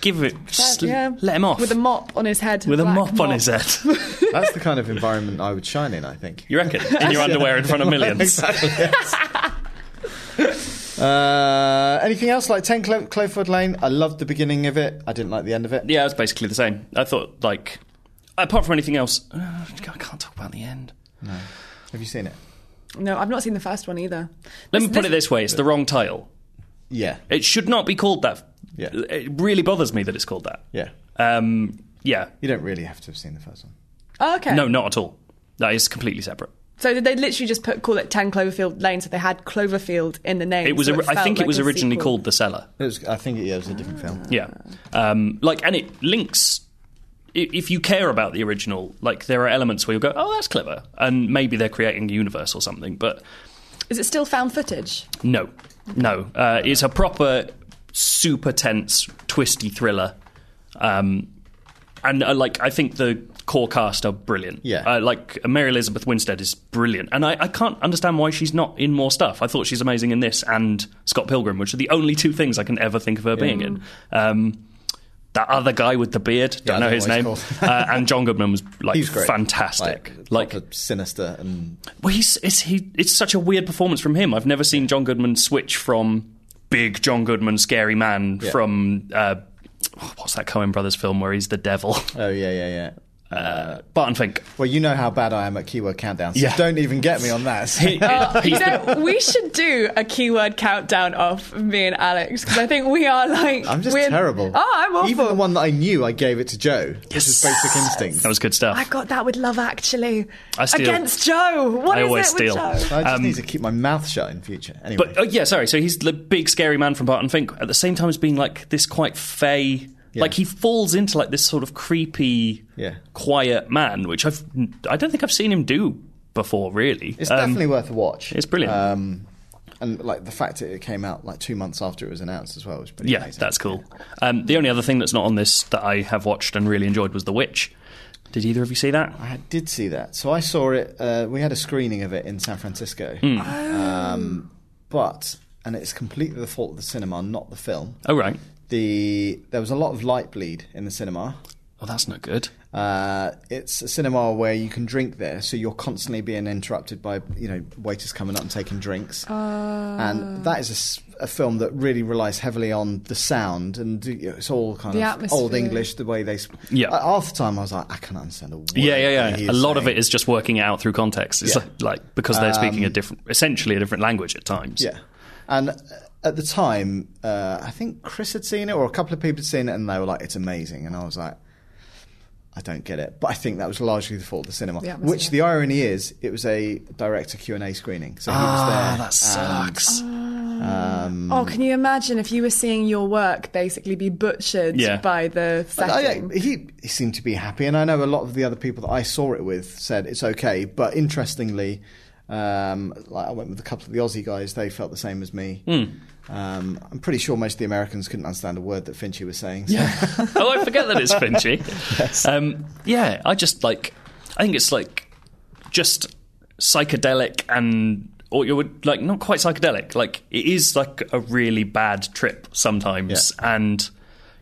Speaker 2: Give it, just
Speaker 3: yeah,
Speaker 2: let him off
Speaker 3: with a mop on his head,
Speaker 2: With a
Speaker 3: black
Speaker 2: mop on his head.
Speaker 1: That's the kind of environment I would shine in, I think.
Speaker 2: You reckon? In your underwear in front of millions.
Speaker 1: Exactly. yes. uh, anything else like 10 Clo- Cloford Lane? I loved the beginning of it. I didn't like the end of it.
Speaker 2: Yeah, it's basically the same. I thought, like, apart from anything else, uh, I can't talk about the end.
Speaker 1: Have you seen it?
Speaker 3: No, I've not seen the first one either.
Speaker 2: Let me put it this way: it's the wrong title.
Speaker 1: Yeah.
Speaker 2: It should not be called that.
Speaker 1: Yeah.
Speaker 2: It really bothers me that it's called that.
Speaker 1: Yeah.
Speaker 2: Um, yeah.
Speaker 1: You don't really have to have seen the first one.
Speaker 3: Oh, okay.
Speaker 2: No, not at all. That is completely separate.
Speaker 3: So did they literally just put call it Ten Cloverfield Lane? So they had Cloverfield in the name.
Speaker 2: It was.
Speaker 3: so
Speaker 2: I
Speaker 3: felt
Speaker 2: think
Speaker 3: like
Speaker 2: it was
Speaker 3: a
Speaker 2: originally
Speaker 3: sequel. Uh.
Speaker 2: called The Cellar.
Speaker 1: It was, I think it, yeah, it was a different film.
Speaker 2: Yeah. Um, like, and it links. i- If you care about the original, like there are elements where you go, "Oh, that's clever," and maybe they're creating a universe or something. But
Speaker 3: Is it still found footage?
Speaker 2: No, no. Uh, it's a proper, super tense, twisty thriller, um, and uh, like I think the core cast are brilliant.
Speaker 1: Yeah.
Speaker 2: uh, like Mary Elizabeth Winstead is brilliant, and I, I can't understand why she's not in more stuff. I thought she's amazing in this and Scott Pilgrim, which are the only two things I can ever think of her being in. Um, that other guy with the beard,
Speaker 1: I
Speaker 2: don't know
Speaker 1: don't
Speaker 2: his
Speaker 1: know
Speaker 2: name,
Speaker 1: what he's
Speaker 2: uh, and John Goodman was like
Speaker 1: He's great.
Speaker 2: fantastic.
Speaker 1: Like, proper sinister and
Speaker 2: Well, he's it's, he, it's such a weird performance from him. I've never seen John Goodman switch from big John Goodman, scary man,
Speaker 1: Yeah.
Speaker 2: from uh, what's that Coen Brothers film where he's the devil?
Speaker 1: oh yeah, yeah, yeah.
Speaker 2: Uh, Barton Fink.
Speaker 1: Well, you know how bad I am at keyword countdown, so
Speaker 2: Yeah.
Speaker 1: don't even get me on that.
Speaker 2: He-
Speaker 3: You
Speaker 2: he's the-
Speaker 3: know, we should do a keyword countdown of me and Alex because I think we are like
Speaker 1: I'm just
Speaker 3: we're-
Speaker 1: terrible.
Speaker 3: Oh, I'm awful.
Speaker 1: Even the one that I knew, I gave it to Joe. This is
Speaker 2: Yes.
Speaker 1: basic instinct.
Speaker 2: that was good stuff.
Speaker 3: I got that with Love Actually
Speaker 2: I steal.
Speaker 3: against Joe. What
Speaker 2: I
Speaker 3: is
Speaker 2: always
Speaker 3: it with
Speaker 2: steal.
Speaker 3: Joe?
Speaker 1: I just need to keep my mouth shut in future. Anyway,
Speaker 2: Um, But oh, yeah, sorry. So he's the big scary man from Barton Fink. At the same time as being like this quite fey, like he falls into like this sort of creepy,
Speaker 1: Yeah.
Speaker 2: quiet man, which I've I don't think I've seen him do before. Really,
Speaker 1: it's
Speaker 2: Um,
Speaker 1: definitely worth a watch.
Speaker 2: it's brilliant.
Speaker 1: Um, and like the fact that it came out like two months after it was announced as well was pretty
Speaker 2: Yeah,
Speaker 1: amazing.
Speaker 2: that's cool. Um, the only other thing that's not on this that I have watched and really enjoyed was The Witch. Did either of you see that?
Speaker 1: I did see that. So I saw it. Uh, we had a screening of it in San Francisco.
Speaker 2: Hmm.
Speaker 1: Um, but and it's completely the fault of the cinema, not the film.
Speaker 2: Oh right.
Speaker 1: The there was a lot of light bleed in the cinema.
Speaker 2: Oh, that's not good.
Speaker 1: Uh, it's a cinema where you can drink there, so you're constantly being interrupted by you know waiters coming up and taking drinks.
Speaker 3: Ah.
Speaker 1: and that is a s- a, film that really relies heavily on the sound, and you know, it's all kind
Speaker 3: The
Speaker 1: of
Speaker 3: atmosphere.
Speaker 1: old English, the way they. Sp-
Speaker 2: Yeah.
Speaker 1: Uh, half the time I was like, I can't understand a word.
Speaker 2: Yeah, yeah,
Speaker 1: that he
Speaker 2: yeah. A lot of
Speaker 1: saying.
Speaker 2: it is just working it out through context. It's
Speaker 1: Yeah. Um,
Speaker 2: like, like because they're speaking a different, essentially a different language at times.
Speaker 1: Yeah. And uh, at the time, uh, I think Chris had seen it, or a couple of people had seen it, and they were like, it's amazing. And I was like, I don't get it. But I think that was largely the fault of the cinema.
Speaker 3: The atmosphere.
Speaker 1: which the irony is, it was a director Q&A screening. So he was
Speaker 2: Ah,
Speaker 1: there.
Speaker 2: that sucks.
Speaker 1: Um,
Speaker 3: Oh, can you imagine if you were seeing your work basically be butchered
Speaker 2: Yeah.
Speaker 3: by the
Speaker 1: I-
Speaker 3: setting?
Speaker 1: uh, he, he seemed to be happy, and I know a lot of the other people that I saw it with said it's okay. But interestingly, um, like I went with a couple of the Aussie guys; they felt the same as me. Um, I'm pretty sure most of the Americans couldn't understand a word that Finchy was saying. So.
Speaker 2: oh, I forget that it's Finchy. um, yeah, I just like. I think it's like just psychedelic and or you would like not quite psychedelic. Like it is like a really bad trip sometimes, and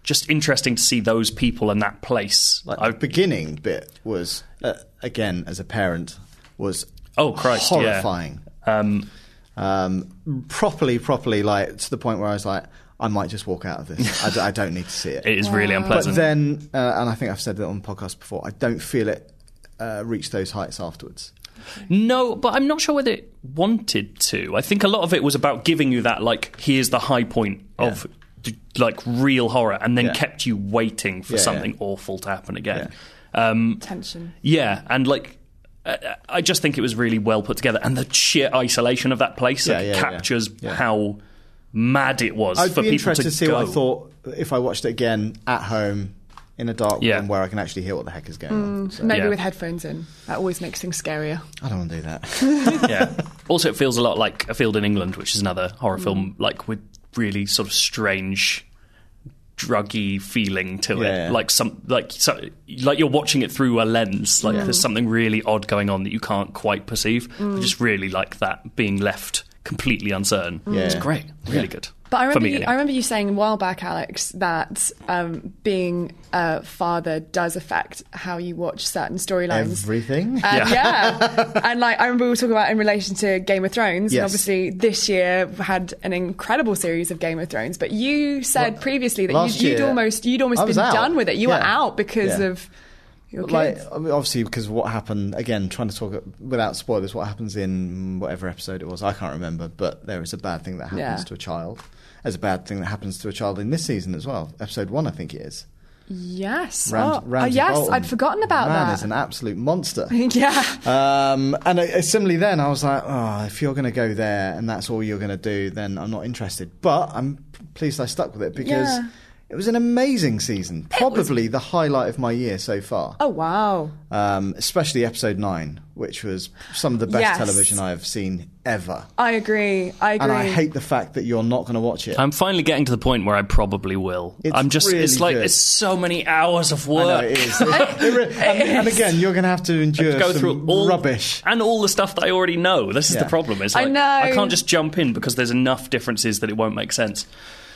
Speaker 2: just interesting to see those people and that place.
Speaker 1: Like
Speaker 2: I-
Speaker 1: the beginning bit was uh, again as a parent was
Speaker 2: Oh, Christ, yeah.
Speaker 1: horrifying.
Speaker 2: um,
Speaker 1: Um, properly, properly, like to the point where I was like, I might just walk out of this. I, d- I don't need to see it.
Speaker 2: it is really
Speaker 1: but
Speaker 2: unpleasant.
Speaker 1: then, uh, and I think I've said that on the podcast before. I don't feel it uh, reach those heights afterwards.
Speaker 2: No, but I'm not sure whether it wanted to. I think a lot of it was about giving you that, like, here's the high point of d- like real horror, and then
Speaker 1: Yeah.
Speaker 2: kept you waiting for
Speaker 1: Yeah,
Speaker 2: something
Speaker 1: yeah.
Speaker 2: awful to happen again.
Speaker 3: Tension.
Speaker 2: Yeah, and like. I- I just think it was really well put together, and the sheer isolation of that place
Speaker 1: Yeah,
Speaker 2: like,
Speaker 1: yeah, yeah.
Speaker 2: captures
Speaker 1: Yeah.
Speaker 2: how mad it was
Speaker 1: I'd
Speaker 2: for
Speaker 1: be
Speaker 2: people
Speaker 1: interested
Speaker 2: to
Speaker 1: to see
Speaker 2: go.
Speaker 1: what I thought if I watched it again at home in a dark
Speaker 2: Yeah.
Speaker 1: room where I can actually hear what the heck is going on. So.
Speaker 3: Maybe
Speaker 2: Yeah.
Speaker 3: with headphones in. That always makes things scarier.
Speaker 1: I don't want to do that.
Speaker 2: yeah. Also, it feels a lot like A Field in England, which is another horror
Speaker 1: Mm.
Speaker 2: film, like with really sort of strange, druggy feeling to
Speaker 1: Yeah.
Speaker 2: it. Like some, like so, like you're watching it through a lens. Like there's something really odd going on that you can't quite perceive.
Speaker 1: Mm.
Speaker 2: I just really like that being left completely uncertain.
Speaker 1: Yeah.
Speaker 2: It's great, really good.
Speaker 3: But I
Speaker 2: For
Speaker 3: remember,
Speaker 2: me,
Speaker 3: you,
Speaker 2: anyway.
Speaker 3: I remember you saying a while back, Alex, that um, being a father does affect how you watch certain storylines.
Speaker 1: Everything.
Speaker 3: And
Speaker 2: Yeah.
Speaker 3: yeah. and like I remember we were talking about in relation to Game of Thrones.
Speaker 1: Yes.
Speaker 3: And obviously, this year had an incredible series of Game of Thrones. But you said previously that
Speaker 1: last
Speaker 3: you'd, you'd
Speaker 1: year,
Speaker 3: almost you'd almost
Speaker 1: I was
Speaker 3: been
Speaker 1: out.
Speaker 3: done with it. You were
Speaker 1: Yeah.
Speaker 3: out because
Speaker 1: Yeah.
Speaker 3: of your kids.
Speaker 1: like I mean, obviously because what happened again trying to talk without spoilers what happens in whatever episode it was i can't remember but there is a bad thing that happens
Speaker 3: Yeah.
Speaker 1: to a child there's a bad thing that happens to a child in this season as well episode one i think it is
Speaker 3: yes.
Speaker 1: Ramsay-
Speaker 3: oh, oh,
Speaker 1: Ramsay
Speaker 3: yes,
Speaker 1: Bolton.
Speaker 3: I'd forgotten about
Speaker 1: man
Speaker 3: that.
Speaker 1: is an absolute monster
Speaker 3: yeah.
Speaker 1: um, and uh, similarly then i was like oh if you're going to go there and that's all you're going to do then i'm not interested but i'm pleased i stuck with it because
Speaker 3: Yeah.
Speaker 1: it was an amazing season probably the highlight of my year so far
Speaker 3: Oh wow.
Speaker 1: um, especially episode nine, which was some of the best
Speaker 3: Yes.
Speaker 1: television I've seen ever.
Speaker 3: I agree. I agree.
Speaker 1: And I hate the fact that you're not going to watch it.
Speaker 2: I'm finally getting to the point where I probably will.
Speaker 1: It's
Speaker 2: I'm just,
Speaker 1: really
Speaker 2: it's like,
Speaker 1: good.
Speaker 2: it's so many hours of
Speaker 1: I
Speaker 2: work.
Speaker 1: know it is. It- it re- and, and again, you're going to have to endure
Speaker 2: go
Speaker 1: some
Speaker 2: through all
Speaker 1: rubbish.
Speaker 2: and all the stuff that I already know. This is
Speaker 1: Yeah.
Speaker 2: the problem. Is
Speaker 3: I
Speaker 2: like,
Speaker 3: know.
Speaker 2: I can't just jump in because there's enough differences that it won't make sense.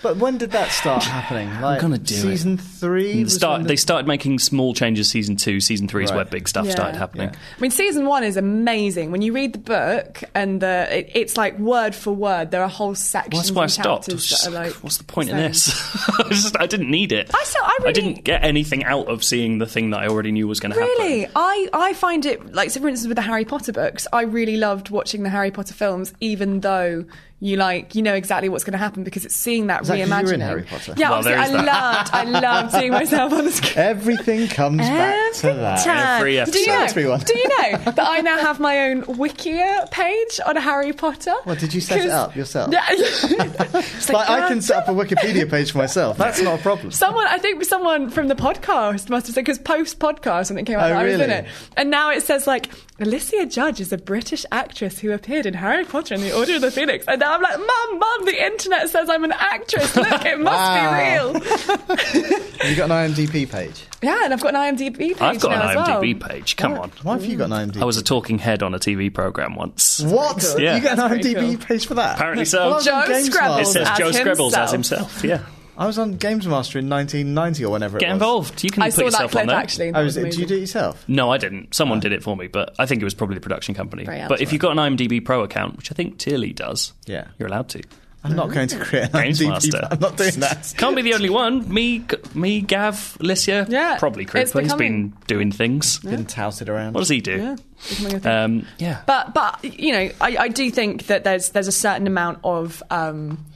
Speaker 1: But when did that start happening? Like
Speaker 2: gonna do it. Mm,
Speaker 1: season three. was
Speaker 2: Start,
Speaker 1: when
Speaker 2: they started making small changes. Season two, season three is
Speaker 1: Right.
Speaker 2: where big stuff
Speaker 3: Yeah.
Speaker 2: started happening.
Speaker 3: I mean, season one is amazing. When you read the book and the, it, it's like word for word. There are whole sections.
Speaker 2: Well, that's why I
Speaker 3: and
Speaker 2: stopped. I was
Speaker 3: chapters
Speaker 2: just
Speaker 3: that are
Speaker 2: like,
Speaker 3: like,
Speaker 2: what's the point in
Speaker 3: same.
Speaker 2: this? I, just- I didn't need it.
Speaker 3: I still- I really-
Speaker 2: didn't get anything out of seeing the thing that I already knew was going to happen.
Speaker 3: Really, I, I find it like so. For instance, with the Harry Potter books, I really loved watching the Harry Potter films, even though you like you know exactly what's going to happen because it's seeing that,
Speaker 1: 'cause you were in
Speaker 3: reimagining.
Speaker 1: Harry Potter?
Speaker 3: Yeah,
Speaker 2: Well,
Speaker 3: obviously,
Speaker 2: there is
Speaker 3: I loved I loved seeing myself on the screen.
Speaker 1: Everything comes back to
Speaker 3: Every
Speaker 1: that.
Speaker 3: time.
Speaker 2: Every
Speaker 3: Do you
Speaker 2: episode.
Speaker 3: know,
Speaker 1: Everyone.
Speaker 3: Do you know that I now have my own Wikia page on Harry Potter?
Speaker 1: What, did you set it
Speaker 3: 'Cause-
Speaker 1: up yourself?
Speaker 3: Yeah. It's
Speaker 1: Like I can
Speaker 3: "God,
Speaker 1: set up a Wikipedia page for myself. That's not a problem.
Speaker 3: Someone, I think someone from the podcast must have said, because post podcast, when it came out,
Speaker 1: Oh,
Speaker 3: I was in
Speaker 1: really?
Speaker 3: it. And now it says, like, Alicia Judge is a British actress who appeared in Harry Potter and the Order of the Phoenix. And now I'm like, Mum, Mum, the internet says I'm an actress. Look, it must
Speaker 1: Wow.
Speaker 3: be real.
Speaker 1: You got an IMDb page.
Speaker 3: Yeah, and I've got an IMDb page.
Speaker 2: I've got
Speaker 3: now
Speaker 2: an
Speaker 3: as well.
Speaker 2: IMDb page. Come on.
Speaker 1: Why have you got an IMDb?
Speaker 2: I was a talking head on a TV program once.
Speaker 1: what?
Speaker 2: Yeah.
Speaker 1: You got an
Speaker 3: That's pretty
Speaker 1: IMDb
Speaker 3: cool.
Speaker 1: page for that?
Speaker 2: Apparently so.
Speaker 1: Well, I was on
Speaker 3: Joe
Speaker 1: Games
Speaker 3: Scrabble.
Speaker 2: It
Speaker 1: Master.
Speaker 2: says
Speaker 3: As
Speaker 2: Joe Scribbles as
Speaker 3: himself.
Speaker 2: himself. Yeah.
Speaker 1: I was on Games Master in 1990 or whenever it
Speaker 2: Get
Speaker 1: was.
Speaker 2: involved. You can
Speaker 3: I
Speaker 2: put
Speaker 3: saw that
Speaker 2: yourself on
Speaker 3: clip
Speaker 2: there.
Speaker 3: actually.
Speaker 1: Oh,
Speaker 3: That
Speaker 1: is
Speaker 3: was
Speaker 1: it, do you
Speaker 3: amazing.
Speaker 1: do it yourself?
Speaker 2: No, I didn't. Someone did it for me, but I think it was probably the production company.
Speaker 3: Very
Speaker 2: but if you've got an IMDb Pro account, which I think Tilly does,
Speaker 1: Yeah.
Speaker 2: you're allowed to.
Speaker 1: I'm not going to create an
Speaker 2: Games
Speaker 1: IMDb.
Speaker 2: Master.
Speaker 1: I'm not doing that.
Speaker 2: Can't be the only one. Me, me, Gav, Licia,
Speaker 3: Yeah,
Speaker 2: probably
Speaker 3: it's
Speaker 2: Cripplin's
Speaker 3: becoming-
Speaker 2: been doing things.
Speaker 1: Been touted around.
Speaker 2: What does he do?
Speaker 3: Yeah. Becoming a thing.
Speaker 2: Um, yeah.
Speaker 3: But but you know, I, I do think that there's there's a certain amount of um,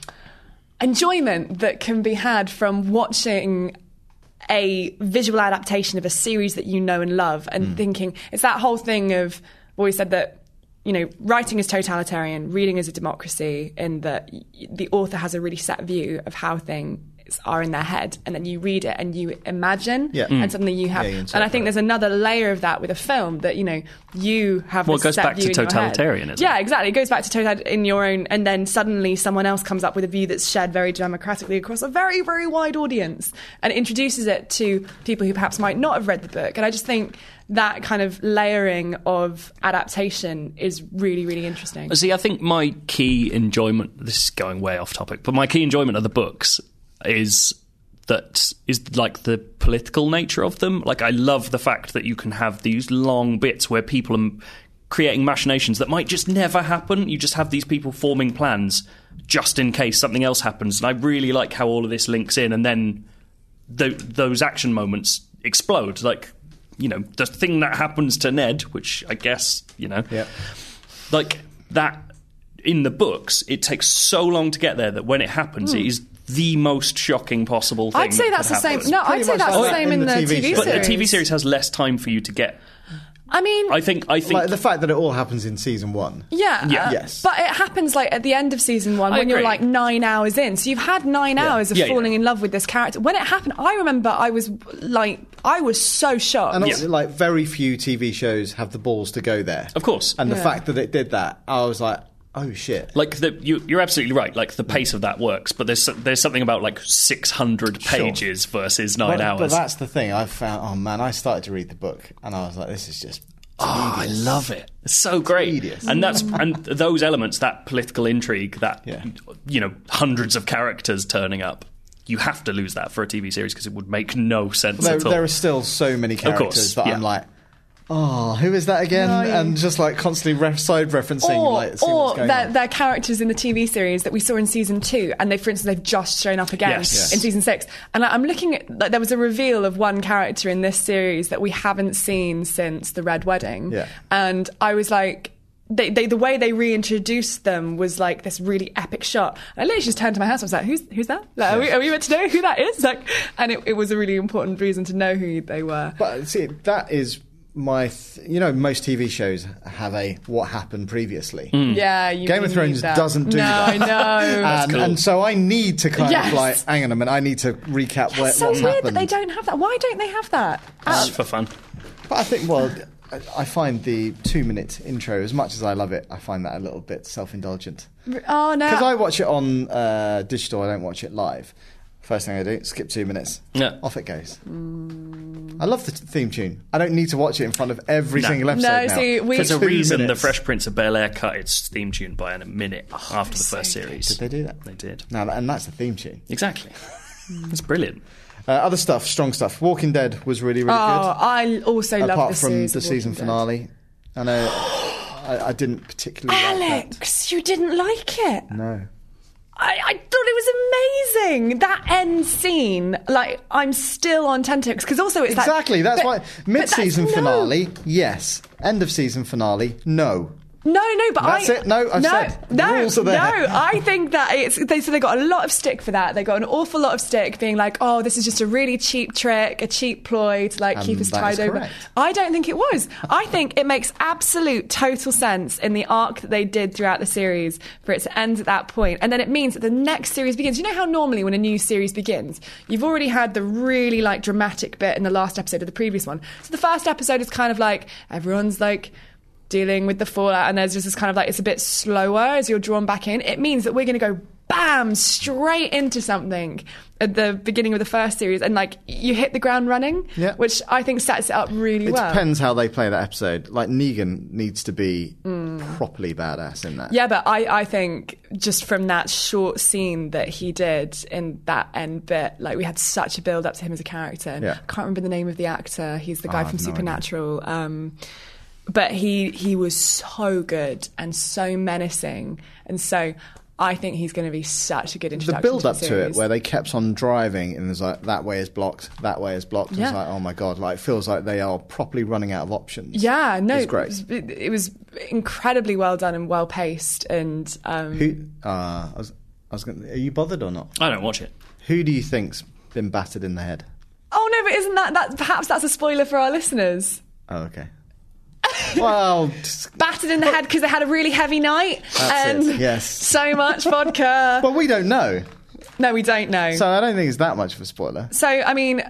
Speaker 3: enjoyment that can be had from watching a visual adaptation of a series that you know and love, and
Speaker 1: Mm.
Speaker 3: thinking it's that whole thing of I've always said that. You know, writing is totalitarian, reading is a democracy, in that y- the author has a really set view of how things are in their head, and then you read it and you imagine,
Speaker 1: Yeah. Mm.
Speaker 3: and suddenly you have.
Speaker 1: Yeah, you
Speaker 3: and I
Speaker 1: interpret
Speaker 3: think
Speaker 1: it.
Speaker 3: there's another layer of that with a film that you know you have
Speaker 2: Well, it
Speaker 3: this
Speaker 2: goes
Speaker 3: set
Speaker 2: back to
Speaker 3: view in your head.
Speaker 2: totalitarianism.
Speaker 3: Yeah, exactly. It goes back to totalitarian in your own, and then suddenly someone else comes up with a view that's shared very democratically across a very, very wide audience and introduces it to people who perhaps might not have read the book. And I just think that kind of layering of adaptation is really, really interesting.
Speaker 2: See, I think my key enjoyment. This is going way off topic, but my key enjoyment of the books is that is like the political nature of them. Like, I love the fact that you can have these long bits where people are creating machinations that might just never happen. You just have these people forming plans just in case something else happens, and I really like how all of this links in, and then th- those action moments explode. Like, you know, the thing that happens to Ned, which I guess you know
Speaker 1: Yeah.
Speaker 2: like that in the books it takes so long to get there that when it happens it is the most shocking possible thing
Speaker 3: Hmm. I'd say
Speaker 2: that
Speaker 3: that's the
Speaker 2: could happen.
Speaker 3: same. No, I'd
Speaker 1: pretty
Speaker 3: say
Speaker 1: much
Speaker 3: that's
Speaker 1: like
Speaker 3: the
Speaker 1: that
Speaker 3: same in the TV
Speaker 2: but the
Speaker 3: series.
Speaker 2: tv series has less time for you to get
Speaker 3: I mean,
Speaker 2: I think I think
Speaker 1: Like the fact that it all happens in season one.
Speaker 3: Yeah. Uh,
Speaker 2: Yeah.
Speaker 1: Yes.
Speaker 3: But it happens like at the end of season one
Speaker 2: I
Speaker 3: when you're
Speaker 2: agree.
Speaker 3: like nine hours in. So you've had nine hours of
Speaker 2: Yeah, yeah.
Speaker 3: falling in love with this character. When it happened, I remember I was like, I was so shocked.
Speaker 1: And also, like, very few TV shows have the balls to go there.
Speaker 2: Of course.
Speaker 1: And the
Speaker 3: Yeah.
Speaker 1: fact that it did that, I was like, oh shit.
Speaker 2: like the, you, you're absolutely right. Like the pace of that works, but there's there's something about like 600 pages versus nine
Speaker 1: but,
Speaker 2: hours.
Speaker 1: but that's the thing. I found, oh man, I started to read the book and I was like, this is just.
Speaker 2: Oh, I love it. It's so great.
Speaker 1: tedious.
Speaker 2: And that's and those elements, that political intrigue, that
Speaker 1: Yeah.
Speaker 2: you know, hundreds of characters turning up. You have to lose that for a TV series because it would make no sense
Speaker 1: There,
Speaker 2: at all.
Speaker 1: there are still so many
Speaker 2: course,
Speaker 1: characters that
Speaker 2: yeah.
Speaker 1: I'm like, oh, who is that again? And just like constantly ref- side referencing,
Speaker 3: or,
Speaker 1: like, seeing
Speaker 3: or
Speaker 1: what's going
Speaker 3: they're,
Speaker 1: on.
Speaker 3: they're characters in the TV series that we saw in season two, and they, for instance, they've just shown up again
Speaker 2: Yes. Yes.
Speaker 3: in season six. And I- I'm looking at like there was a reveal of one character in this series that we haven't seen since the Red Wedding,
Speaker 1: Yeah.
Speaker 3: and I was like. They, they, the way they reintroduced them was like this really epic shot. I literally just turned to my house. I was like, "Who's who's that? Like, are, we, are we meant to know who that is?" Like, and it, it was a really important reason to know who they were.
Speaker 1: But see, that is my. Th- you know, most TV shows have a what happened previously.
Speaker 3: yeah, you
Speaker 1: Hmm. Game
Speaker 3: really
Speaker 1: of
Speaker 3: need
Speaker 1: Thrones
Speaker 3: that.
Speaker 1: doesn't do
Speaker 3: no,
Speaker 1: that.
Speaker 3: I know.
Speaker 1: And, and so I need to kind
Speaker 3: Yes.
Speaker 1: of like, hang on a minute, I need to recap where,
Speaker 3: It's so
Speaker 1: what's
Speaker 3: weird that
Speaker 1: happened. Uh,
Speaker 3: they don't have that. Why don't they have that?
Speaker 2: Just for fun.
Speaker 1: But I think, well, I, I find the two minute intro, as much as I love it, I find that a little bit self indulgent.
Speaker 3: Oh no!
Speaker 1: Because I watch it on uh, digital, I don't watch it live. First thing I do, skip two minutes.
Speaker 2: Yeah.
Speaker 1: Off it goes. I love the t- theme tune. I don't need to watch it in front of every single episode.
Speaker 3: No,
Speaker 1: now.
Speaker 3: see, we-
Speaker 2: There's a
Speaker 1: Two
Speaker 2: reason
Speaker 1: minutes. Oh,
Speaker 2: the Fresh Prince of Bel Air cut its theme tune by a minute after the first series.
Speaker 1: Did they do that?
Speaker 2: They did.
Speaker 1: Now, and that's the theme tune.
Speaker 2: Exactly.
Speaker 1: Hmm.
Speaker 2: It's brilliant.
Speaker 1: Uh, other stuff, strong stuff. Walking Dead was really, really good.
Speaker 3: oh, I also love
Speaker 1: apart
Speaker 3: this
Speaker 1: from
Speaker 3: series
Speaker 1: the
Speaker 3: of
Speaker 1: season
Speaker 3: Walking Dead.
Speaker 1: finale. I know I, I didn't particularly like that.
Speaker 3: Alex, you didn't like it.
Speaker 1: No.
Speaker 3: I, I thought it was amazing. That end scene, like I'm still on tentacles because also it's that-
Speaker 1: Exactly. That's
Speaker 3: but-
Speaker 1: why
Speaker 3: but that's-
Speaker 1: mid-season
Speaker 3: no.
Speaker 1: finale, yes. End of season finale, no.
Speaker 3: No, no, but
Speaker 1: That's
Speaker 3: I.
Speaker 1: it. No, I've
Speaker 3: no,
Speaker 1: said. The
Speaker 3: no,
Speaker 1: rules are there.
Speaker 3: no. I think that it's. They so they got a lot of stick for that. They got an awful lot of stick, being like, "Oh, this is just a really cheap trick, a cheap ploy to like keep
Speaker 1: And
Speaker 3: us
Speaker 1: that
Speaker 3: tied
Speaker 1: is
Speaker 3: over."
Speaker 1: correct.
Speaker 3: I don't think it was. I think it makes absolute total sense in the arc that they did throughout the series for it to end at that point, and then it means that the next series begins. You know how normally when a new series begins, you've already had the really like dramatic bit in the last episode of the previous one. So the first episode is kind of like everyone's like dealing with the fallout and there's just this kind of like it's a bit slower as you're drawn back in it means that we're going to go bam straight into something at the beginning of the first series and like you hit the ground running
Speaker 1: Yeah.
Speaker 3: which i think sets it up really
Speaker 1: It
Speaker 3: well
Speaker 1: depends how they play that episode. Like Negan needs to be properly badass in that.
Speaker 3: Mm. yeah but I, I think just from that short scene that he did in that end bit like we had such a build up to him as a character and
Speaker 1: Yeah. Oh,
Speaker 3: i can't remember the name of the actor he's the guy
Speaker 1: I
Speaker 3: from
Speaker 1: have no idea.
Speaker 3: supernatural um, but he he was so good and so menacing and so I think he's going to be such a good
Speaker 1: The
Speaker 3: introduction.
Speaker 1: build
Speaker 3: to,
Speaker 1: up to
Speaker 3: the
Speaker 1: it,
Speaker 3: series.
Speaker 1: where they kept on driving, and it was like that way is blocked, that way is blocked. It's
Speaker 3: Yeah.
Speaker 1: like, oh my god, like it feels like they are properly running out of options.
Speaker 3: yeah, no,
Speaker 1: It's great.
Speaker 3: It, was, it- it was incredibly well done and well paced, and um,
Speaker 1: Who? Uh, I was, I was going. Are you bothered or not?
Speaker 2: I don't watch it.
Speaker 1: Who do you think's been battered in the head?
Speaker 3: oh no, but isn't that that perhaps that's a spoiler for our listeners?
Speaker 1: Oh, okay. well, just-
Speaker 3: battered in the head because they had a really heavy night
Speaker 1: That's
Speaker 3: and
Speaker 1: it, yes.
Speaker 3: so much vodka.
Speaker 1: well, we don't know,
Speaker 3: No, we don't know.
Speaker 1: so
Speaker 3: So,
Speaker 1: I don't think it's that much of a spoiler.
Speaker 3: I mean,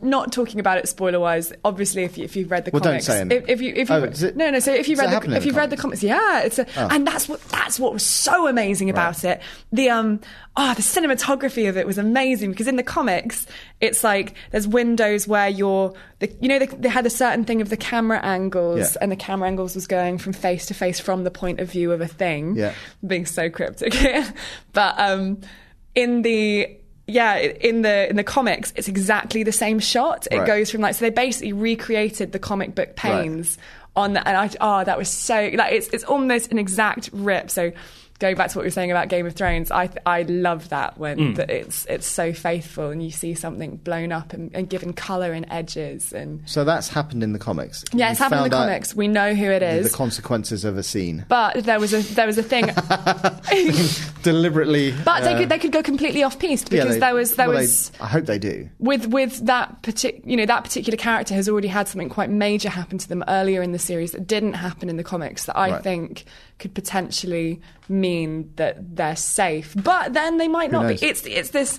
Speaker 3: not talking about it spoiler wise. Obviously, if you, if you've read the
Speaker 1: Well, don't
Speaker 3: comics,
Speaker 1: say anything.
Speaker 3: if, if you if you
Speaker 1: Oh, does it-
Speaker 3: no no, so if you
Speaker 1: does it
Speaker 3: read
Speaker 1: happen in Ah.
Speaker 3: the, if
Speaker 1: the
Speaker 3: you've read the comics, yeah, it's a, and that's what that's what was so amazing about it. The um oh the cinematography of it was amazing because in the comics it's like there's windows where you're the, you know they, they had a certain thing of the camera angles
Speaker 1: Yeah.
Speaker 3: and the camera angles was going from face to face from the point of view of a thing.
Speaker 1: Yeah.
Speaker 3: being so cryptic here. but um, in the yeah, in the in the comics, it's exactly the same shot. It
Speaker 1: Right.
Speaker 3: goes from like so they basically recreated the comic book ah, panes on the, and I oh that was so like it's it's almost an exact rip. So going back to what we were saying about Game of Thrones, I th- I love that when
Speaker 1: Mm.
Speaker 3: that it's it's so faithful and you see something blown up and, and given colour and edges and
Speaker 1: So that's happened in the comics.
Speaker 3: yeah, it's
Speaker 1: You
Speaker 3: happened in the
Speaker 1: found out
Speaker 3: comics. We know who it
Speaker 1: The
Speaker 3: is.
Speaker 1: consequences of a scene.
Speaker 3: but there was a there was a thing,
Speaker 1: Deliberately.
Speaker 3: but they
Speaker 1: uh,
Speaker 3: could they could go completely off piste
Speaker 1: yeah,
Speaker 3: because
Speaker 1: they-
Speaker 3: there was there
Speaker 1: well, they-
Speaker 3: was
Speaker 1: I hope they do.
Speaker 3: with with that partic- you know that particular character has already had something quite major happen to them earlier in the series that didn't happen in the comics that I
Speaker 1: Right.
Speaker 3: think could potentially mean that they're safe, but then they might not
Speaker 1: knows?
Speaker 3: be. It's it's this.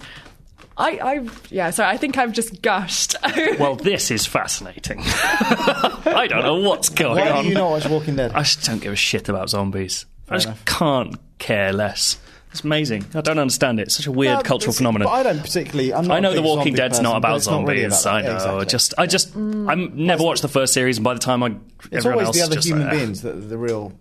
Speaker 3: I, I yeah sorry I think I've just gushed.
Speaker 2: Well, this is fascinating. I don't know what's going
Speaker 1: Why
Speaker 2: on.
Speaker 1: do you not watch Walking Dead?
Speaker 2: I just don't give a shit about zombies. I just can't care less. It's amazing. I don't understand it. It's such a weird
Speaker 1: No,
Speaker 2: cultural
Speaker 1: it's-
Speaker 2: phenomenon.
Speaker 1: But I don't particularly. I'm not
Speaker 2: I know
Speaker 1: a
Speaker 2: The
Speaker 1: big
Speaker 2: Walking
Speaker 1: zombie
Speaker 2: Dead's
Speaker 1: person,
Speaker 2: not
Speaker 1: but
Speaker 2: about
Speaker 1: it's not
Speaker 2: zombies.
Speaker 1: really about
Speaker 2: I
Speaker 1: that.
Speaker 2: know.
Speaker 1: Yeah, exactly. Mm.
Speaker 2: Just, I just, I'm never watched the first series, and by the time I,
Speaker 1: it's
Speaker 2: everyone
Speaker 1: always
Speaker 2: else
Speaker 1: the
Speaker 2: is
Speaker 1: other
Speaker 2: just
Speaker 1: human
Speaker 2: like, "Ah."
Speaker 1: beings that are the real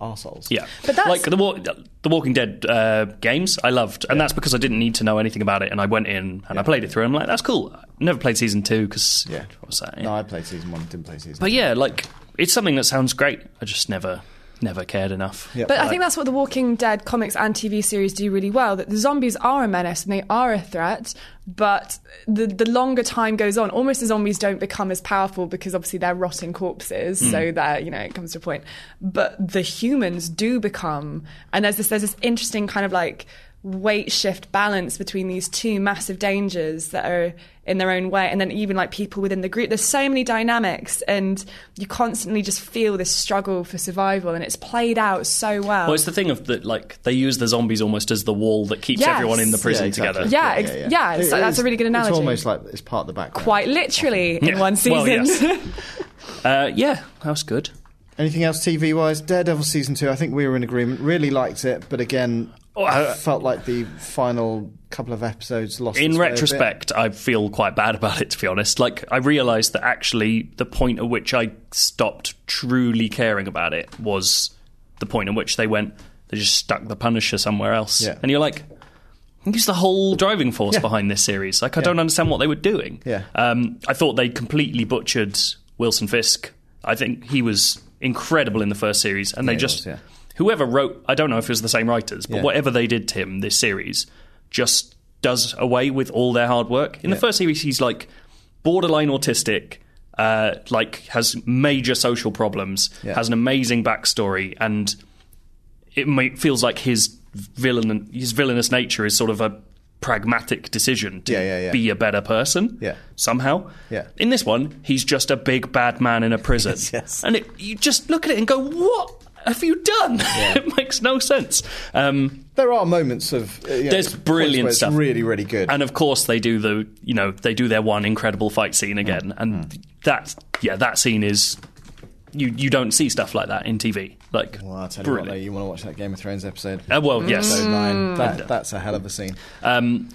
Speaker 1: arseholes.
Speaker 2: Yeah,
Speaker 3: But that's-
Speaker 2: like the Wa- the Walking Dead uh, games. I loved, and that's because I didn't need to know anything about it, and I went in and I played it through. and I'm like, that's cool. I never played season two because
Speaker 1: Yeah.
Speaker 2: what was that? Yeah.
Speaker 1: No, I played season one. Didn't play season.
Speaker 2: but yeah, like it's something that sounds great. I just never, never cared enough.
Speaker 1: Yeah.
Speaker 3: But I think that's what the Walking Dead comics and TV series do really well that the zombies are a menace and they are a threat, but the, the longer time goes on, almost the zombies don't become as powerful because obviously they're rotting corpses, so they're, you know, it comes to a point. But the humans do become, and there's this, there's this interesting kind of like weight shift balance between these two massive dangers that are in their own way and then even like people within the group there's so many dynamics and you constantly just feel this struggle for survival and it's played out so well
Speaker 2: Well, it's the thing of that, like they use the zombies almost as the wall that keeps
Speaker 3: Yes.
Speaker 2: everyone in the
Speaker 3: Yeah,
Speaker 2: prison
Speaker 1: exactly.
Speaker 2: together.
Speaker 3: Yeah, ex- yeah, it's-
Speaker 1: It
Speaker 3: that's
Speaker 1: is-
Speaker 3: a really good analogy.
Speaker 1: It's almost like it's part of the background.
Speaker 3: quite literally in
Speaker 2: Yeah.
Speaker 3: one season
Speaker 2: Well, yes. Uh, yeah, that was good.
Speaker 1: Anything else TV wise? Daredevil season two. I think we were in agreement. Really liked it, but again,
Speaker 2: Oh,
Speaker 1: I felt like the final couple of episodes lost.
Speaker 2: In
Speaker 1: its way a bit.
Speaker 2: retrospect, I feel quite bad about it, to be honest. Like, I realised that actually the point at which I stopped truly caring about it was the point at which they went, they just stuck the Punisher somewhere else.
Speaker 1: Yeah.
Speaker 2: And you're like, who's the whole driving force behind this series? Like, I don't understand what they were doing.
Speaker 1: Yeah.
Speaker 2: Um, I thought they completely butchered Wilson Fisk. I think he was incredible in the first series, and they
Speaker 1: he
Speaker 2: just
Speaker 1: was, yeah.
Speaker 2: whoever wrote I don't know if it was the same writers, but
Speaker 1: Yeah.
Speaker 2: whatever they did to him this series just does away with all their hard work. In the first series he's like borderline autistic, uh, like has major social problems,
Speaker 1: Yeah.
Speaker 2: has an amazing backstory and it may, feels like his villain his villainous nature is sort of a pragmatic decision to
Speaker 1: Yeah, yeah, yeah.
Speaker 2: be a better person
Speaker 1: Yeah.
Speaker 2: somehow
Speaker 1: Yeah.
Speaker 2: in this one he's just a big bad man in a prison
Speaker 1: yes.
Speaker 2: and it, you just look at it and go what have you done it makes no sense um,
Speaker 1: there are moments of uh, you know,
Speaker 2: There's
Speaker 1: points
Speaker 2: brilliant
Speaker 1: where it's
Speaker 2: stuff.
Speaker 1: Really, really good.
Speaker 2: and of course they do the you know they do their one incredible fight scene again
Speaker 1: Mm.
Speaker 2: and that yeah that scene is you you don't see stuff like that in tv like
Speaker 1: well, I'll tell you
Speaker 2: brilliant
Speaker 1: what, Mm. though, you want to watch that Game of Thrones episode?
Speaker 2: Uh, well yes uh,
Speaker 1: Episode
Speaker 3: Mm.
Speaker 1: nine. That, that's a hell of a scene.
Speaker 2: Um,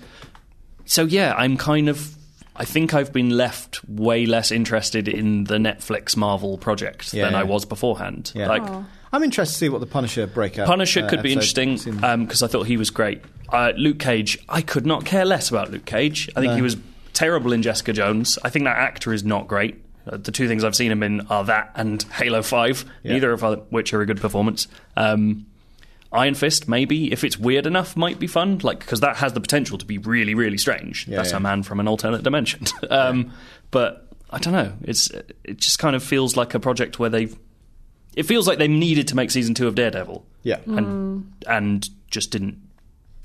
Speaker 2: so yeah, I'm kind of. I think I've been left way less interested in the Netflix Marvel project
Speaker 1: Yeah,
Speaker 2: than
Speaker 1: yeah.
Speaker 2: I was beforehand.
Speaker 1: Yeah.
Speaker 2: Like
Speaker 1: I'm interested to see what the Punisher breakup.
Speaker 2: Punisher
Speaker 1: uh,
Speaker 2: could be
Speaker 1: episode
Speaker 2: interesting
Speaker 1: seemed-
Speaker 2: because I thought he was great. Uh, Luke Cage, I could not care less about Luke Cage. I think he was terrible in Jessica Jones. I think that actor is not great. Uh, the two things I've seen him in are that and Halo Five, neither of which are a good performance. Um, Iron Fist, maybe if it's weird enough, might be fun. Like because that has the potential to be really, really strange. That's
Speaker 1: yeah.
Speaker 2: a man from an alternate dimension. um, But I don't know. It's it just kind of feels like a project where they've. It feels like they needed to make season two of Daredevil
Speaker 1: Yeah.
Speaker 2: and and just didn't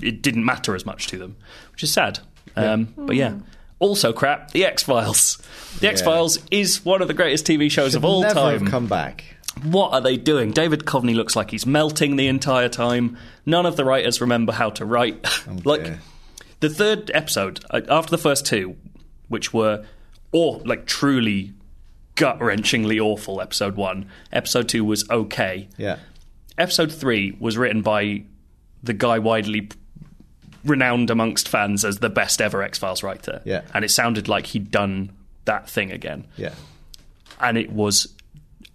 Speaker 2: it didn't matter as much to them, which is sad. Um, But yeah, also crap. The X Files. The X Files is one of the greatest TV shows of all
Speaker 1: Never
Speaker 2: time.
Speaker 1: have come back.
Speaker 2: What are they doing? David Coveney looks like he's melting the entire time. None of the writers remember how to write. like
Speaker 1: Oh, dear.
Speaker 2: the third episode uh, after the first two, which were or like truly gut wrenchingly awful. Episode one, episode two was okay
Speaker 1: Yeah.
Speaker 2: episode three was written by the guy widely renowned amongst fans as the best ever X Files writer.
Speaker 1: Yeah.
Speaker 2: And it sounded like he'd done that thing again.
Speaker 1: Yeah.
Speaker 2: And it was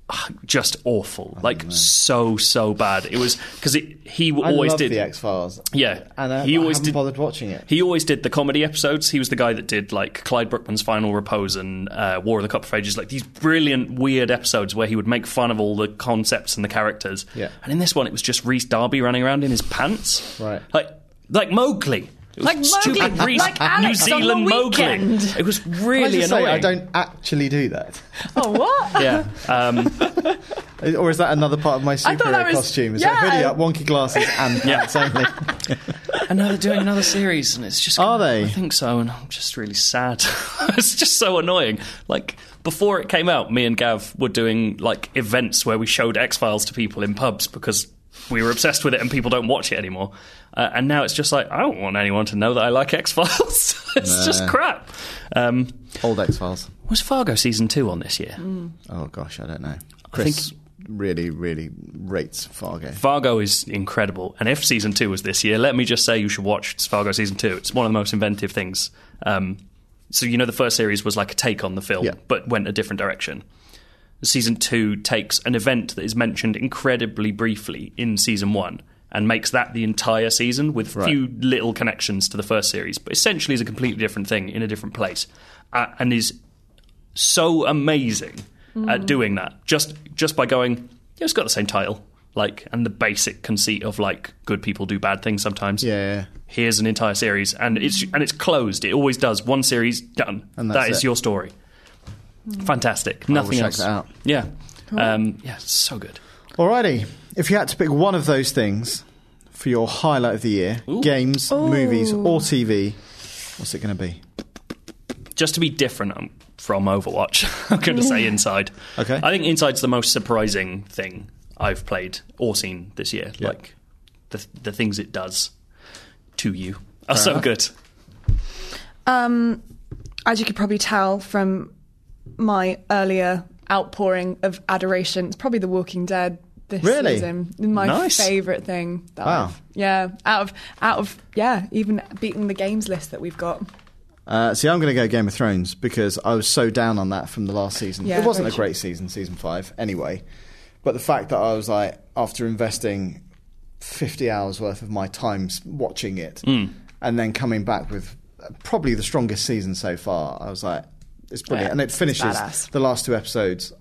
Speaker 2: uh, just awful, like so so bad. It was because he
Speaker 1: Oh, I
Speaker 2: always
Speaker 1: love
Speaker 2: did
Speaker 1: the X Files.
Speaker 2: Yeah,
Speaker 1: and I,
Speaker 2: he
Speaker 1: I
Speaker 2: always
Speaker 1: haven't
Speaker 2: did.
Speaker 1: bothered watching it.
Speaker 2: He always did the comedy episodes. He was the guy that did like Clyde Brookman's Final Repose and uh, War of the Coprophages, like these brilliant, weird episodes where he would make fun of all the concepts and the characters.
Speaker 1: Yeah.
Speaker 2: And in this one, it was just Reese Darby running around in his pants,
Speaker 1: Right.
Speaker 2: Like like Mowgli. It was
Speaker 3: Like Mowgli,
Speaker 2: stupid Reese,
Speaker 3: like Alex
Speaker 2: New
Speaker 3: on the
Speaker 2: Zealand Mowgli.
Speaker 3: weekend.
Speaker 2: It was
Speaker 1: Can I
Speaker 2: really
Speaker 1: just
Speaker 2: annoying.
Speaker 1: say, I don't actually do that.
Speaker 3: Oh, what?
Speaker 2: Yeah. Um,
Speaker 1: Or is that another part of my
Speaker 3: thought that
Speaker 1: superhero
Speaker 3: was-
Speaker 1: costume? Is
Speaker 3: yeah.
Speaker 1: it hoodie up, wonky glasses, and pants only?
Speaker 2: and now they're doing another series, and it's just
Speaker 1: Are they?
Speaker 2: I think so, and I'm just really sad. it's just so annoying. Like before it came out, me and Gav were doing like events where we showed X Files to people in pubs because we were obsessed with it, and people don't watch it anymore. Uh, and now it's just like I don't want anyone to know that I like X Files. it's just
Speaker 1: Nah.
Speaker 2: crap. Um,
Speaker 1: Old X Files.
Speaker 2: was Fargo season two on this year?
Speaker 1: Oh gosh, I don't know. Chris really, really rates Fargo.
Speaker 2: Fargo is incredible, and if season two was this year, let me just say you should watch Fargo season two. It's one of the most inventive things. Um, so you know the first series was like a take on the film,
Speaker 1: Yeah.
Speaker 2: but went a different direction. Season two takes an event that is mentioned incredibly briefly in season one and makes that the entire season with few little connections to the first series, but essentially is a completely different thing in a different place, uh, and is so amazing at doing that just just by going yeah, it's got the same title like and the basic conceit of like good people do bad things sometimes
Speaker 1: Yeah.
Speaker 2: here's an entire series and it's and it's closed it always does one series done
Speaker 1: And
Speaker 2: that
Speaker 1: that's
Speaker 2: is
Speaker 1: it.
Speaker 2: your story fantastic nothing
Speaker 1: check
Speaker 2: else
Speaker 1: that out.
Speaker 2: yeah um, yeah it's so good
Speaker 1: Alrighty, if you had to pick one of those things for your highlight of the year, games, movies, or TV, what's it going to be?
Speaker 2: just to be different um, from Overwatch, I'm going to say Inside.
Speaker 1: Okay.
Speaker 2: I think Inside's the most surprising thing I've played or seen this year.
Speaker 1: Yeah.
Speaker 2: Like the the things it does to you are so good.
Speaker 3: Um, as you could probably tell from my earlier outpouring of adoration, it's probably The Walking Dead this
Speaker 1: Really?
Speaker 3: season. My
Speaker 2: Nice.
Speaker 3: favorite thing. That
Speaker 1: Wow.
Speaker 3: I've- yeah, out of out of yeah, even beating the games list that we've got.
Speaker 1: Uh, see, I'm going to go Game of Thrones because I was so down on that from the last season.
Speaker 3: Yeah,
Speaker 1: it wasn't a
Speaker 3: very
Speaker 1: great season, season five, anyway. But the fact that I was like, after investing 50 hours worth of my time s- watching it and then coming back with uh, probably the strongest season so far, I was like, it's brilliant.
Speaker 3: Yeah,
Speaker 1: and it finishes.
Speaker 3: badass.
Speaker 1: The last two episodes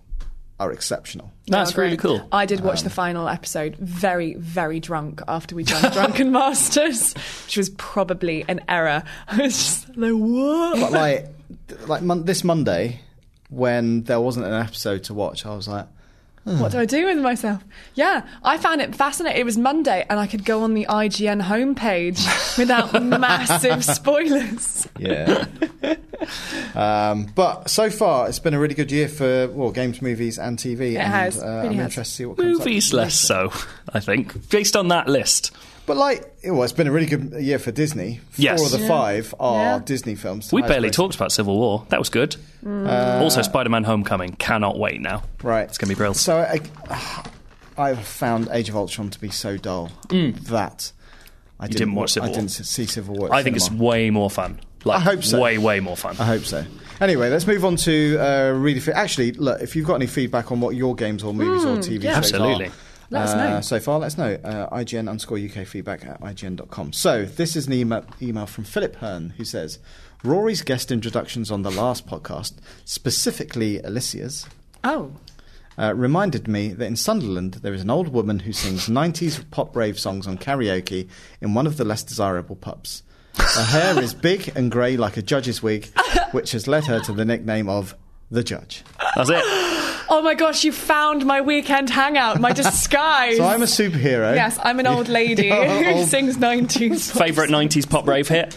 Speaker 1: are exceptional.
Speaker 2: That's
Speaker 3: Yeah, great.
Speaker 2: really cool.
Speaker 3: I did watch the final episode very, very drunk after we done Drunken Masters, which was probably an error. I was just like, what?
Speaker 1: But like, like mon- this Monday, when there wasn't an episode to watch, I was like,
Speaker 3: What do I do with myself? Yeah, I found it fascinating. It was Monday, and I could go on the IGN homepage without massive spoilers.
Speaker 1: yeah. um, but so far, it's been a really good year for well, games, movies, and TV. It and,
Speaker 3: has,
Speaker 1: Uh,
Speaker 3: really
Speaker 1: I'm
Speaker 3: has.
Speaker 1: interested to see what comes up.
Speaker 2: Movies less so, I think, based on that list.
Speaker 1: But like, well, it's been a really good year for Disney. Four
Speaker 2: Yes.
Speaker 1: of the
Speaker 2: Yeah.
Speaker 1: five are
Speaker 3: Yeah.
Speaker 1: Disney films.
Speaker 2: We
Speaker 1: Highest
Speaker 2: barely
Speaker 1: grossing.
Speaker 2: talked about Civil War. That was good. also, Spider-Man: Homecoming. Cannot wait now.
Speaker 1: Mm. Right,
Speaker 2: it's gonna be brilliant.
Speaker 1: So I, I've found Age of Ultron to be so dull that I didn't,
Speaker 2: Mm. didn't watch
Speaker 1: wa-
Speaker 2: Civil
Speaker 1: I
Speaker 2: War.
Speaker 1: didn't see Civil War. at
Speaker 2: I think it's
Speaker 1: cinema.
Speaker 2: way more fun. Like,
Speaker 1: I hope so.
Speaker 2: Way, way more fun.
Speaker 1: I hope so. Anyway, let's move on to uh, reader feed. Actually, look, if you've got any feedback on what your games or movies
Speaker 3: Mm,
Speaker 1: or TV shows
Speaker 2: Absolutely.
Speaker 1: are,
Speaker 3: Let us
Speaker 1: uh,
Speaker 3: know.
Speaker 1: So far, let us know. Uh, IGN underscore UK feedback at IGN.com. So this is an email, email from Philip Hearn who says Rory's guest introductions on the last podcast, specifically Alicia's,
Speaker 3: Oh,
Speaker 1: uh, reminded me that in Sunderland there is an old woman who sings 90s pop rave songs on karaoke in one of the less desirable pubs. Her hair is big and grey like a judge's wig, which has led her to the nickname of the judge.
Speaker 2: That's it.
Speaker 3: oh my gosh! You found my weekend hangout, my disguise.
Speaker 1: So I'm a superhero.
Speaker 3: yes, I'm an old lady
Speaker 1: You're
Speaker 3: who
Speaker 1: old.
Speaker 3: sings nineties.
Speaker 2: Favorite '90s pop rave hit.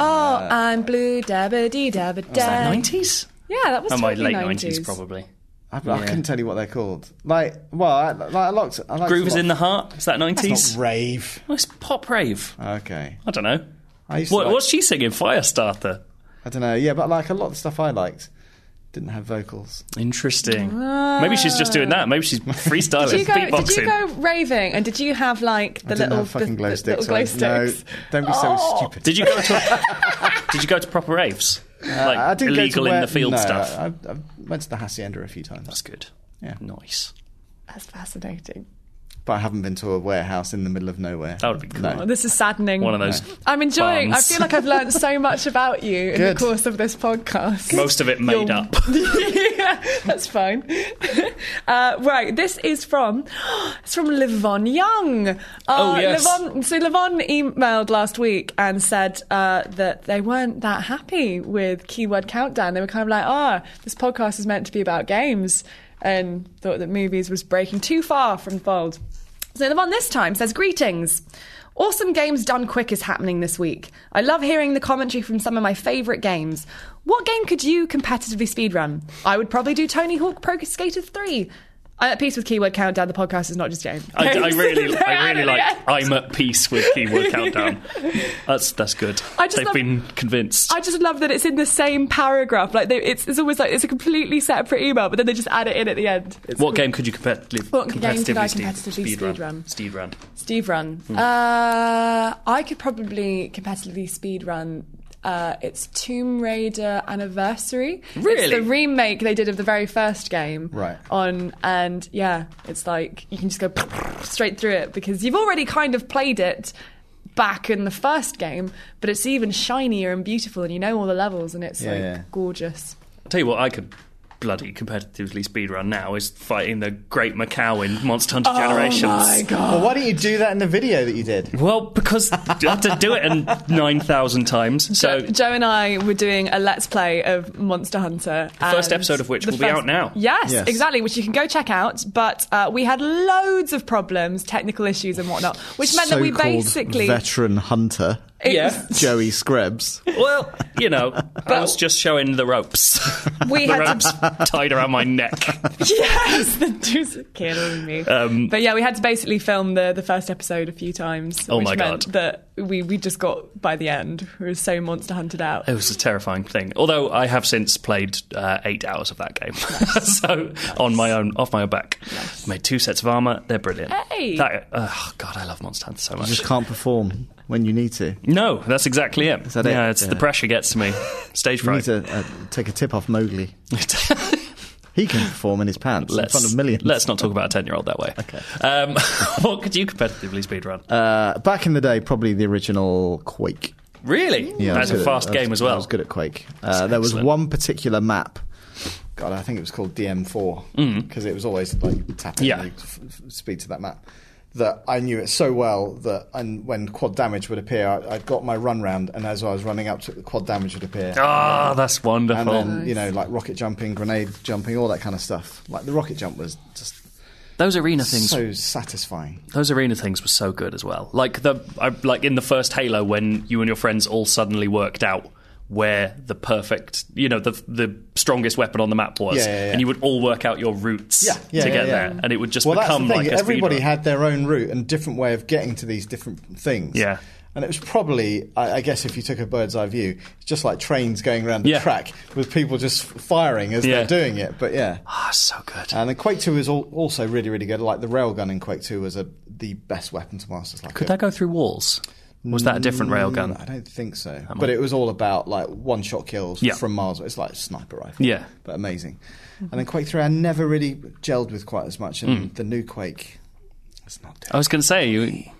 Speaker 3: Oh, I'm blue, dabba dee dabba da.
Speaker 2: '90s.
Speaker 3: Yeah, that was
Speaker 2: And Oh, my
Speaker 3: totally
Speaker 2: late 90s, probably.
Speaker 1: I, I couldn't tell you what they're called. Like, well, I, like, I looked. I liked
Speaker 2: Groove
Speaker 1: a
Speaker 2: is
Speaker 1: lot.
Speaker 2: in the heart. Is that 90s?
Speaker 1: It's not rave.
Speaker 2: Well, it's pop rave.
Speaker 1: Okay.
Speaker 2: I don't know.
Speaker 1: I used to
Speaker 2: What,
Speaker 1: like-
Speaker 2: What's she singing? Firestarter.
Speaker 1: I don't know. Yeah, but like a lot of the stuff I liked didn't have vocals.
Speaker 2: Interesting. Maybe she's just doing that. Maybe she's freestyling,
Speaker 3: Did you, go,
Speaker 2: beatboxing.
Speaker 3: did you go raving and did you have like the
Speaker 1: I didn't
Speaker 3: little
Speaker 1: have fucking
Speaker 3: the-
Speaker 1: glow
Speaker 3: the
Speaker 1: sticks.
Speaker 3: Little glow
Speaker 1: so I-
Speaker 3: sticks?
Speaker 1: No, don't be so
Speaker 3: Oh.
Speaker 1: stupid.
Speaker 2: Did you go to? did you go to proper raves? Like
Speaker 1: Uh, I didn't go
Speaker 2: illegal
Speaker 1: to
Speaker 2: in
Speaker 1: where-
Speaker 2: the field
Speaker 1: no,
Speaker 2: stuff.
Speaker 1: I, I I went to the hacienda a few times.
Speaker 2: That's good. Nice.
Speaker 3: That's fascinating.
Speaker 1: But I haven't been to a warehouse in the middle of nowhere.
Speaker 2: That would be cool.
Speaker 3: Oh, this is saddening.
Speaker 2: One of those.
Speaker 3: I'm enjoying.
Speaker 2: Barnes.
Speaker 3: I feel like I've learned so much about you in the
Speaker 1: Good.
Speaker 3: course of this podcast.
Speaker 2: Most of it made
Speaker 3: You're-
Speaker 2: up.
Speaker 3: yeah, that's fine. Uh, right, this is from it's from Livon Young. Uh,
Speaker 2: Oh, yes.
Speaker 3: Livon, so Livon emailed last week and said uh, that they weren't that happy with Keyword Countdown. They were kind of like, "Ah, this podcast is meant to be about games," and thought that movies was breaking too far from the fold. So Livon this time says, "Greetings." Awesome Games Done Quick is happening this week. I love hearing the commentary from some of my favourite games. What game could you competitively speedrun? I would probably do Tony Hawk Pro Skater 3. I'm at peace with Keyword Countdown. The podcast is not just game.
Speaker 2: I, I really,
Speaker 3: They're
Speaker 2: I
Speaker 3: at
Speaker 2: really
Speaker 3: it
Speaker 2: like.
Speaker 3: again.
Speaker 2: I'm at peace with keyword countdown. That's that's good.
Speaker 3: I just
Speaker 2: They've
Speaker 3: love-
Speaker 2: been convinced.
Speaker 3: I just love that it's in the same paragraph. Like they, it's, it's always like it's a completely separate email, but then they just add it in at the end. It's
Speaker 2: what game could you competitively,
Speaker 3: What game
Speaker 2: competitively,
Speaker 3: could I
Speaker 2: speed-
Speaker 3: competitively
Speaker 2: speedrun?
Speaker 3: speedrun?
Speaker 2: Speedrun.
Speaker 3: Steve Run.
Speaker 1: Hmm.
Speaker 3: Uh, I could probably competitively speed run. Uh, it's Tomb Raider Anniversary. It's
Speaker 2: Really?
Speaker 3: the remake they did of the very first game.
Speaker 1: Right.
Speaker 3: On and yeah, it's like you can just go straight through it because you've already kind of played it back in the first game, but it's even shinier and beautiful, and you know all the levels, and it's
Speaker 1: Yeah,
Speaker 3: like
Speaker 1: yeah.
Speaker 3: gorgeous.
Speaker 2: I'll tell you what, I could bloody competitively speedrun now is fighting the Great Macau in Monster Hunter
Speaker 3: Oh
Speaker 2: Generations.
Speaker 1: Well, why don't you do that in the video that you did?
Speaker 2: Well, because you have to do it in nine thousand times. So
Speaker 3: Joe, Joe and I were doing a let's play of Monster Hunter. The
Speaker 2: first episode of which will be out now.
Speaker 3: Yes,
Speaker 1: Yes.
Speaker 3: exactly, which you can go check out. But uh, we had loads of problems, technical issues and whatnot, which meant that we
Speaker 1: So-called
Speaker 3: basically.
Speaker 1: veteran hunter
Speaker 3: it
Speaker 2: Yeah.
Speaker 3: was-
Speaker 1: Joey Screbs.
Speaker 2: well, you know, I was just showing the ropes.
Speaker 3: We
Speaker 2: the
Speaker 3: had to-
Speaker 2: ropes tied around my neck.
Speaker 3: yes, the dude's killing me.
Speaker 2: Um,
Speaker 3: but yeah, we had to basically film the, the first episode a few times.
Speaker 2: Oh
Speaker 3: which
Speaker 2: my
Speaker 3: meant
Speaker 2: God.
Speaker 3: That we, we just got by the end. We were so monster hunted out.
Speaker 2: It was a terrifying thing. Although I have since played uh, eight hours of that game, so on my own, off my own back, made two sets of armor. They're brilliant.
Speaker 3: Hey!
Speaker 2: That- oh god, I love Monster Hunter so much.
Speaker 1: You just can't perform when you need to.
Speaker 2: No, that's exactly it.
Speaker 1: that it?
Speaker 2: yeah, it's
Speaker 1: Yeah.
Speaker 2: the pressure gets to me. Stage
Speaker 1: You need
Speaker 2: fright.
Speaker 1: to uh, take a tip off Mowgli. He can perform in his pants
Speaker 2: let's,
Speaker 1: in front of millions.
Speaker 2: let's not talk about a ten-year-old that way. Okay. Um, what could you competitively speedrun?
Speaker 1: Uh, back in the day, probably the original Quake.
Speaker 2: really?
Speaker 1: Yeah, I was
Speaker 2: that's a
Speaker 1: good at-
Speaker 2: fast
Speaker 1: I was-
Speaker 2: game as well.
Speaker 1: I was good at Quake. Uh, there was
Speaker 2: excellent.
Speaker 1: one particular map. God, I think it was called DM4 because it was always like tapping
Speaker 2: Mm. Yeah.
Speaker 1: the f- f- speed to that map. That I knew it so well that and when quad damage would appear, I, I got my run round, and as I was running up to it, quad damage would appear.
Speaker 2: Ah, that's wonderful.
Speaker 1: and then you know, like rocket jumping, grenade jumping, all that kind of stuff. Like the rocket jump was just
Speaker 2: those arena things,
Speaker 1: so satisfying.
Speaker 2: those arena things were so good as well. Like the I, like in the first Halo, when you and your friends all suddenly worked out where the perfect, you know, the the strongest weapon on the map was,
Speaker 1: Yeah, yeah, yeah.
Speaker 2: and you would all work out your routes
Speaker 1: Yeah, yeah,
Speaker 2: to
Speaker 1: yeah,
Speaker 2: get
Speaker 1: yeah.
Speaker 2: there, and it would just
Speaker 1: well, that's the
Speaker 2: become
Speaker 1: thing.
Speaker 2: like a
Speaker 1: everybody
Speaker 2: speedrun.
Speaker 1: had their own route and different way of getting to these different things.
Speaker 2: Yeah.
Speaker 1: And it was probably, I, I guess, if you took a bird's eye view, it's just like trains going around the
Speaker 2: Yeah.
Speaker 1: track with people just firing as
Speaker 2: Yeah.
Speaker 1: they're doing it. But yeah.
Speaker 2: Ah, so good.
Speaker 1: And then Quake 2 is al- also really, really good. Like the railgun in Quake 2 was a, the best weapon to master. Like Mm,
Speaker 2: Could that go through walls? Was that a different railgun?
Speaker 1: I don't think so. But it was all about like one shot kills
Speaker 2: Yeah.
Speaker 1: from miles away. It's like a sniper rifle.
Speaker 2: Yeah.
Speaker 1: But amazing. And then Quake 3, I never really gelled with quite as much.
Speaker 2: Mm.
Speaker 1: And the new Quake, it's not
Speaker 2: I was going to say you.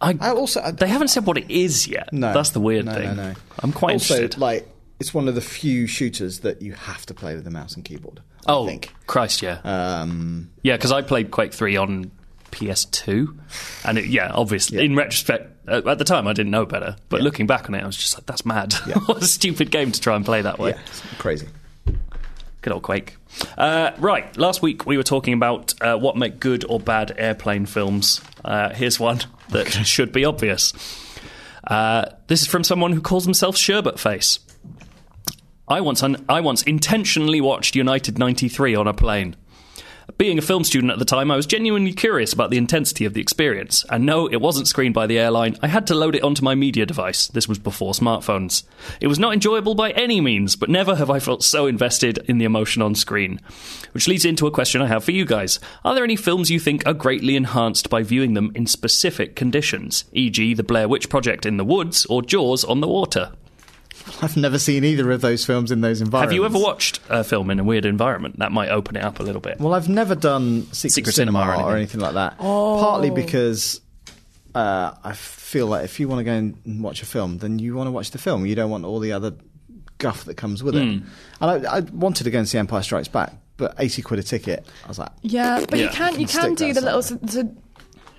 Speaker 2: I,
Speaker 1: I also I,
Speaker 2: they haven't said what it is yet.
Speaker 1: no,
Speaker 2: that's the weird
Speaker 1: no,
Speaker 2: thing.
Speaker 1: No, no.
Speaker 2: I'm quite
Speaker 1: also,
Speaker 2: interested.
Speaker 1: Like it's one of the few shooters that you have to play with a mouse and keyboard. I
Speaker 2: oh
Speaker 1: think.
Speaker 2: Christ, yeah,
Speaker 1: Um,
Speaker 2: yeah. Because I played Quake Three on PS2, and it, yeah, obviously, in retrospect, uh, at the time I didn't know better, but looking back on it, I was just like, that's mad. what a stupid game to try and play that way.
Speaker 1: yeah, it's crazy.
Speaker 2: Good old Quake. Uh, right, last week we were talking about uh, what make good or bad airplane films. Uh, here's one that should be obvious. Uh, this is from someone who calls himself Sherbet Face. I once, un- I once intentionally watched United 93 on a plane. Being a film student at the time, I was genuinely curious about the intensity of the experience. And no, it wasn't screened by the airline. I had to load it onto my media device. This was before smartphones. It was not enjoyable by any means, but never have I felt so invested in the emotion on screen. Which leads into a question I have for you guys. Are there any films you think are greatly enhanced by viewing them in specific conditions, e.g., The Blair Witch Project in the woods or Jaws on the water?
Speaker 1: I've never seen either of those films in those environments.
Speaker 2: Have you ever watched a film in a weird environment? That might open it up a little bit.
Speaker 1: Well, I've never done secret,
Speaker 2: Secret
Speaker 1: cinema,
Speaker 2: cinema
Speaker 1: or,
Speaker 2: or
Speaker 1: anything. like that. Partly because uh, I feel like if you want to go and watch a film, then you want to watch the film. You don't want all the other guff that comes with it.
Speaker 2: Hmm.
Speaker 1: And I, I wanted to go and see Empire Strikes Back, but eighty quid a ticket. I was like,
Speaker 3: Yeah, but you
Speaker 2: Yeah.
Speaker 3: can you
Speaker 1: Stick
Speaker 3: can do
Speaker 1: that
Speaker 3: the little. s the-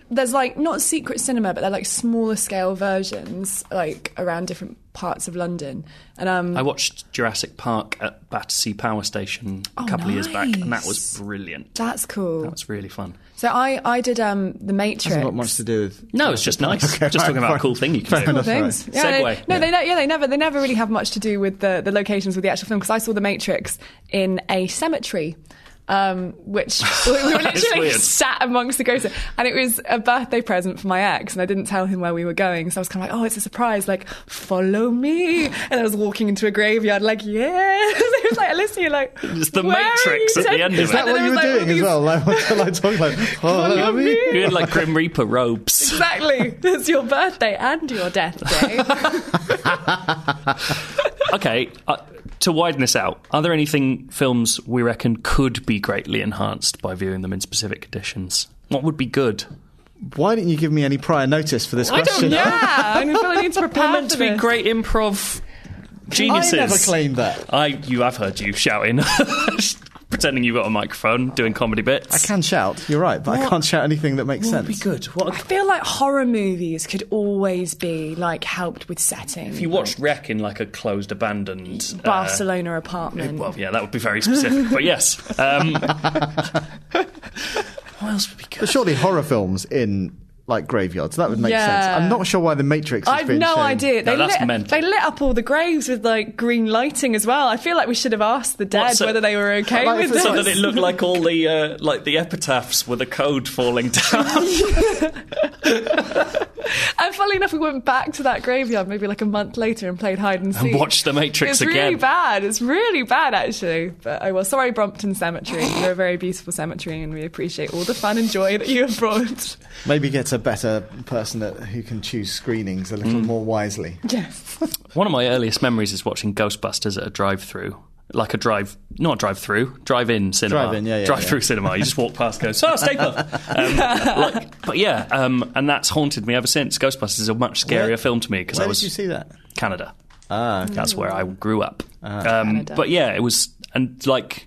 Speaker 3: there's like not secret cinema, but they're like smaller scale versions, like around different parts of London. And um,
Speaker 2: I watched Jurassic Park at Battersea Power Station a
Speaker 3: Oh,
Speaker 2: couple of years back, and that
Speaker 3: nice.
Speaker 2: was brilliant.
Speaker 3: that's cool.
Speaker 2: That was really fun.
Speaker 3: so I I did um the Matrix.
Speaker 1: hasn't got much to do with.
Speaker 2: No, it's just nice. just talking about a cool thing you can do.
Speaker 3: Cool
Speaker 1: That's right.
Speaker 3: things. Yeah,
Speaker 2: Segway.
Speaker 3: they, no, they ne- yeah they never they never really have much to do with the the locations with the actual film because I saw The Matrix in a cemetery. Um, which we we were
Speaker 2: It's
Speaker 3: literally
Speaker 2: weird.
Speaker 3: sat amongst the graves, and it was a birthday present for my ex, and I didn't tell him where we were going, so I was kind of like, "Oh, it's a surprise!" Like, follow me, and I was walking into a graveyard, like, "Yeah!" it was like, "Listen, you're like,
Speaker 2: It's the
Speaker 3: "Where are
Speaker 2: Matrix
Speaker 3: you
Speaker 2: at the
Speaker 3: taking-"
Speaker 2: end of it. Is
Speaker 3: And
Speaker 1: Is that
Speaker 3: then
Speaker 1: what
Speaker 3: it
Speaker 1: you
Speaker 3: was
Speaker 1: were
Speaker 3: like all
Speaker 1: doing as
Speaker 3: these-
Speaker 1: well? Like, what I talking like, oh,
Speaker 3: Follow me.
Speaker 2: You had like Grim Reaper robes.
Speaker 3: Exactly, it's your birthday and your death day.
Speaker 2: Okay, uh, to widen this out, are there anything films we reckon could be greatly enhanced by viewing them in specific conditions? What would be good?
Speaker 1: Why didn't you give me any prior notice for this question?
Speaker 3: yeah, I feel I need to prepare
Speaker 2: We're meant to
Speaker 3: for
Speaker 2: be
Speaker 3: this.
Speaker 2: great improv
Speaker 1: I
Speaker 2: geniuses.
Speaker 1: never claimed that.
Speaker 2: I, you, I've heard you shouting, pretending you've got a microphone, doing comedy bits.
Speaker 1: I can shout. You're right, but I can't shout anything that makes
Speaker 2: What
Speaker 1: sense.
Speaker 2: would be good? What
Speaker 3: I feel like horror movies could always be like helped with setting.
Speaker 2: if you watched Wreck in like a closed, abandoned uh,
Speaker 3: Barcelona apartment.
Speaker 2: Well, yeah, that would be very specific, but yes. Um, what else would be good?
Speaker 1: But surely horror films in like graveyards that would make
Speaker 3: Yeah.
Speaker 1: sense. I'm not sure why the Matrix. Has
Speaker 3: I've
Speaker 1: been
Speaker 3: no
Speaker 1: shown.
Speaker 3: idea.
Speaker 2: No,
Speaker 3: They,
Speaker 2: that's
Speaker 3: lit,
Speaker 2: mental.
Speaker 3: they lit up all the graves with like green lighting as well. I feel like we should have asked the dead
Speaker 2: What, so-
Speaker 3: whether they were okay
Speaker 1: Like,
Speaker 3: with
Speaker 1: so
Speaker 3: this.
Speaker 2: So that it looked like all the uh, like the epitaphs were the code falling down.
Speaker 3: and funnily enough, we went back to that graveyard maybe like a month later and played hide and seek.
Speaker 2: watched The Matrix
Speaker 3: It's really
Speaker 2: again.
Speaker 3: bad. It's really bad actually. But oh well. Sorry, Brompton Cemetery. You're a very beautiful cemetery, and we appreciate all the fun and joy that you have brought.
Speaker 1: Maybe get a better person at, who can choose screenings a
Speaker 3: Mm.
Speaker 1: little more wisely.
Speaker 3: Yes.
Speaker 2: One of my earliest memories is watching Ghostbusters at a drive-through. Like a drive, not drive-through, drive-in cinema,
Speaker 1: Drive-in, yeah, yeah,
Speaker 2: drive-through
Speaker 1: yeah.
Speaker 2: cinema. You just walk past, goes, oh, stay put. Um, like, but yeah, um, and that's haunted me ever since. Ghostbusters is a much scarier
Speaker 1: Where-
Speaker 2: film to me because
Speaker 1: Where
Speaker 2: I was
Speaker 1: did you see that?
Speaker 2: Canada.
Speaker 1: Ah, okay. Ah.
Speaker 2: That's where I grew up. um,
Speaker 3: Canada.
Speaker 2: but yeah, it was, and like,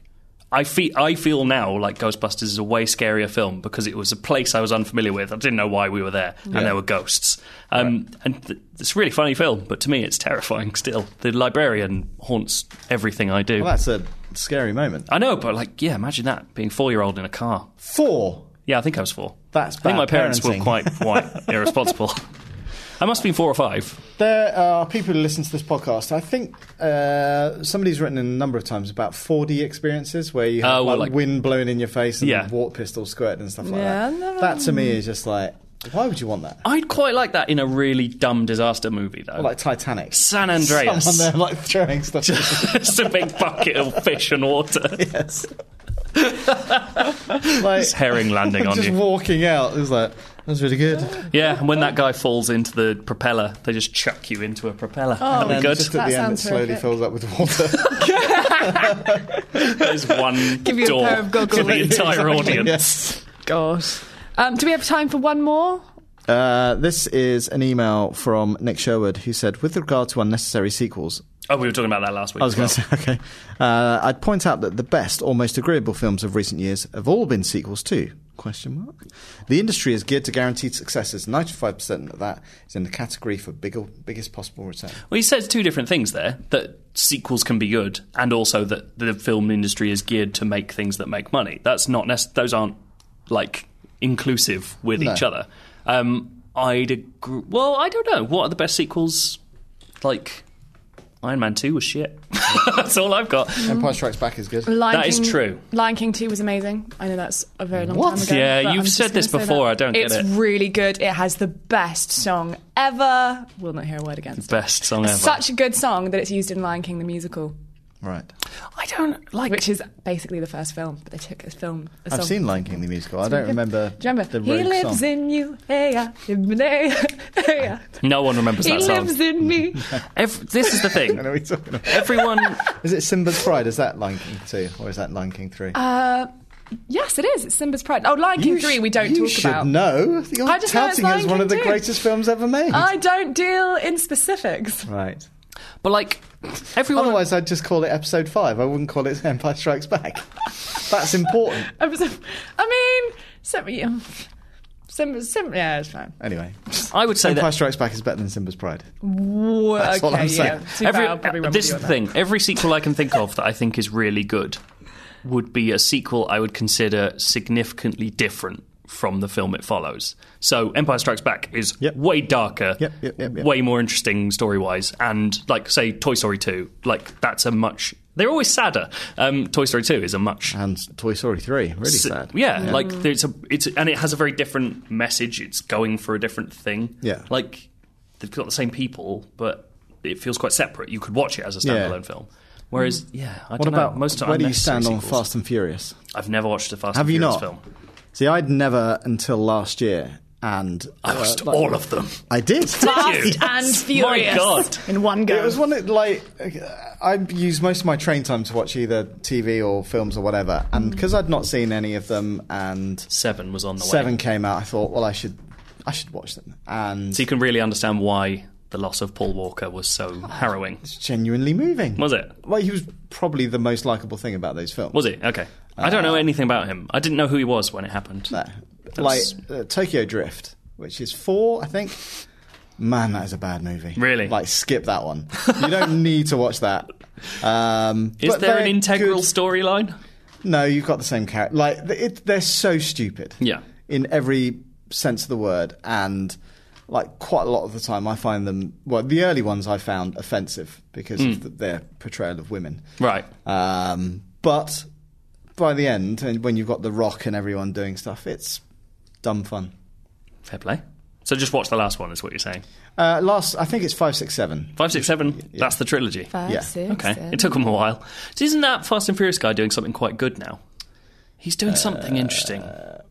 Speaker 2: I feel I feel now like Ghostbusters is a way scarier film because it was a place I was unfamiliar with. I didn't know why we were there, and there were ghosts. Um, And th- it's a really funny film, but to me, it's terrifying still. The librarian haunts everything I do.
Speaker 1: Well, that's a scary moment.
Speaker 2: I know, but like, yeah, imagine that being four year old in a car.
Speaker 1: Four.
Speaker 2: Yeah, I think I was four.
Speaker 1: That's
Speaker 2: I think
Speaker 1: bad
Speaker 2: my parents
Speaker 1: parenting.
Speaker 2: were quite quite irresponsible. I must have been four or five.
Speaker 1: There are people who listen to this podcast. I think uh, somebody's written in a number of times about 4D experiences where you have
Speaker 2: Oh, well,
Speaker 1: like,
Speaker 2: like-
Speaker 1: wind blown in your face and
Speaker 2: Yeah.
Speaker 1: water pistol squirting and stuff like
Speaker 3: Yeah,
Speaker 1: that.
Speaker 3: never-
Speaker 1: That to me is just like, why would you want that?
Speaker 2: I'd quite like that in a really dumb disaster movie though.
Speaker 1: Like Titanic.
Speaker 2: San Andreas.
Speaker 1: Someone there like throwing stuff. at you.
Speaker 2: It's a big bucket of fish and water.
Speaker 1: Yes. like
Speaker 2: It's herring landing on
Speaker 1: just
Speaker 2: you.
Speaker 1: walking out, it was like that was really good.
Speaker 2: Yeah, and when that guy falls into the propeller, they just chuck you into a propeller.
Speaker 3: Oh.
Speaker 2: That'd be good.
Speaker 1: Just
Speaker 3: That
Speaker 1: at the end, it
Speaker 3: sounds
Speaker 1: slowly
Speaker 3: horrific.
Speaker 1: fills up with water.
Speaker 2: There's one
Speaker 3: Give you
Speaker 2: door
Speaker 3: a pair of
Speaker 2: to
Speaker 3: goggles.
Speaker 2: the entire
Speaker 1: Exactly,
Speaker 2: audience.
Speaker 1: yes.
Speaker 3: Gosh. Um, do we have time for one more?
Speaker 1: Uh, this is an email from Nick Sherwood who said, with regard to unnecessary sequels,
Speaker 2: Oh, we were talking about that last week.
Speaker 1: I was
Speaker 2: as
Speaker 3: Oh.
Speaker 1: going
Speaker 2: well.
Speaker 1: to say, okay. Uh, I'd point out that the best or most agreeable films of recent years have all been sequels too. Question mark. The industry is geared to guaranteed successes. Ninety-five percent of that is in the category for bigger, biggest possible return.
Speaker 3: Mm.
Speaker 2: Well, he says two different things there that sequels can be good, and also that the film industry is geared to make things that make money. That's not nec- those aren't like inclusive with
Speaker 1: No.
Speaker 2: each other. Um, I'd agree. Well, I don't know. What are the best sequels? Like Iron Man 2 was shit. That's all I've got.
Speaker 1: Empire Strikes Back is good.
Speaker 3: Lion
Speaker 2: That is
Speaker 3: King-
Speaker 2: true.
Speaker 3: Lion King 2 was amazing. I know that's a very long
Speaker 1: What?
Speaker 3: time ago.
Speaker 2: Yeah,
Speaker 3: but
Speaker 2: you've
Speaker 3: I'm just
Speaker 2: said this
Speaker 3: gonna say
Speaker 2: before,
Speaker 3: that.
Speaker 2: I don't get
Speaker 3: it's
Speaker 2: it.
Speaker 3: really good. It has the best song ever. We'll not hear a word against it.
Speaker 2: Best song ever.
Speaker 3: Such a good song that it's used in Lion King the musical.
Speaker 1: Right.
Speaker 2: I don't like.
Speaker 3: which is basically the first film, but they took a film. A
Speaker 1: I've
Speaker 3: song.
Speaker 1: seen Lion King the musical. I don't remember.
Speaker 3: Do you remember?
Speaker 1: the
Speaker 3: he
Speaker 1: rogue
Speaker 3: lives
Speaker 1: song.
Speaker 3: in you. Hey, yeah, hey, yeah.
Speaker 2: no one remembers
Speaker 3: He
Speaker 2: that song.
Speaker 3: lives in me.
Speaker 2: Ev- this is the
Speaker 1: I
Speaker 2: thing.
Speaker 1: know what you're talking about.
Speaker 2: Everyone
Speaker 1: Is it Simba's Pride? Is that Lion King two or is that Lion King three?
Speaker 3: Uh, yes, it is. It's Simba's Pride. Oh, Lion King
Speaker 1: You sh-
Speaker 3: three. We don't
Speaker 1: you
Speaker 3: talk
Speaker 1: should
Speaker 3: about.
Speaker 1: know. You're
Speaker 3: I just know it's
Speaker 1: touting it as
Speaker 3: Lion
Speaker 1: one
Speaker 3: King
Speaker 1: of the
Speaker 3: too. Uh,
Speaker 1: greatest films ever made.
Speaker 3: I don't deal in specifics.
Speaker 1: right.
Speaker 2: But like everyone,
Speaker 1: Otherwise, I'd just call it Episode Five. I wouldn't call it Empire Strikes Back. That's important.
Speaker 3: I was- I mean, um, Simba. Simba, Simba, yeah, it's fine.
Speaker 1: Anyway,
Speaker 2: I would say
Speaker 1: Empire
Speaker 2: that
Speaker 1: Strikes Back is better than Simba's Pride.
Speaker 3: Whoa,
Speaker 1: That's
Speaker 3: okay,
Speaker 1: all I'm
Speaker 3: yeah.
Speaker 1: saying.
Speaker 3: Too bad I'll probably
Speaker 2: every,
Speaker 3: run
Speaker 2: this is
Speaker 3: with you
Speaker 2: the
Speaker 3: on
Speaker 2: thing. Every sequel I can think of that I think is really good would be a sequel I would consider significantly different from the film it follows. So Empire Strikes Back is
Speaker 1: Yep.
Speaker 2: way darker,
Speaker 1: Yep, yep, yep, yep.
Speaker 2: way more interesting story wise, and like say Toy Story two, like that's a much. They're always sadder. Um, Toy Story two is a much
Speaker 1: And Toy Story Three, really
Speaker 2: S-
Speaker 1: sad.
Speaker 2: Yeah, like there's a it's and it has a very different message. It's going for a different thing.
Speaker 1: Yeah.
Speaker 2: like they've got the same people, but it feels quite separate. You could watch it as a
Speaker 1: Yeah.
Speaker 2: standalone film. Whereas, yeah, I
Speaker 1: What
Speaker 2: don't
Speaker 1: about
Speaker 2: know. Most
Speaker 1: where do you
Speaker 2: unnecessary
Speaker 1: stand on
Speaker 2: sequels.
Speaker 1: Fast and Furious?
Speaker 2: I've never watched a Fast
Speaker 1: Have
Speaker 2: and
Speaker 1: you
Speaker 2: Furious
Speaker 1: not?
Speaker 2: film.
Speaker 1: See, I'd never until last year, and
Speaker 2: I watched all of them.
Speaker 1: I did.
Speaker 2: Did
Speaker 3: that.
Speaker 2: you?
Speaker 3: Fast and furious.
Speaker 2: God.
Speaker 3: In one go.
Speaker 1: It was one that, like, I use most of my train time to watch either TV or films or whatever. And
Speaker 3: Mm.
Speaker 1: because I'd not seen any of them, and
Speaker 2: Seven was on the
Speaker 1: Seven
Speaker 2: way,
Speaker 1: came out, I thought, well, I should, I should watch them. And
Speaker 2: so you can really understand why the loss of Paul Walker was so harrowing.
Speaker 1: it's genuinely moving.
Speaker 2: Was it?
Speaker 1: Well, he was probably the most likable thing about those films.
Speaker 2: Was it okay? I don't know anything about him. I didn't know who he was when it happened.
Speaker 1: Uh, No. Like uh, Tokyo Drift, which is four, I think. Man, that is a bad movie.
Speaker 2: Really?
Speaker 1: Like, skip that one. You don't need to watch that. Um,
Speaker 2: Is
Speaker 1: but
Speaker 2: there
Speaker 1: they're
Speaker 2: an integral
Speaker 1: good-
Speaker 2: storyline?
Speaker 1: No, you've got the same character. Like th- it, they're so stupid.
Speaker 2: Yeah.
Speaker 1: In every sense of the word, and like quite a lot of the time, I find them. Well, the early ones I found offensive because
Speaker 2: Hmm.
Speaker 1: of th their portrayal of women.
Speaker 2: Right.
Speaker 1: Um, but by the end, and when you've got the Rock and everyone doing stuff, it's dumb fun.
Speaker 2: Fair play. So just watch the last one, is what you're saying.
Speaker 1: Uh, last, I think it's five, six, seven.
Speaker 2: Five, six, seven. That's the trilogy.
Speaker 3: Five,
Speaker 1: Yeah.
Speaker 3: six,
Speaker 2: Okay,
Speaker 3: seven.
Speaker 2: it took him a while. So isn't that Fast and Furious guy doing something quite good now? He's doing something interesting.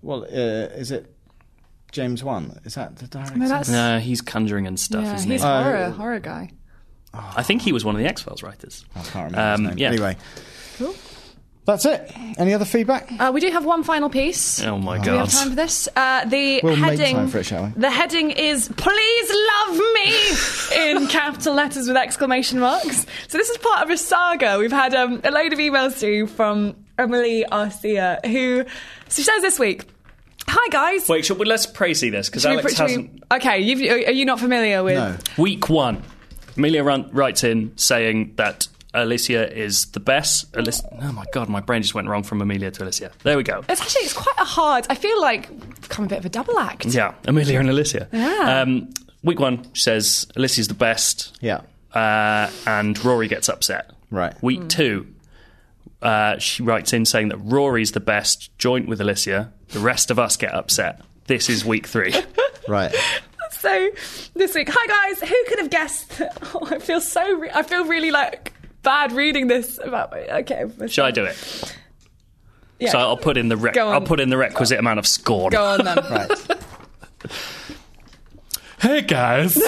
Speaker 1: Well, uh, is it James Wan? Is that the director?
Speaker 3: No, that's
Speaker 2: No, Uh, he's conjuring and stuff,
Speaker 3: yeah,
Speaker 2: isn't
Speaker 3: he's
Speaker 2: he?
Speaker 1: Uh,
Speaker 3: horror, horror guy.
Speaker 2: I think he was one of the X Files writers.
Speaker 1: I can't remember his
Speaker 2: Um,
Speaker 1: name.
Speaker 2: yeah.
Speaker 1: Anyway,
Speaker 3: Cool.
Speaker 1: that's it. Any other feedback?
Speaker 3: Uh, we do have one final piece.
Speaker 2: Oh my
Speaker 3: Do we
Speaker 2: god!
Speaker 3: have time for this? Uh, the
Speaker 1: We'll make
Speaker 3: heading.
Speaker 1: time for it, shall we?
Speaker 3: The heading is "Please love me" in capital letters with exclamation marks. So this is part of a saga. We've had um, a load of emails through from Emily Arcia, who she says this week. Hi guys.
Speaker 2: Wait, should, well, let's praisey this because
Speaker 3: Should we-
Speaker 2: Alex
Speaker 3: should we-
Speaker 2: hasn't.
Speaker 3: okay, you've, are you not familiar with?
Speaker 1: No.
Speaker 2: Week one, Amelia run, writes in saying that Alicia is the best. Alicia, oh my god, my brain just went wrong from Amelia to Alicia. There we go.
Speaker 3: It's actually it's quite a hard. I feel like I've become a bit of a double act.
Speaker 2: Yeah, Amelia and Alicia.
Speaker 3: Yeah.
Speaker 2: Um, week one, she says Alicia's the best.
Speaker 1: Yeah.
Speaker 2: uh, and Rory gets upset.
Speaker 1: Right.
Speaker 2: Week
Speaker 3: Hmm.
Speaker 2: two, uh, she writes in saying that Rory's the best, joint with Alicia. The rest of us get upset. This is week three.
Speaker 1: Right.
Speaker 3: So this week, hi guys, who could have guessed? that- Oh, I feel so. Re- I feel really like bad reading this about. My- okay,
Speaker 2: Should I do it?
Speaker 3: Yeah.
Speaker 2: So I'll put in the re-
Speaker 3: Go on.
Speaker 2: I'll put in the requisite amount of scorn.
Speaker 3: Go on then.
Speaker 1: Right.
Speaker 2: Hey guys,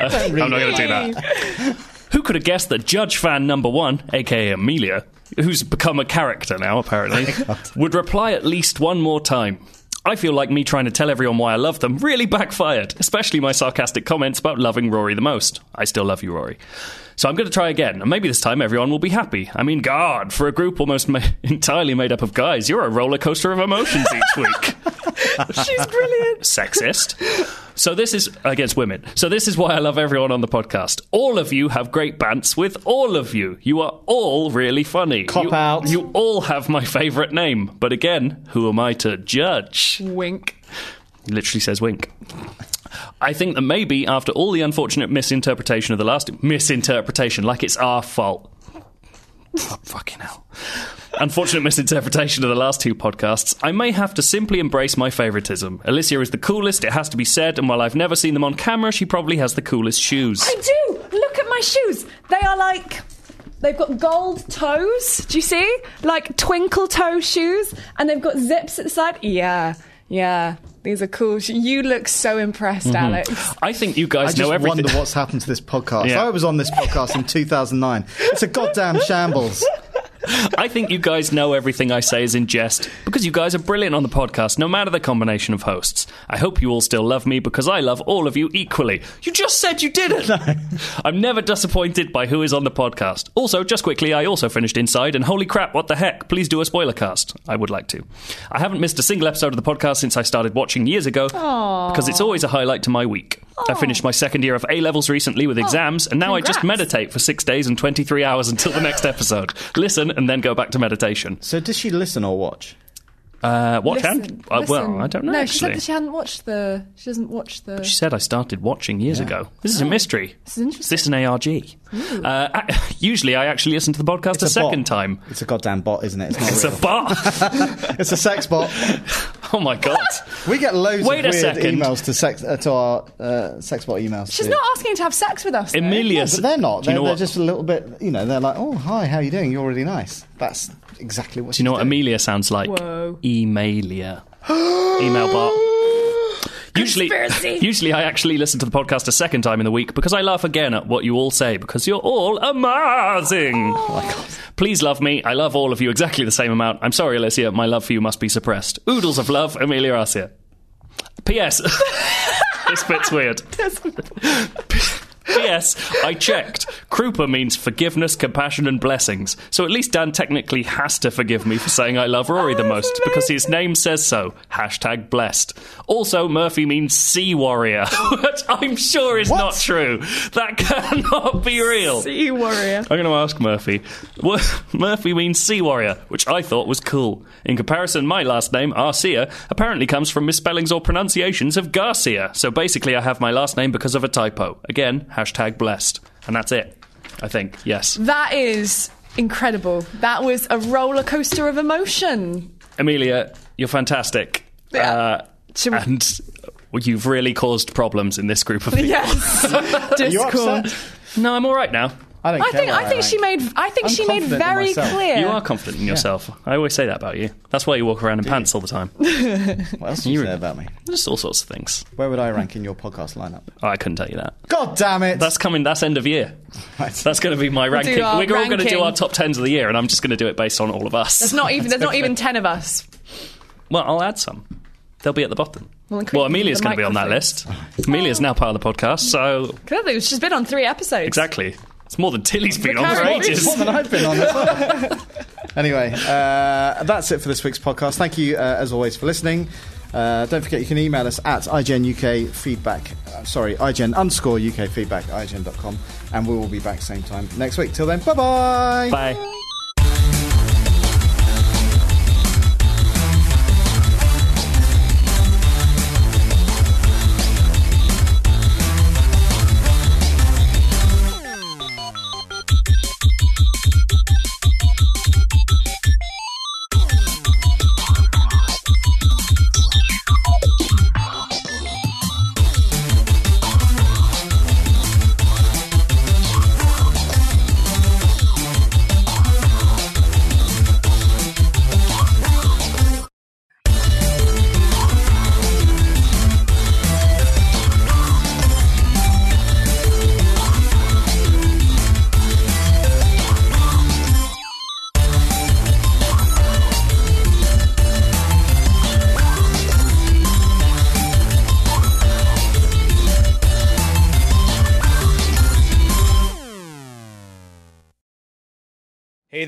Speaker 2: I'm not going to do that. Who could have guessed that Judge fan number one, aka Amelia, who's become a character now apparently, would reply at least one more time? I feel like me trying to tell everyone why I love them really backfired, especially my sarcastic comments about loving Rory the most. I still love you, Rory. So I'm going to try again, and maybe this time everyone will be happy. I mean, God, for a group almost ma- entirely made up of guys, you're a roller coaster of emotions each week
Speaker 3: She's brilliant.
Speaker 2: sexist. So this is against women. So this is why I love everyone on the podcast. All of you have great bants with all of you. You are all really funny.
Speaker 1: Cop
Speaker 2: you,
Speaker 1: out.
Speaker 2: You all have my favourite name. But again, who am I to judge?
Speaker 3: Wink.
Speaker 2: He literally says wink. I think that maybe after all the unfortunate misinterpretation of the last misinterpretation, like it's our fault. Oh, fucking hell. Unfortunate misinterpretation of the last two podcasts, I may have to simply embrace my favouritism. Alicia is the coolest, it has to be said, and while I've never seen them on camera, she probably has the coolest shoes.
Speaker 3: I do. Look at my shoes. They are like They've got gold toes. Do you see? Like twinkle toe shoes, and they've got zips at the side. Yeah, yeah. These are cool. sho- You look so
Speaker 2: Mm-hmm.
Speaker 3: impressed, Alex.
Speaker 2: I think you
Speaker 1: I
Speaker 2: guys
Speaker 1: just
Speaker 2: know everything.
Speaker 1: wonder what's happened to this podcast.
Speaker 2: Yeah.
Speaker 1: I was on this podcast in 2009. It's a goddamn shambles.
Speaker 2: I think you guys know everything I say is in jest because you guys are brilliant on the podcast, no matter the combination of hosts. I hope you all still love me because I love all of you equally. You just said you didn't. I'm never disappointed by who is on the podcast. Also, just quickly, I also finished Inside, and holy crap, what the heck? Please do a spoiler cast. I would like to. I haven't missed a single episode of the podcast since I started watching years ago because it's always a highlight to my week. I finished my second year of A levels recently with exams, and now I just
Speaker 3: Oh, congrats.
Speaker 2: meditate for six days and 23 hours until the next episode. Listen and then go back to meditation.
Speaker 1: So does she listen or watch?
Speaker 2: Uh, watch
Speaker 3: Listen,
Speaker 2: hand? Uh,
Speaker 3: listen.
Speaker 2: well, I don't know
Speaker 3: No, she
Speaker 2: actually.
Speaker 3: said that she hadn't watched the. She doesn't watch the.
Speaker 2: She said I started watching years ago. This is a mystery. This
Speaker 3: Oh, is interesting.
Speaker 2: Is this an ARG? Uh, I- usually, I actually listen to the podcast a,
Speaker 1: It's bot.
Speaker 2: second time.
Speaker 1: It's a goddamn bot, isn't it? It's not
Speaker 2: It's
Speaker 1: real.
Speaker 2: a bar.
Speaker 1: It's a sex bot.
Speaker 2: oh my god.
Speaker 1: We get loads
Speaker 2: Wait a
Speaker 1: of weird
Speaker 2: second.
Speaker 1: emails to sex uh, to our uh, sex bot emails.
Speaker 3: She's
Speaker 1: too.
Speaker 3: not asking to have sex with us. though.
Speaker 2: Amelia.
Speaker 1: But they're not.
Speaker 2: Do
Speaker 1: They're,
Speaker 2: you know
Speaker 1: they're
Speaker 2: what?
Speaker 1: just a little bit. You know, they're like, "Oh, hi, how you doing? You're really nice." That's exactly what.
Speaker 2: Do you know what Amelia sounds like?
Speaker 3: Whoa.
Speaker 2: Emalia. Email bot. Usually,
Speaker 3: Conspiracy.
Speaker 2: usually I actually listen to the podcast a second time in the week because I laugh again at what you all say because you're all amazing.
Speaker 3: Oh
Speaker 1: Oh,
Speaker 2: Please love me. I love all of you exactly the same amount. I'm sorry, Alicia. My love for you must be suppressed. Oodles of love, Amelia Arcia. P.S. this bit's weird. P.S. I checked. Krupa means forgiveness, compassion, and blessings. So at least Dan technically has to forgive me for saying I love Rory the most because his name says so. Hashtag blessed. Also, Murphy means sea warrior, which I'm sure is not true. That cannot be real.
Speaker 3: Sea warrior.
Speaker 2: I'm going to ask Murphy. Wha- Murphy means sea warrior, which I thought was cool. In comparison, my last name, Arcia, apparently comes from misspellings or pronunciations of Garcia. So basically, I have my last name because of a typo. Again, hashtag blessed. And that's it. I think, yes.
Speaker 3: That is incredible. That was a roller coaster of emotion.
Speaker 2: Amelia, you're fantastic.
Speaker 3: Yeah.
Speaker 2: Uh,
Speaker 3: Should we-
Speaker 2: and you've really caused problems in this group of people.
Speaker 3: Yes.
Speaker 1: You
Speaker 3: Discord.
Speaker 1: upset?
Speaker 2: No, I'm all right now.
Speaker 1: I don't
Speaker 3: I
Speaker 1: care
Speaker 3: think
Speaker 1: what
Speaker 3: I think she made I think
Speaker 1: I'm
Speaker 3: she made
Speaker 1: confident in
Speaker 3: very
Speaker 1: myself.
Speaker 3: clear.
Speaker 2: You are confident in yourself. I always say that about you. That's why you walk around in pants all the time.
Speaker 1: What else do you say about me?
Speaker 2: Just all sorts of things.
Speaker 1: Where would I rank in your podcast lineup?
Speaker 2: Oh, I couldn't tell you that.
Speaker 1: God damn it!
Speaker 2: That's coming. That's end of year.
Speaker 1: Right.
Speaker 2: That's going to be my ranking.
Speaker 3: our
Speaker 2: We're all going to
Speaker 3: ranking.
Speaker 2: do our top tens of the year, and I'm just going to do it based on all of us.
Speaker 3: There's not even there's not even ten of us.
Speaker 2: well, I'll add some. They'll be at the bottom.
Speaker 3: Well,
Speaker 2: Well,
Speaker 3: increase
Speaker 2: Amelia's
Speaker 3: the
Speaker 2: going to be on that list. Amelia's now part of the podcast, so
Speaker 3: 'Cause I think She's been on three episodes.
Speaker 2: exactly. It's more than Tilly's been on for
Speaker 3: Recurring
Speaker 2: ages.
Speaker 1: More than I've been on as well. anyway, uh, that's it for this week's podcast. Thank you, uh, as always, for listening. Uh, don't forget you can email us at igenukfeedback. feedback. Uh, sorry, igen underscore UK feedback at igen.com. And we will be back same time next week. Till then, bye bye.
Speaker 2: Bye.
Speaker 4: Hey